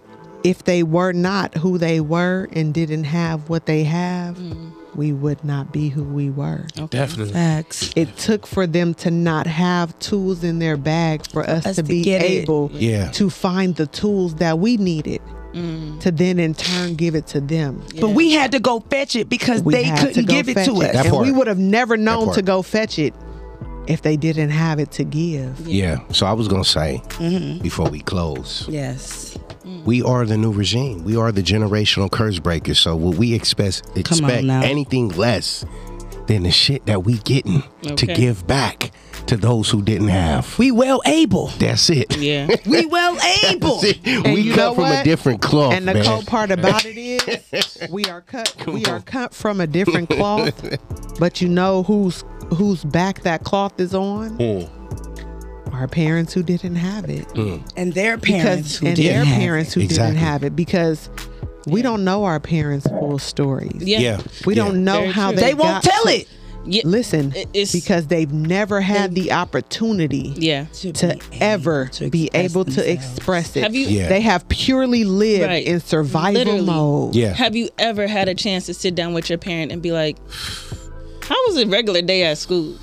[SPEAKER 5] If they were not who they were and didn't have what they have,
[SPEAKER 2] Hmm.
[SPEAKER 5] we would not be who we were.
[SPEAKER 3] Definitely.
[SPEAKER 2] Facts.
[SPEAKER 5] It took for them to not have tools in their bag for us,
[SPEAKER 2] us
[SPEAKER 5] to
[SPEAKER 2] to
[SPEAKER 5] be
[SPEAKER 2] get it.
[SPEAKER 5] able
[SPEAKER 1] Yeah.
[SPEAKER 5] to find the tools that we needed
[SPEAKER 2] Hmm.
[SPEAKER 5] to then in turn give it to them.
[SPEAKER 2] But we had to go fetch it because
[SPEAKER 5] We
[SPEAKER 2] they
[SPEAKER 5] had
[SPEAKER 2] couldn't
[SPEAKER 5] go
[SPEAKER 2] give it
[SPEAKER 5] fetch
[SPEAKER 2] to us.
[SPEAKER 1] That
[SPEAKER 5] and
[SPEAKER 1] part.
[SPEAKER 5] we would have never known
[SPEAKER 1] part.
[SPEAKER 5] to go fetch it if they didn't have it to give.
[SPEAKER 1] Yeah. So I was gonna say before we close.
[SPEAKER 2] Yes.
[SPEAKER 1] we are the new regime. We are the generational curse breakers. So would we expect
[SPEAKER 2] on
[SPEAKER 1] expect
[SPEAKER 2] now.
[SPEAKER 1] anything less than the shit that we getting to
[SPEAKER 4] Okay.
[SPEAKER 1] give back to those who didn't have?
[SPEAKER 2] We well able.
[SPEAKER 1] That's it.
[SPEAKER 4] Yeah.
[SPEAKER 2] We well able.
[SPEAKER 1] That's it. We
[SPEAKER 5] you
[SPEAKER 1] come
[SPEAKER 5] know
[SPEAKER 1] from a
[SPEAKER 5] what?
[SPEAKER 1] different cloth,
[SPEAKER 5] And the
[SPEAKER 1] Oh, man.
[SPEAKER 5] cold part about it is we are cut we are cut from a different cloth, but you know whose whose back that cloth is on?
[SPEAKER 1] Mm.
[SPEAKER 5] Our parents who didn't have it.
[SPEAKER 2] And their
[SPEAKER 5] Because
[SPEAKER 2] parents who
[SPEAKER 5] and
[SPEAKER 2] didn't
[SPEAKER 5] their
[SPEAKER 2] have it.
[SPEAKER 5] parents who
[SPEAKER 1] Exactly.
[SPEAKER 5] didn't have it because we don't know our parents' full stories.
[SPEAKER 4] Yeah.
[SPEAKER 1] Yeah.
[SPEAKER 5] We
[SPEAKER 1] Yeah.
[SPEAKER 5] don't know
[SPEAKER 4] Very
[SPEAKER 5] how
[SPEAKER 4] true.
[SPEAKER 5] they,
[SPEAKER 2] They won't
[SPEAKER 5] got to-
[SPEAKER 2] tell it.
[SPEAKER 4] Yeah.
[SPEAKER 5] Listen,
[SPEAKER 4] It- it's-
[SPEAKER 5] because they've never had the opportunity
[SPEAKER 4] Yeah.
[SPEAKER 5] to ever be able to
[SPEAKER 2] express.
[SPEAKER 5] express it.
[SPEAKER 4] Have you-
[SPEAKER 1] Yeah.
[SPEAKER 5] They have purely lived
[SPEAKER 4] Right.
[SPEAKER 5] in survival
[SPEAKER 4] Literally.
[SPEAKER 5] mode.
[SPEAKER 1] Yeah.
[SPEAKER 4] Have you ever had a chance to sit down with your parent and be like, how was a regular day at school?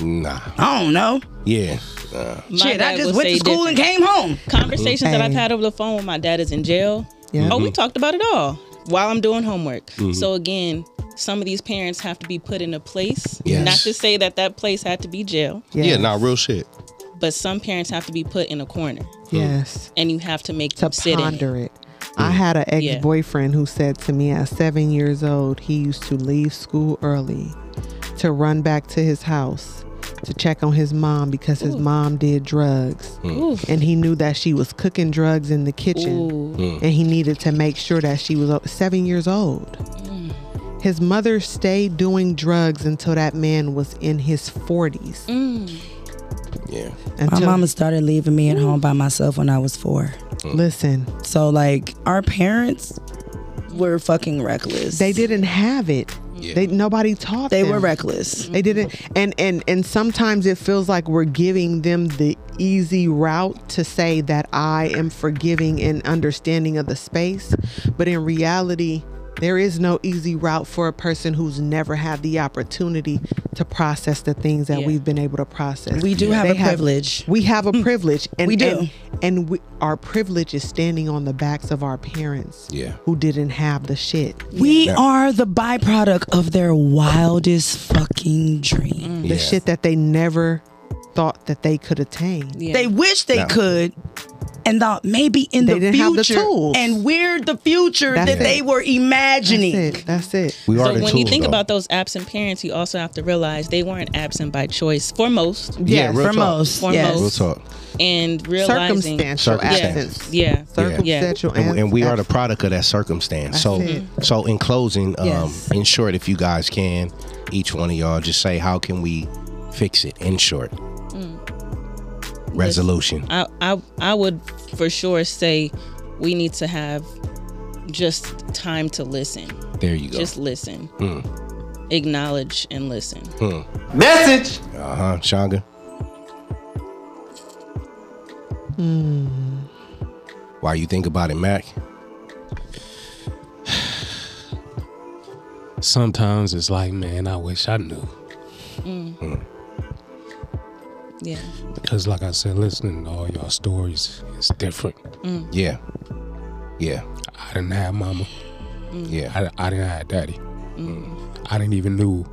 [SPEAKER 1] Nah.
[SPEAKER 2] I don't know.
[SPEAKER 1] Yeah. Uh,
[SPEAKER 4] My
[SPEAKER 2] Shit, I
[SPEAKER 4] dad
[SPEAKER 2] just
[SPEAKER 4] would
[SPEAKER 2] went
[SPEAKER 4] say
[SPEAKER 2] to school
[SPEAKER 4] different.
[SPEAKER 2] and came home.
[SPEAKER 4] Conversations that I've
[SPEAKER 5] Hey.
[SPEAKER 4] had over the phone when my dad is in jail.
[SPEAKER 5] Mm-hmm. Yeah.
[SPEAKER 4] Oh, we
[SPEAKER 1] Mm-hmm.
[SPEAKER 4] talked about it all while I'm doing homework. So again, some of these parents have to be put in a place.
[SPEAKER 1] Yes.
[SPEAKER 4] Not to say that that place had to be jail,
[SPEAKER 1] Yeah.
[SPEAKER 5] Yes.
[SPEAKER 1] Nah. Real shit.
[SPEAKER 4] but some parents have to be put in a corner,
[SPEAKER 5] Yes.
[SPEAKER 4] and you have to make
[SPEAKER 5] To
[SPEAKER 4] them sit in it.
[SPEAKER 5] ponder it. I had an
[SPEAKER 4] Yeah.
[SPEAKER 5] ex boyfriend who said to me at seven years old, he used to leave school early to run back to his house to check on his mom because his mom did drugs.
[SPEAKER 1] Mm. Hmm.
[SPEAKER 5] And he knew that she was cooking drugs in the kitchen.
[SPEAKER 4] Ooh.
[SPEAKER 5] and he needed to make sure that she was o- seven years old. His mother stayed doing drugs until that man was in his 40s.
[SPEAKER 1] Yeah.
[SPEAKER 2] My
[SPEAKER 5] Until,
[SPEAKER 2] mama started leaving me at home by myself when I was four.
[SPEAKER 5] listen,
[SPEAKER 2] So like our parents were fucking reckless.
[SPEAKER 5] they didn't have it. They nobody taught
[SPEAKER 2] They
[SPEAKER 5] them.
[SPEAKER 2] were reckless.
[SPEAKER 5] They didn't, and and and sometimes it feels like we're giving them the easy route to say that I am forgiving and understanding of the space, but in reality, there is no easy route for a person who's never had the opportunity to process the things that
[SPEAKER 4] Yeah.
[SPEAKER 5] we've been able to process.
[SPEAKER 2] We do have
[SPEAKER 5] They
[SPEAKER 2] a privilege. Hmm.
[SPEAKER 5] we have a privilege, and
[SPEAKER 2] We do.
[SPEAKER 5] and, and we, our privilege is standing on the backs of our parents,
[SPEAKER 1] Yeah.
[SPEAKER 5] who didn't have the shit.
[SPEAKER 2] We are the byproduct of their wildest fucking dream.
[SPEAKER 1] Yeah.
[SPEAKER 5] the shit that they never thought that they could attain.
[SPEAKER 4] Yeah.
[SPEAKER 2] They wish they
[SPEAKER 1] No.
[SPEAKER 2] could and thought maybe in
[SPEAKER 5] They
[SPEAKER 2] the
[SPEAKER 5] didn't
[SPEAKER 2] future
[SPEAKER 5] have the tools.
[SPEAKER 2] and we're the future
[SPEAKER 5] That's
[SPEAKER 2] that
[SPEAKER 5] it.
[SPEAKER 2] they were imagining.
[SPEAKER 5] That's it. That's it.
[SPEAKER 1] We are the
[SPEAKER 4] so when you
[SPEAKER 1] tools,
[SPEAKER 4] think
[SPEAKER 1] though.
[SPEAKER 4] about those absent parents, you also have to realize they weren't absent by choice for most,
[SPEAKER 1] Yeah.
[SPEAKER 5] Yes.
[SPEAKER 1] real
[SPEAKER 2] For
[SPEAKER 1] talk.
[SPEAKER 2] most,
[SPEAKER 4] For
[SPEAKER 2] yes.
[SPEAKER 1] Real talk.
[SPEAKER 4] and realizing,
[SPEAKER 5] Circumstantial
[SPEAKER 1] Circumstance.
[SPEAKER 5] absence.
[SPEAKER 4] yeah,
[SPEAKER 5] Circumstantial
[SPEAKER 1] and, and we are the
[SPEAKER 5] absence.
[SPEAKER 1] product of that circumstance. So,
[SPEAKER 5] it.
[SPEAKER 1] so in closing, um,
[SPEAKER 2] Yes.
[SPEAKER 1] in short, if you guys can, each one of y'all just say, how can we fix it? In short,
[SPEAKER 4] Mm.
[SPEAKER 1] resolution.
[SPEAKER 4] I, I I would for sure say we need to have just time to listen.
[SPEAKER 1] There you go.
[SPEAKER 4] Just listen.
[SPEAKER 1] Hmm.
[SPEAKER 4] Acknowledge and listen.
[SPEAKER 1] uh huh.
[SPEAKER 4] Hmm.
[SPEAKER 1] Shanga. While you think about it, Mac.
[SPEAKER 3] Sometimes it's like, man, I wish I knew.
[SPEAKER 4] Yeah.
[SPEAKER 3] Because, like I said, listening to all y'all stories is different.
[SPEAKER 4] Mm.
[SPEAKER 1] Yeah. Yeah.
[SPEAKER 3] I didn't have mama.
[SPEAKER 4] Mm.
[SPEAKER 1] Yeah.
[SPEAKER 3] I, I didn't have daddy.
[SPEAKER 5] Mm.
[SPEAKER 3] I didn't even knew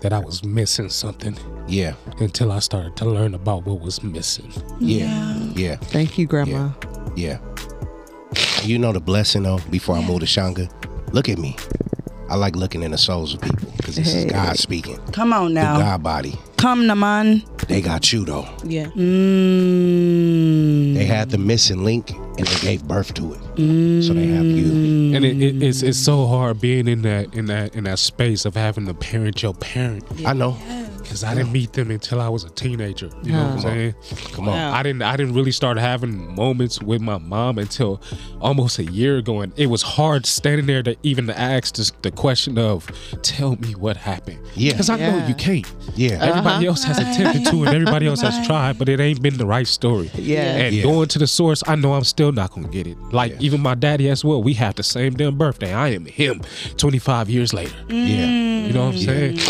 [SPEAKER 3] that I was missing something
[SPEAKER 1] Yeah.
[SPEAKER 3] until I started to learn about what was missing.
[SPEAKER 1] Yeah. Yeah.
[SPEAKER 5] Thank you, Grandma.
[SPEAKER 1] Yeah. Yeah. You know the blessing though, before I move to Shanga, look at me. I like looking in the souls of people because this is God speaking. through
[SPEAKER 2] Come on now.
[SPEAKER 1] God body.
[SPEAKER 2] Come, Naman.
[SPEAKER 1] They got you though.
[SPEAKER 4] Yeah.
[SPEAKER 2] Mm,
[SPEAKER 1] They had the missing link and they gave birth to it. So they have you.
[SPEAKER 3] And it, it, it's it's so hard being in that in that in that space of having to parent your parent
[SPEAKER 1] I know.
[SPEAKER 3] because I didn't meet them until I was a teenager. You know what I'm saying?
[SPEAKER 1] Come on.
[SPEAKER 4] Wow.
[SPEAKER 3] I didn't I didn't really start having moments with my mom until almost a year ago, and it was hard standing there to even to ask this, the question of, "Tell me what happened."
[SPEAKER 1] Yeah. Uh-huh.
[SPEAKER 3] because I know you can't.
[SPEAKER 1] Yeah.
[SPEAKER 3] Everybody else has attempted to, and everybody else has tried, but it ain't been the right story.
[SPEAKER 5] Yeah.
[SPEAKER 3] And
[SPEAKER 1] Yeah.
[SPEAKER 3] going to the source, I know I'm still not gonna get it. Like
[SPEAKER 1] Yeah.
[SPEAKER 3] even my daddy as well. We have the same damn birthday. I am him. 25 years later.
[SPEAKER 1] Yeah.
[SPEAKER 3] You know what I'm saying?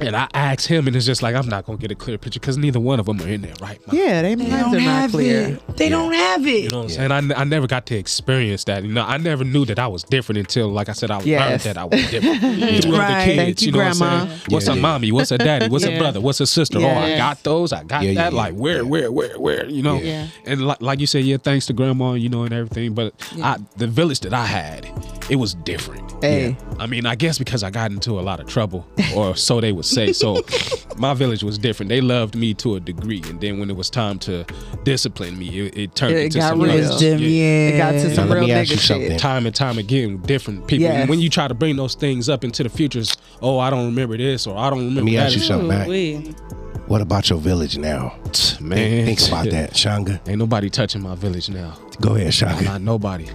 [SPEAKER 3] And I asked him, and it's just like I'm not gonna get a clear picture because neither one of them are in there right now.
[SPEAKER 5] Yeah, they
[SPEAKER 2] they
[SPEAKER 5] minds
[SPEAKER 2] don't
[SPEAKER 5] are not
[SPEAKER 2] have
[SPEAKER 5] clear.
[SPEAKER 2] it. They don't have it.
[SPEAKER 3] You know what I'm saying? I, I never got to experience that. You know, I never knew that I was different until, like I said, I learned
[SPEAKER 5] Yes.
[SPEAKER 3] that I was different. These were
[SPEAKER 2] Right.
[SPEAKER 3] the
[SPEAKER 5] Thank
[SPEAKER 3] kids,
[SPEAKER 5] you,
[SPEAKER 3] you, know what
[SPEAKER 5] Grandma.
[SPEAKER 3] I'm saying? What's a
[SPEAKER 1] Yeah.
[SPEAKER 3] mommy? What's a daddy? What's a
[SPEAKER 4] Yeah.
[SPEAKER 3] brother? What's a sister? Oh, I
[SPEAKER 5] Yes.
[SPEAKER 3] got those. I got
[SPEAKER 1] Yeah, yeah,
[SPEAKER 3] that.
[SPEAKER 1] yeah.
[SPEAKER 3] like, where, where, where, where? You know?
[SPEAKER 1] Yeah.
[SPEAKER 4] Yeah.
[SPEAKER 3] And like, like you said, yeah, thanks to Grandma, you know, and everything. But I, the village that I had, it was different.
[SPEAKER 5] Hey.
[SPEAKER 3] I mean, I guess because I got into a lot of trouble, or so they would say. So my village was different. They loved me to a degree, and then when it was time to discipline me, it, it turned
[SPEAKER 5] It
[SPEAKER 3] into
[SPEAKER 5] got
[SPEAKER 3] some
[SPEAKER 5] real.
[SPEAKER 3] other-
[SPEAKER 5] It
[SPEAKER 2] It's
[SPEAKER 5] was
[SPEAKER 2] Jim, yeah.
[SPEAKER 5] It got to
[SPEAKER 1] Now,
[SPEAKER 5] some
[SPEAKER 1] let
[SPEAKER 5] real
[SPEAKER 1] me ask you
[SPEAKER 5] nigga
[SPEAKER 1] something.
[SPEAKER 5] shit.
[SPEAKER 3] Time and time again, with different people.
[SPEAKER 5] Yes.
[SPEAKER 3] When you try to bring those things up into the futures, oh, I don't remember this, or I don't remember
[SPEAKER 1] Let me
[SPEAKER 3] that.
[SPEAKER 1] ask you something, Mac.
[SPEAKER 4] Ooh-wee.
[SPEAKER 1] What about your village now?
[SPEAKER 3] Man,
[SPEAKER 1] Think about that, Shanga.
[SPEAKER 3] Ain't nobody touching my village now.
[SPEAKER 1] Go ahead, Shanga.
[SPEAKER 3] Not nobody.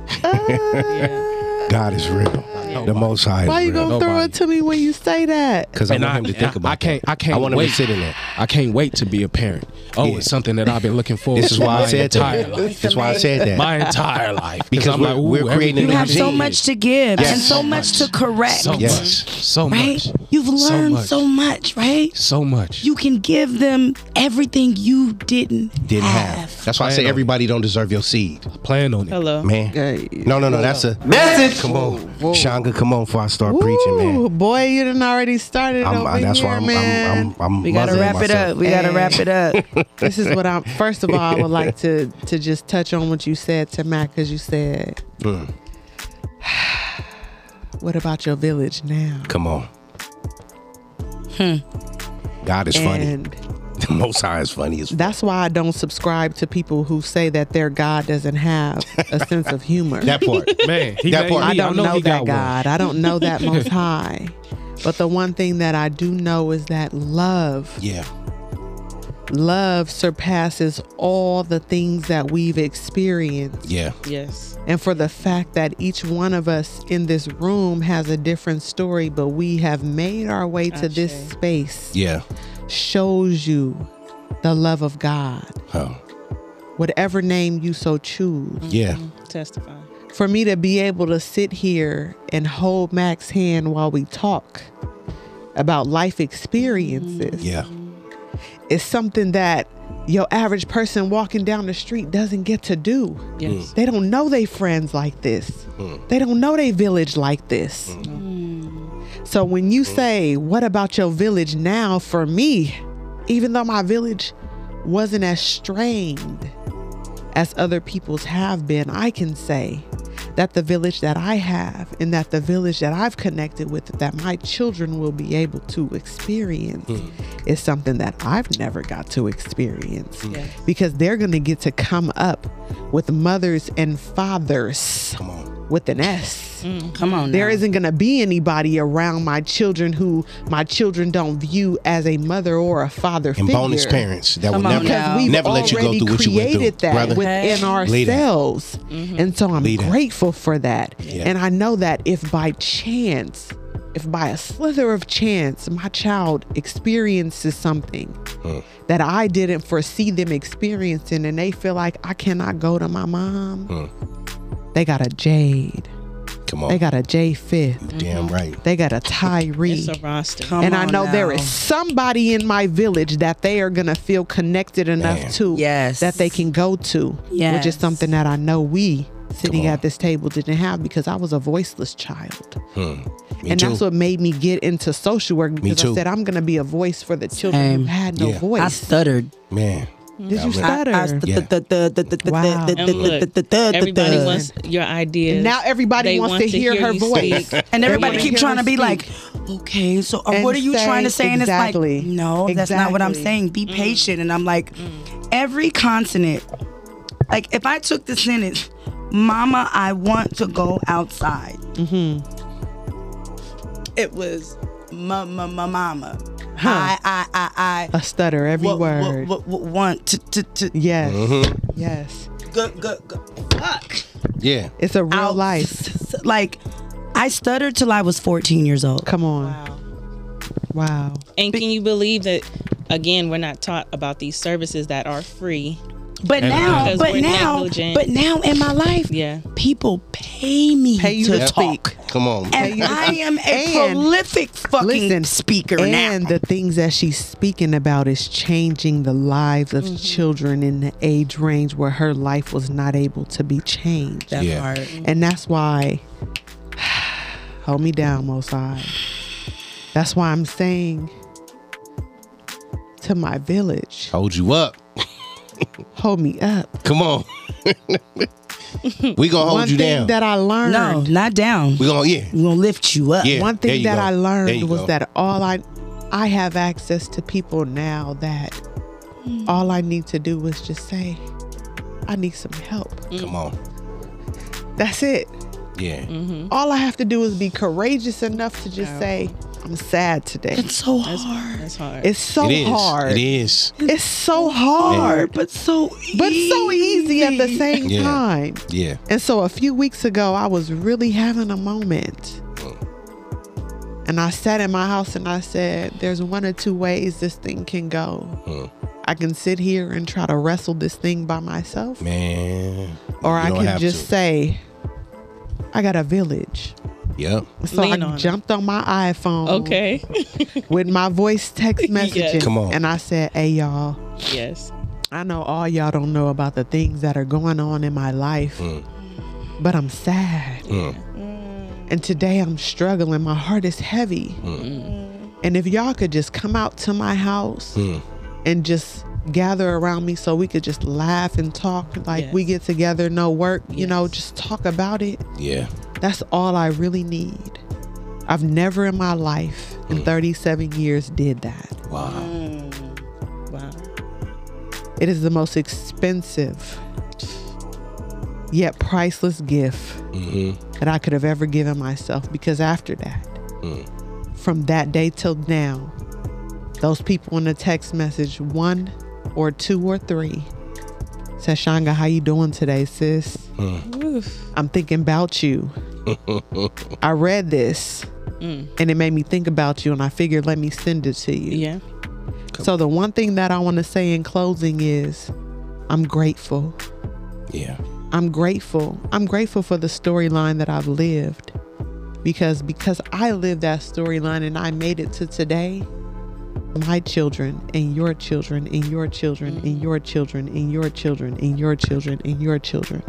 [SPEAKER 1] God is real. The Most High is
[SPEAKER 5] Why you
[SPEAKER 1] real.
[SPEAKER 5] gonna throw it to me when you say that?
[SPEAKER 1] Because I
[SPEAKER 3] And
[SPEAKER 1] want
[SPEAKER 3] I-
[SPEAKER 1] him to
[SPEAKER 3] and
[SPEAKER 1] think
[SPEAKER 3] I-
[SPEAKER 1] about
[SPEAKER 3] I can't-
[SPEAKER 1] that.
[SPEAKER 3] I can't
[SPEAKER 1] I want
[SPEAKER 3] wait.
[SPEAKER 1] him to sit in it.
[SPEAKER 3] I can't wait to be a parent. Oh,
[SPEAKER 1] Yeah.
[SPEAKER 3] it's something that I've been looking forward.
[SPEAKER 1] This is
[SPEAKER 3] to
[SPEAKER 1] why I
[SPEAKER 3] my
[SPEAKER 1] said
[SPEAKER 3] entire
[SPEAKER 1] that.
[SPEAKER 3] life.
[SPEAKER 1] This is why I said that.
[SPEAKER 3] My entire life
[SPEAKER 1] Because
[SPEAKER 3] I'm
[SPEAKER 1] we're-
[SPEAKER 3] like, ooh,
[SPEAKER 1] we're creating
[SPEAKER 3] everything
[SPEAKER 1] an
[SPEAKER 2] You have so
[SPEAKER 1] Indeed.
[SPEAKER 2] much to give
[SPEAKER 1] Yes.
[SPEAKER 2] and so,
[SPEAKER 1] So
[SPEAKER 3] much.
[SPEAKER 2] much, to correct.
[SPEAKER 3] So
[SPEAKER 1] Yes.
[SPEAKER 3] much, so
[SPEAKER 2] right?
[SPEAKER 3] much.
[SPEAKER 2] You've
[SPEAKER 3] So
[SPEAKER 2] learned so
[SPEAKER 3] much.
[SPEAKER 2] much. right?
[SPEAKER 3] so much.
[SPEAKER 2] You can give them everything you didn't,
[SPEAKER 1] Didn't have. That's why I say
[SPEAKER 3] Plan on it.
[SPEAKER 1] everybody don't deserve your seed,
[SPEAKER 3] plan on it.
[SPEAKER 4] Hello.
[SPEAKER 1] man. No, no, no. That's a
[SPEAKER 5] Message.
[SPEAKER 1] Come on, Shanga. Come on, before I start preaching, man.
[SPEAKER 5] Boy, you done already started
[SPEAKER 1] I'm,
[SPEAKER 5] over
[SPEAKER 1] I, that's
[SPEAKER 5] here,
[SPEAKER 1] why I'm,
[SPEAKER 5] man.
[SPEAKER 1] I'm, I'm, I'm.
[SPEAKER 2] We gotta
[SPEAKER 1] mothering
[SPEAKER 2] wrap it
[SPEAKER 1] myself.
[SPEAKER 2] up. We gotta wrap it up.
[SPEAKER 5] this is what I'm. First of all, I would like to to just touch on what you said to Matt because you said,
[SPEAKER 1] Mm.
[SPEAKER 5] "What about your village now?"
[SPEAKER 1] Come on. God is funny.
[SPEAKER 5] Hmm. and
[SPEAKER 1] The Most High is funny as
[SPEAKER 5] that's why I don't subscribe to people who say that their God doesn't have a sense of humor.
[SPEAKER 1] that part.
[SPEAKER 3] Man, he
[SPEAKER 1] That
[SPEAKER 3] got-
[SPEAKER 1] part.
[SPEAKER 3] he-
[SPEAKER 5] I don't know,
[SPEAKER 3] he
[SPEAKER 5] that
[SPEAKER 3] got
[SPEAKER 5] God. I don't know that Most High. But the one thing that I do know is that love
[SPEAKER 1] Yeah,
[SPEAKER 5] love surpasses all the things that we've experienced.
[SPEAKER 1] yeah,
[SPEAKER 4] Yes.
[SPEAKER 5] And for the fact that each one of us in this room has a different story, but we have made our way to this
[SPEAKER 4] Ashe.
[SPEAKER 5] space
[SPEAKER 1] yeah.
[SPEAKER 5] shows you the love of God,
[SPEAKER 1] Oh,
[SPEAKER 5] whatever name you so choose.
[SPEAKER 1] yeah.
[SPEAKER 4] Testify.
[SPEAKER 1] Hmm.
[SPEAKER 5] For me to be able to sit here and hold Mac's hand while we talk about life experiences
[SPEAKER 1] Yeah.
[SPEAKER 5] is something that your average person walking down the street doesn't get to do.
[SPEAKER 4] Yes.
[SPEAKER 5] They don't know they friends like this. They don't know they village like this. Hmm. So when you say, "What about your village now?" for me, even though my village wasn't as strained as other people's have been, I can say that the village that I have and that the village that I've connected with that my children will be able to experience
[SPEAKER 1] Hmm.
[SPEAKER 5] is something that I've never got to experience
[SPEAKER 1] Hmm.
[SPEAKER 4] Yes.
[SPEAKER 5] because they're going to get to come up with mothers and fathers
[SPEAKER 1] Come on.
[SPEAKER 5] with an S.
[SPEAKER 2] Come on.
[SPEAKER 5] There
[SPEAKER 2] now.
[SPEAKER 5] isn't going to be anybody around my children who my children don't view as a mother or a father
[SPEAKER 1] And
[SPEAKER 5] figure.
[SPEAKER 1] bonus parents that will
[SPEAKER 2] Come on
[SPEAKER 1] never,
[SPEAKER 2] now.
[SPEAKER 5] Because we've
[SPEAKER 1] never let you go
[SPEAKER 5] already
[SPEAKER 1] through what you went through,
[SPEAKER 5] created that
[SPEAKER 1] brother.
[SPEAKER 5] within
[SPEAKER 1] Lead it.
[SPEAKER 5] ourselves. And so I'm
[SPEAKER 1] Lead it.
[SPEAKER 5] grateful for that.
[SPEAKER 1] Yeah.
[SPEAKER 5] And I know that if by chance if by a slither of chance my child experiences something
[SPEAKER 1] Hmm.
[SPEAKER 5] that I didn't foresee them experiencing and they feel like I cannot go to my mom,
[SPEAKER 1] Hmm.
[SPEAKER 5] they got a Jade.
[SPEAKER 1] Come on.
[SPEAKER 5] They got a J Fifth.
[SPEAKER 1] Damn right.
[SPEAKER 5] They got a Tyree.
[SPEAKER 4] It's a roster.
[SPEAKER 2] Come
[SPEAKER 5] and I
[SPEAKER 2] on
[SPEAKER 5] know there
[SPEAKER 2] now.
[SPEAKER 5] is somebody in my village that they are gonna feel connected enough
[SPEAKER 1] Man.
[SPEAKER 5] to
[SPEAKER 2] Yes.
[SPEAKER 5] that they can go to. Which
[SPEAKER 2] Yes.
[SPEAKER 5] is something that I know we sitting
[SPEAKER 1] on.
[SPEAKER 5] at this table didn't have because I was a voiceless child.
[SPEAKER 1] Me
[SPEAKER 5] and
[SPEAKER 1] too.
[SPEAKER 5] that's what made me get into social work because
[SPEAKER 1] too.
[SPEAKER 5] I said I'm gonna be a voice for the children who
[SPEAKER 2] Same.
[SPEAKER 5] had no
[SPEAKER 1] Yeah.
[SPEAKER 5] voice.
[SPEAKER 2] I stuttered.
[SPEAKER 1] Man.
[SPEAKER 5] Did you stutter?
[SPEAKER 1] Yeah.
[SPEAKER 5] Wow.
[SPEAKER 4] And look, everybody wants your ideas.
[SPEAKER 5] And now everybody
[SPEAKER 4] They
[SPEAKER 5] wants
[SPEAKER 4] want
[SPEAKER 5] to hear her
[SPEAKER 4] you
[SPEAKER 5] voice.
[SPEAKER 4] speak.
[SPEAKER 2] And everybody
[SPEAKER 5] wanna
[SPEAKER 2] keep
[SPEAKER 5] hear
[SPEAKER 2] trying to
[SPEAKER 5] her
[SPEAKER 2] be
[SPEAKER 5] speak.
[SPEAKER 2] like, okay, so uh,
[SPEAKER 5] And
[SPEAKER 2] what are you
[SPEAKER 5] say
[SPEAKER 2] trying to say? And
[SPEAKER 5] exactly.
[SPEAKER 2] it's like, no, that's not what I'm
[SPEAKER 5] Exactly.
[SPEAKER 2] saying. Be patient. And I'm like, every consonant, like if I took the sentence, Mama, I want to go outside.
[SPEAKER 5] Mm-hmm.
[SPEAKER 2] It was ma ma ma mama. I I I I.
[SPEAKER 5] a stutter every
[SPEAKER 2] wa- wa-
[SPEAKER 5] word.
[SPEAKER 2] wa- wa- want to to to
[SPEAKER 5] Yes.
[SPEAKER 1] Mm-hmm.
[SPEAKER 5] Yes.
[SPEAKER 2] go go go. Fuck.
[SPEAKER 1] Yeah.
[SPEAKER 5] It's a real
[SPEAKER 2] Out.
[SPEAKER 5] life.
[SPEAKER 2] Like, I stuttered till I was 14 years old.
[SPEAKER 5] Come on. Wow.
[SPEAKER 4] And can you believe that? Again, we're not taught about these services that are free.
[SPEAKER 2] But
[SPEAKER 3] And-
[SPEAKER 2] now,
[SPEAKER 4] Because
[SPEAKER 2] but
[SPEAKER 4] we're
[SPEAKER 2] now,
[SPEAKER 4] negligent.
[SPEAKER 2] but now in my life,
[SPEAKER 4] Yeah.
[SPEAKER 2] people pay me
[SPEAKER 5] Pay you
[SPEAKER 2] to
[SPEAKER 5] to
[SPEAKER 2] talk.
[SPEAKER 5] speak.
[SPEAKER 1] Come on.
[SPEAKER 5] Pay
[SPEAKER 2] And
[SPEAKER 5] you to
[SPEAKER 2] I
[SPEAKER 5] talk.
[SPEAKER 2] am a
[SPEAKER 5] And-
[SPEAKER 2] prolific fucking
[SPEAKER 5] Listen,
[SPEAKER 2] speaker
[SPEAKER 5] and
[SPEAKER 2] now.
[SPEAKER 5] the things that she's speaking about is changing the lives
[SPEAKER 2] Mm-hmm.
[SPEAKER 5] of children in the age range where her life was not able to be changed.
[SPEAKER 2] That
[SPEAKER 1] Yeah.
[SPEAKER 2] part.
[SPEAKER 5] And that's why, hold me down, Mosai. That's why I'm saying to my village,
[SPEAKER 1] Hold you up.
[SPEAKER 5] hold me up.
[SPEAKER 1] Come on. we gonna hold
[SPEAKER 5] One
[SPEAKER 1] you
[SPEAKER 5] thing
[SPEAKER 1] down.
[SPEAKER 5] that I learned.
[SPEAKER 2] No, not down.
[SPEAKER 1] we gonna yeah.
[SPEAKER 2] We're gonna lift you up.
[SPEAKER 1] Yeah.
[SPEAKER 5] One
[SPEAKER 1] there
[SPEAKER 5] thing
[SPEAKER 1] you
[SPEAKER 5] that
[SPEAKER 1] go.
[SPEAKER 5] I
[SPEAKER 1] There you
[SPEAKER 5] learned was
[SPEAKER 1] go.
[SPEAKER 5] that all I I have access to people now that all I need to do is just say, I need some help.
[SPEAKER 1] Come on.
[SPEAKER 5] That's it.
[SPEAKER 1] Yeah.
[SPEAKER 5] All I have to do is be courageous enough to just say, I'm sad today.
[SPEAKER 2] It's so hard.
[SPEAKER 4] That's hard.
[SPEAKER 5] It's so
[SPEAKER 1] It is.
[SPEAKER 5] hard.
[SPEAKER 1] It is.
[SPEAKER 5] It's so hard,
[SPEAKER 2] Hard, but so
[SPEAKER 5] but so easy at the same
[SPEAKER 1] Yeah.
[SPEAKER 5] time.
[SPEAKER 1] Yeah.
[SPEAKER 5] And so a few weeks ago, I was really having a moment. And I sat in my house and I said, There's one or two ways this thing can go. I can sit here and try to wrestle this thing by myself,
[SPEAKER 1] Man.
[SPEAKER 5] or I
[SPEAKER 1] don't
[SPEAKER 5] can
[SPEAKER 1] have
[SPEAKER 5] just
[SPEAKER 1] to.
[SPEAKER 5] say, I got a village.
[SPEAKER 1] Yep.
[SPEAKER 5] So
[SPEAKER 4] Lean on
[SPEAKER 5] I
[SPEAKER 4] it.
[SPEAKER 5] jumped on my iPhone
[SPEAKER 4] okay.
[SPEAKER 5] with my voice text messaging.
[SPEAKER 1] Come on.
[SPEAKER 5] And I said, Hey, y'all,
[SPEAKER 4] yes.
[SPEAKER 5] I know all y'all don't know about the things that are going on in my life, but I'm sad.
[SPEAKER 4] Mm.
[SPEAKER 5] And today I'm struggling. My heart is heavy.
[SPEAKER 4] Mm.
[SPEAKER 5] And if y'all could just come out to my house and just gather around me so we could just laugh and talk like we
[SPEAKER 4] Yes.
[SPEAKER 5] get together, no work, you know,
[SPEAKER 4] Yes.
[SPEAKER 5] just talk about it.
[SPEAKER 1] Yeah.
[SPEAKER 5] That's all I really need. I've never in my life in 37 years did that.
[SPEAKER 1] Wow.
[SPEAKER 4] Wow.
[SPEAKER 5] It is the most expensive yet priceless gift that I could have ever given myself because after that, from that day till now, those people in the text message, one or two or three, said, Shanga, how you doing today, sis? I'm thinking about you. I read this and it made me think about you and I figured let me send it to you.
[SPEAKER 4] Yeah.
[SPEAKER 5] So the one thing that I want to say in closing is I'm grateful.
[SPEAKER 1] Yeah.
[SPEAKER 5] I'm grateful. I'm grateful for the storyline that I've lived. Because because I lived that storyline and I made it to today, my children and your children and your children and your children and your children and your children and your children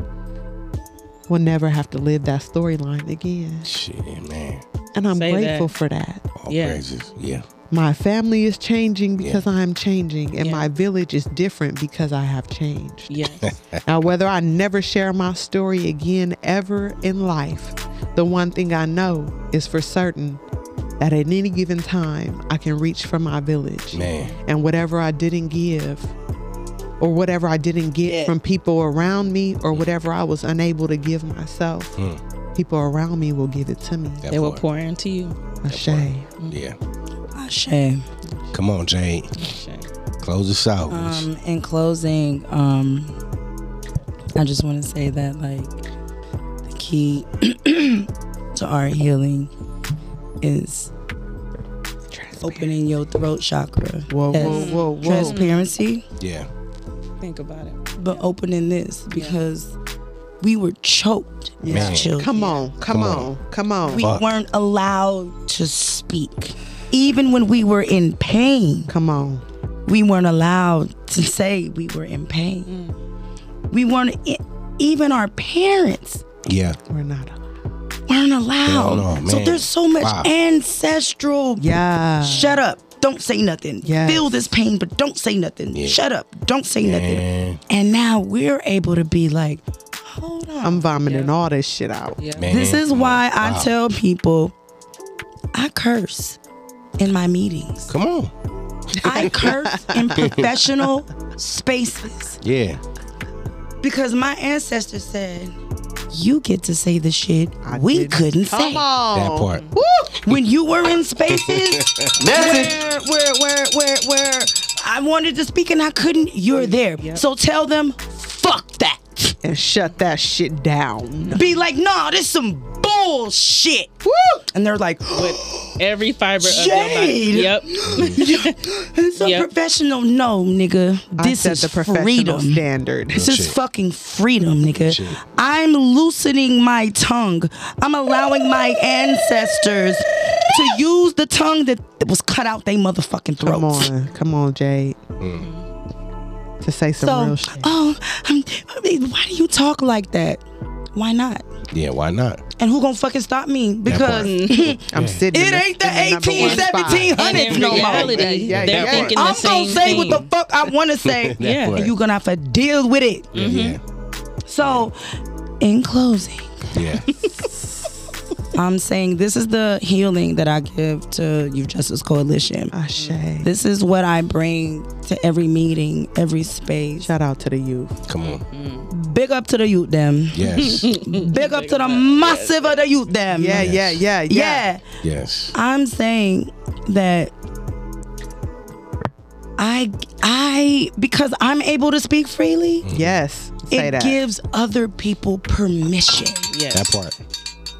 [SPEAKER 5] will never have to live that storyline again.
[SPEAKER 1] Shit, man.
[SPEAKER 5] And I'm
[SPEAKER 4] Say that.
[SPEAKER 5] grateful for that.
[SPEAKER 1] All
[SPEAKER 4] Yeah.
[SPEAKER 1] praises. Yeah.
[SPEAKER 5] My family is changing because I am changing, and
[SPEAKER 4] Yeah.
[SPEAKER 5] my village is different because I have changed.
[SPEAKER 4] Yes.
[SPEAKER 5] Now, whether I never share my story again ever in life, the one thing I know is for certain that at any given time I can reach for my village.
[SPEAKER 1] Man.
[SPEAKER 5] And whatever I didn't give, or whatever I didn't get
[SPEAKER 2] Yeah.
[SPEAKER 5] from people around me, or whatever I was unable to give myself, people around me will give it to me.
[SPEAKER 1] That
[SPEAKER 4] they will
[SPEAKER 1] part.
[SPEAKER 4] pour into you.
[SPEAKER 5] A shame.
[SPEAKER 1] Yeah.
[SPEAKER 2] Shame.
[SPEAKER 1] Come on, Jade. Close us out.
[SPEAKER 2] Um, in closing, um, I just want to say that like the key to our healing is opening your throat chakra.
[SPEAKER 5] Whoa,
[SPEAKER 2] That's
[SPEAKER 5] whoa, whoa, whoa.
[SPEAKER 2] Transparency,
[SPEAKER 1] Yeah.
[SPEAKER 4] Think about it.
[SPEAKER 2] but opening this because we were choked as
[SPEAKER 1] Man.
[SPEAKER 2] children.
[SPEAKER 5] Come on, come,
[SPEAKER 1] Come
[SPEAKER 5] on.
[SPEAKER 1] on.
[SPEAKER 5] come on.
[SPEAKER 2] We weren't allowed to speak. Even when we were in pain,
[SPEAKER 5] come on.
[SPEAKER 2] we weren't allowed to say we were in pain.
[SPEAKER 5] Mm.
[SPEAKER 2] We weren't, e- even our parents
[SPEAKER 1] Yeah.
[SPEAKER 5] We're not.
[SPEAKER 2] weren't allowed.
[SPEAKER 1] know,
[SPEAKER 2] so
[SPEAKER 1] man.
[SPEAKER 2] there's so much
[SPEAKER 1] Wow.
[SPEAKER 2] ancestral.
[SPEAKER 5] Yeah.
[SPEAKER 2] Shut up. Don't say nothing.
[SPEAKER 5] Yes.
[SPEAKER 2] Feel this pain, but don't say nothing. Shut up. Don't say nothing.
[SPEAKER 1] Man.
[SPEAKER 2] And now we're able to be like, hold on.
[SPEAKER 5] I'm vomiting all this shit out.
[SPEAKER 4] Yeah.
[SPEAKER 1] Man.
[SPEAKER 2] This is why I tell people I curse in my meetings.
[SPEAKER 1] Come on.
[SPEAKER 2] I curse in professional spaces
[SPEAKER 1] Yeah.
[SPEAKER 2] because my ancestors said, you get to say the shit we couldn't say.
[SPEAKER 5] Come on.
[SPEAKER 1] That part.
[SPEAKER 2] When you were in spaces where, where, where, where, where I wanted to speak and I couldn't, you're there. So tell them, fuck that.
[SPEAKER 5] And shut that shit down.
[SPEAKER 2] Be like, nah, this some bullshit. Woo! And they're like,
[SPEAKER 4] Every fiber of your body.
[SPEAKER 2] Jade.
[SPEAKER 4] Yep.
[SPEAKER 2] It's a
[SPEAKER 4] Yep.
[SPEAKER 2] professional. No, nigga. This
[SPEAKER 5] I set
[SPEAKER 2] is
[SPEAKER 5] the professional
[SPEAKER 2] freedom.
[SPEAKER 5] standard.
[SPEAKER 2] This is
[SPEAKER 1] shit.
[SPEAKER 2] fucking freedom, nigga. I'm loosening my tongue. I'm allowing my ancestors to use the tongue that was cut out they motherfucking
[SPEAKER 5] Come
[SPEAKER 2] throats.
[SPEAKER 5] on, come on, Jade. To say some real
[SPEAKER 2] Mm. So,
[SPEAKER 5] shit.
[SPEAKER 2] oh, I'm, I mean, why do you talk like that? Why not?
[SPEAKER 1] Yeah, why not?
[SPEAKER 2] And who gonna fucking stop me?
[SPEAKER 1] part.
[SPEAKER 2] Because
[SPEAKER 4] Mm,
[SPEAKER 5] I'm sitting.
[SPEAKER 2] it
[SPEAKER 5] in
[SPEAKER 2] ain't the
[SPEAKER 5] in number
[SPEAKER 2] 18,
[SPEAKER 5] one spot.
[SPEAKER 2] 1700s
[SPEAKER 4] And in
[SPEAKER 2] no more.
[SPEAKER 4] reality,
[SPEAKER 5] Yeah, yeah,
[SPEAKER 4] they're
[SPEAKER 5] yeah.
[SPEAKER 4] thinking the
[SPEAKER 2] I'm
[SPEAKER 4] same
[SPEAKER 2] gonna say
[SPEAKER 4] thing.
[SPEAKER 2] what the fuck I wanna say.
[SPEAKER 1] That
[SPEAKER 4] Yeah.
[SPEAKER 1] part.
[SPEAKER 2] and you're gonna have to deal with it.
[SPEAKER 1] yeah.
[SPEAKER 2] So, in closing,
[SPEAKER 1] Yeah.
[SPEAKER 2] I'm saying this is the healing that I give to Youth Justice Coalition.
[SPEAKER 5] Ah, Ashe.
[SPEAKER 2] This is what I bring to every meeting, every space.
[SPEAKER 5] Shout out to the youth.
[SPEAKER 1] Come on.
[SPEAKER 2] Big up to the youth, them.
[SPEAKER 1] Yes.
[SPEAKER 2] Big up to the massive of the youth, them.
[SPEAKER 5] Yeah, yeah, yeah, yeah.
[SPEAKER 2] Yeah.
[SPEAKER 1] yes.
[SPEAKER 2] I'm saying that I I because I'm able to speak freely,
[SPEAKER 5] Yes. Say
[SPEAKER 2] it
[SPEAKER 5] that.
[SPEAKER 2] gives other people permission
[SPEAKER 4] Yes.
[SPEAKER 1] That part.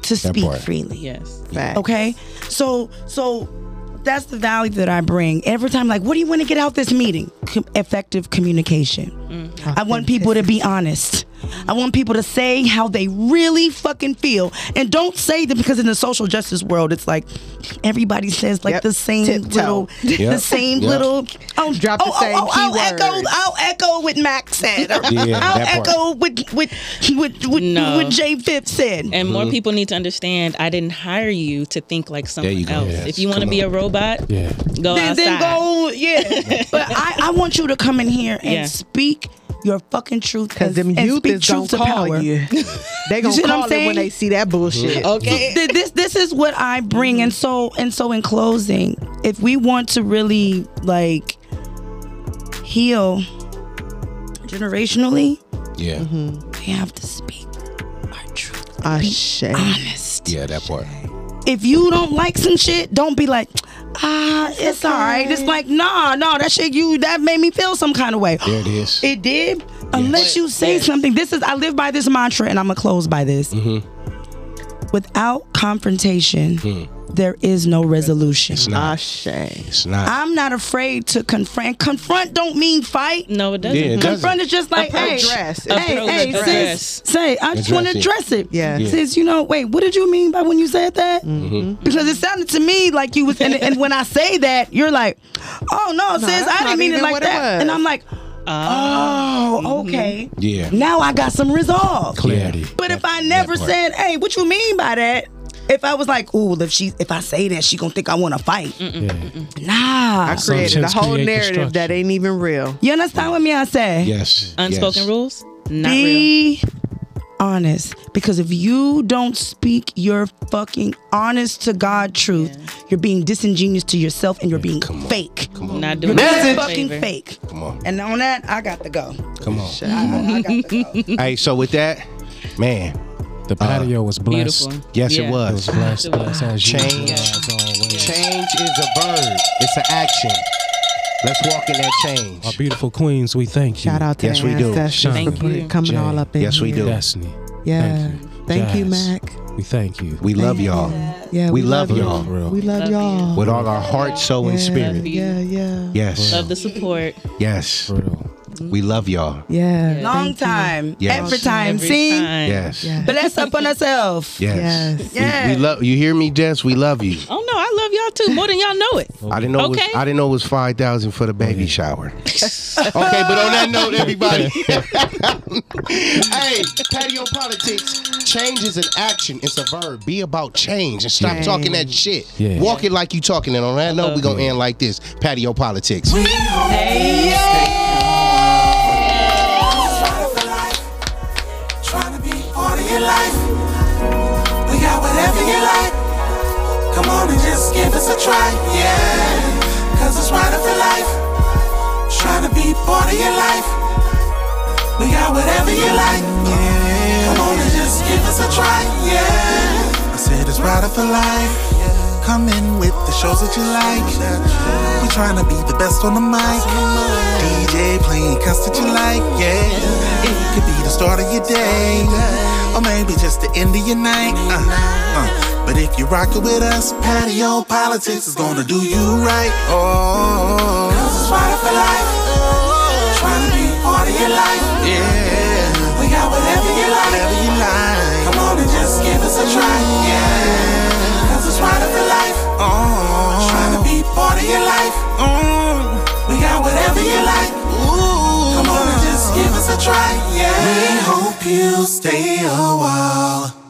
[SPEAKER 2] to speak
[SPEAKER 1] part.
[SPEAKER 2] freely.
[SPEAKER 4] Yes.
[SPEAKER 5] Fact.
[SPEAKER 2] Okay. So so that's the value that I bring. Every time like what do you want to get out this meeting? Com- effective communication.
[SPEAKER 5] Mm-hmm.
[SPEAKER 2] I want people to be honest. I want people to say how they really fucking feel and don't say that because in the social justice world it's like everybody says like
[SPEAKER 5] Yep.
[SPEAKER 2] the same
[SPEAKER 5] Tiptoe.
[SPEAKER 2] little the
[SPEAKER 1] Yep.
[SPEAKER 2] same
[SPEAKER 1] Yep.
[SPEAKER 2] little oh
[SPEAKER 5] Drop the
[SPEAKER 2] oh,
[SPEAKER 5] same
[SPEAKER 2] oh, oh, I'll
[SPEAKER 5] keywords.
[SPEAKER 2] echo I'll echo what Max said. or
[SPEAKER 1] Yeah,
[SPEAKER 2] I'll
[SPEAKER 1] that part.
[SPEAKER 2] echo what what what what,
[SPEAKER 4] No.
[SPEAKER 2] what J Fip said.
[SPEAKER 4] And more
[SPEAKER 1] Mm-hmm.
[SPEAKER 4] people need to understand I didn't hire you to think like someone
[SPEAKER 1] you go.
[SPEAKER 4] else.
[SPEAKER 1] Yes.
[SPEAKER 4] If you want to
[SPEAKER 1] Come
[SPEAKER 4] be
[SPEAKER 1] on.
[SPEAKER 4] a robot,
[SPEAKER 3] Yeah.
[SPEAKER 4] go
[SPEAKER 2] then,
[SPEAKER 4] outside.
[SPEAKER 2] then go, yeah. but I, I want you to come in here and
[SPEAKER 4] Yeah.
[SPEAKER 2] speak your fucking truth
[SPEAKER 5] Because them
[SPEAKER 2] and, and
[SPEAKER 5] youth
[SPEAKER 2] speak
[SPEAKER 5] is gonna
[SPEAKER 2] truth to
[SPEAKER 5] call
[SPEAKER 2] power.
[SPEAKER 5] you. they gonna
[SPEAKER 2] see what I'm
[SPEAKER 5] call it when
[SPEAKER 2] saying?
[SPEAKER 5] they see that bullshit.
[SPEAKER 2] Okay. this this is what I bring, and so and so in closing, if we want to really like heal generationally,
[SPEAKER 1] Yeah.
[SPEAKER 2] we have to speak our truth,
[SPEAKER 5] Ah, Ashe.
[SPEAKER 2] Ah, honest.
[SPEAKER 1] Yeah, that part.
[SPEAKER 2] if you don't like some shit, don't be like, ah, it's, all right. It's like, nah, nah, that shit you that made me feel some kind of way.
[SPEAKER 1] There it is.
[SPEAKER 2] It did. Unless you say something. This is I live by this mantra and I'm gonna close by this.
[SPEAKER 1] Mm-hmm.
[SPEAKER 2] Without confrontation, there is no resolution.
[SPEAKER 1] Hmm. It's
[SPEAKER 5] Ah,
[SPEAKER 1] not.
[SPEAKER 5] Ashe.
[SPEAKER 1] It's not.
[SPEAKER 2] I'm not afraid to confront. Confront don't mean fight.
[SPEAKER 4] No, it doesn't.
[SPEAKER 1] Yeah, it does.
[SPEAKER 2] Confront is just like hey,
[SPEAKER 5] Address.
[SPEAKER 2] Hey, hey,
[SPEAKER 4] Address.
[SPEAKER 2] sis, say I just
[SPEAKER 1] Address
[SPEAKER 2] want
[SPEAKER 1] it.
[SPEAKER 2] to address it.
[SPEAKER 5] Yeah. Mm-hmm. Yeah.
[SPEAKER 2] Sis, you know, wait, what did you mean by when you said that?
[SPEAKER 1] Mm-hmm.
[SPEAKER 2] Because it sounded to me like you was, and, and when I say that, you're like, oh no, sis,
[SPEAKER 5] that's
[SPEAKER 2] I
[SPEAKER 5] not
[SPEAKER 2] didn't mean it
[SPEAKER 5] even
[SPEAKER 2] like
[SPEAKER 5] what it
[SPEAKER 2] that,
[SPEAKER 5] was. Mm-hmm.
[SPEAKER 2] and I'm like, oh, okay,
[SPEAKER 1] Yeah.
[SPEAKER 2] now I got some resolve.
[SPEAKER 1] Clarity.
[SPEAKER 2] But if I never
[SPEAKER 1] part.
[SPEAKER 2] said, hey, what you mean by that? If I was like, ooh, if she, if I say that, she gonna think I want to fight.
[SPEAKER 5] I
[SPEAKER 2] Nah,
[SPEAKER 5] created a
[SPEAKER 3] Assumptions
[SPEAKER 5] whole
[SPEAKER 3] create
[SPEAKER 5] narrative that
[SPEAKER 3] destruction.
[SPEAKER 5] ain't even real.
[SPEAKER 2] you understand what me I say?
[SPEAKER 1] Yes.
[SPEAKER 4] Unspoken
[SPEAKER 1] yes.
[SPEAKER 4] rules? Not real.
[SPEAKER 2] be honest because if you don't speak your fucking honest to God truth, you're being disingenuous to yourself and you're being fake.
[SPEAKER 4] Not
[SPEAKER 2] You're
[SPEAKER 4] doing
[SPEAKER 2] being
[SPEAKER 4] that.
[SPEAKER 2] fucking fake.
[SPEAKER 1] Come on.
[SPEAKER 2] And on that, I got to go.
[SPEAKER 1] Come on.
[SPEAKER 2] I got to go.
[SPEAKER 1] Hey, so with that, man.
[SPEAKER 3] The patio was blessed.
[SPEAKER 4] Beautiful.
[SPEAKER 1] Yes,
[SPEAKER 4] Yeah.
[SPEAKER 1] it
[SPEAKER 3] It
[SPEAKER 1] was.
[SPEAKER 3] was blessed. blessed as usual,
[SPEAKER 1] Change.
[SPEAKER 3] as always.
[SPEAKER 1] Change is a verb. It's an action. Let's walk in that change.
[SPEAKER 3] Our beautiful queens, we thank you.
[SPEAKER 5] Shout out to
[SPEAKER 1] Yes,
[SPEAKER 5] the
[SPEAKER 1] we do.
[SPEAKER 5] ancestors
[SPEAKER 3] Thank
[SPEAKER 5] for
[SPEAKER 4] you.
[SPEAKER 5] coming all up in
[SPEAKER 1] Yes, we
[SPEAKER 5] here.
[SPEAKER 1] do.
[SPEAKER 3] Destiny.
[SPEAKER 5] Yeah.
[SPEAKER 3] Thank you.
[SPEAKER 5] Thank you,
[SPEAKER 3] Jazz.
[SPEAKER 5] Mac.
[SPEAKER 3] We thank you.
[SPEAKER 1] We love y'all.
[SPEAKER 5] Yeah,
[SPEAKER 1] We love y'all.
[SPEAKER 3] For real.
[SPEAKER 5] We love
[SPEAKER 4] Love
[SPEAKER 5] y'all.
[SPEAKER 1] With all our heart, soul, and
[SPEAKER 5] Yeah,
[SPEAKER 1] spirit.
[SPEAKER 4] you.
[SPEAKER 5] Yeah, yeah,
[SPEAKER 1] Yes.
[SPEAKER 4] Love the support.
[SPEAKER 1] Yes.
[SPEAKER 3] For real.
[SPEAKER 1] We love y'all.
[SPEAKER 5] yeah.
[SPEAKER 2] Long
[SPEAKER 5] Thank you.
[SPEAKER 2] time.
[SPEAKER 1] Yes.
[SPEAKER 2] Every time.
[SPEAKER 4] Every
[SPEAKER 2] See?
[SPEAKER 4] time.
[SPEAKER 1] Yes.
[SPEAKER 5] Yeah.
[SPEAKER 2] But that's up on ourselves.
[SPEAKER 1] Yes.
[SPEAKER 5] Yes.
[SPEAKER 1] We- We,
[SPEAKER 2] Yeah.
[SPEAKER 1] love you. Hear me, Jess? We love you.
[SPEAKER 4] Oh no, I love y'all too more than y'all know it.
[SPEAKER 1] I didn't know. It
[SPEAKER 4] Okay.
[SPEAKER 1] was, I didn't know it was five thousand for the baby shower. okay, but on that note, everybody. hey, patio politics. Change is an action. It's a verb. Be about change and stop talking that shit.
[SPEAKER 3] Yeah.
[SPEAKER 1] Walk it like you talking it. On that note, we gonna end like this. Patio politics.
[SPEAKER 6] Trying to be part of your life. We got whatever you like. Come on and just give us a try. Yeah. Cause it's right for life. Trying to be part of your life. We got whatever you like. Come on and just give us a try. Yeah. I said it's right for life. Come in with the shows that you like. We trying to be the best on the mic. DJ playing cuts that you like. Yeah. It could be the start of your day. Or maybe just the end of your night. Uh, uh. But if you rock it with us, patio politics is gonna do you right. Oh. Cause it's right for life. Trying to be part of your life. Yeah. We got whatever you like. Whatever you like. Come on and just give us a try. Yeah. Cause it's right for life. Oh. Trying to be part of your life. We got whatever you like. Ooh. Come on and just give us a try. Yeah. We hope you stay a while.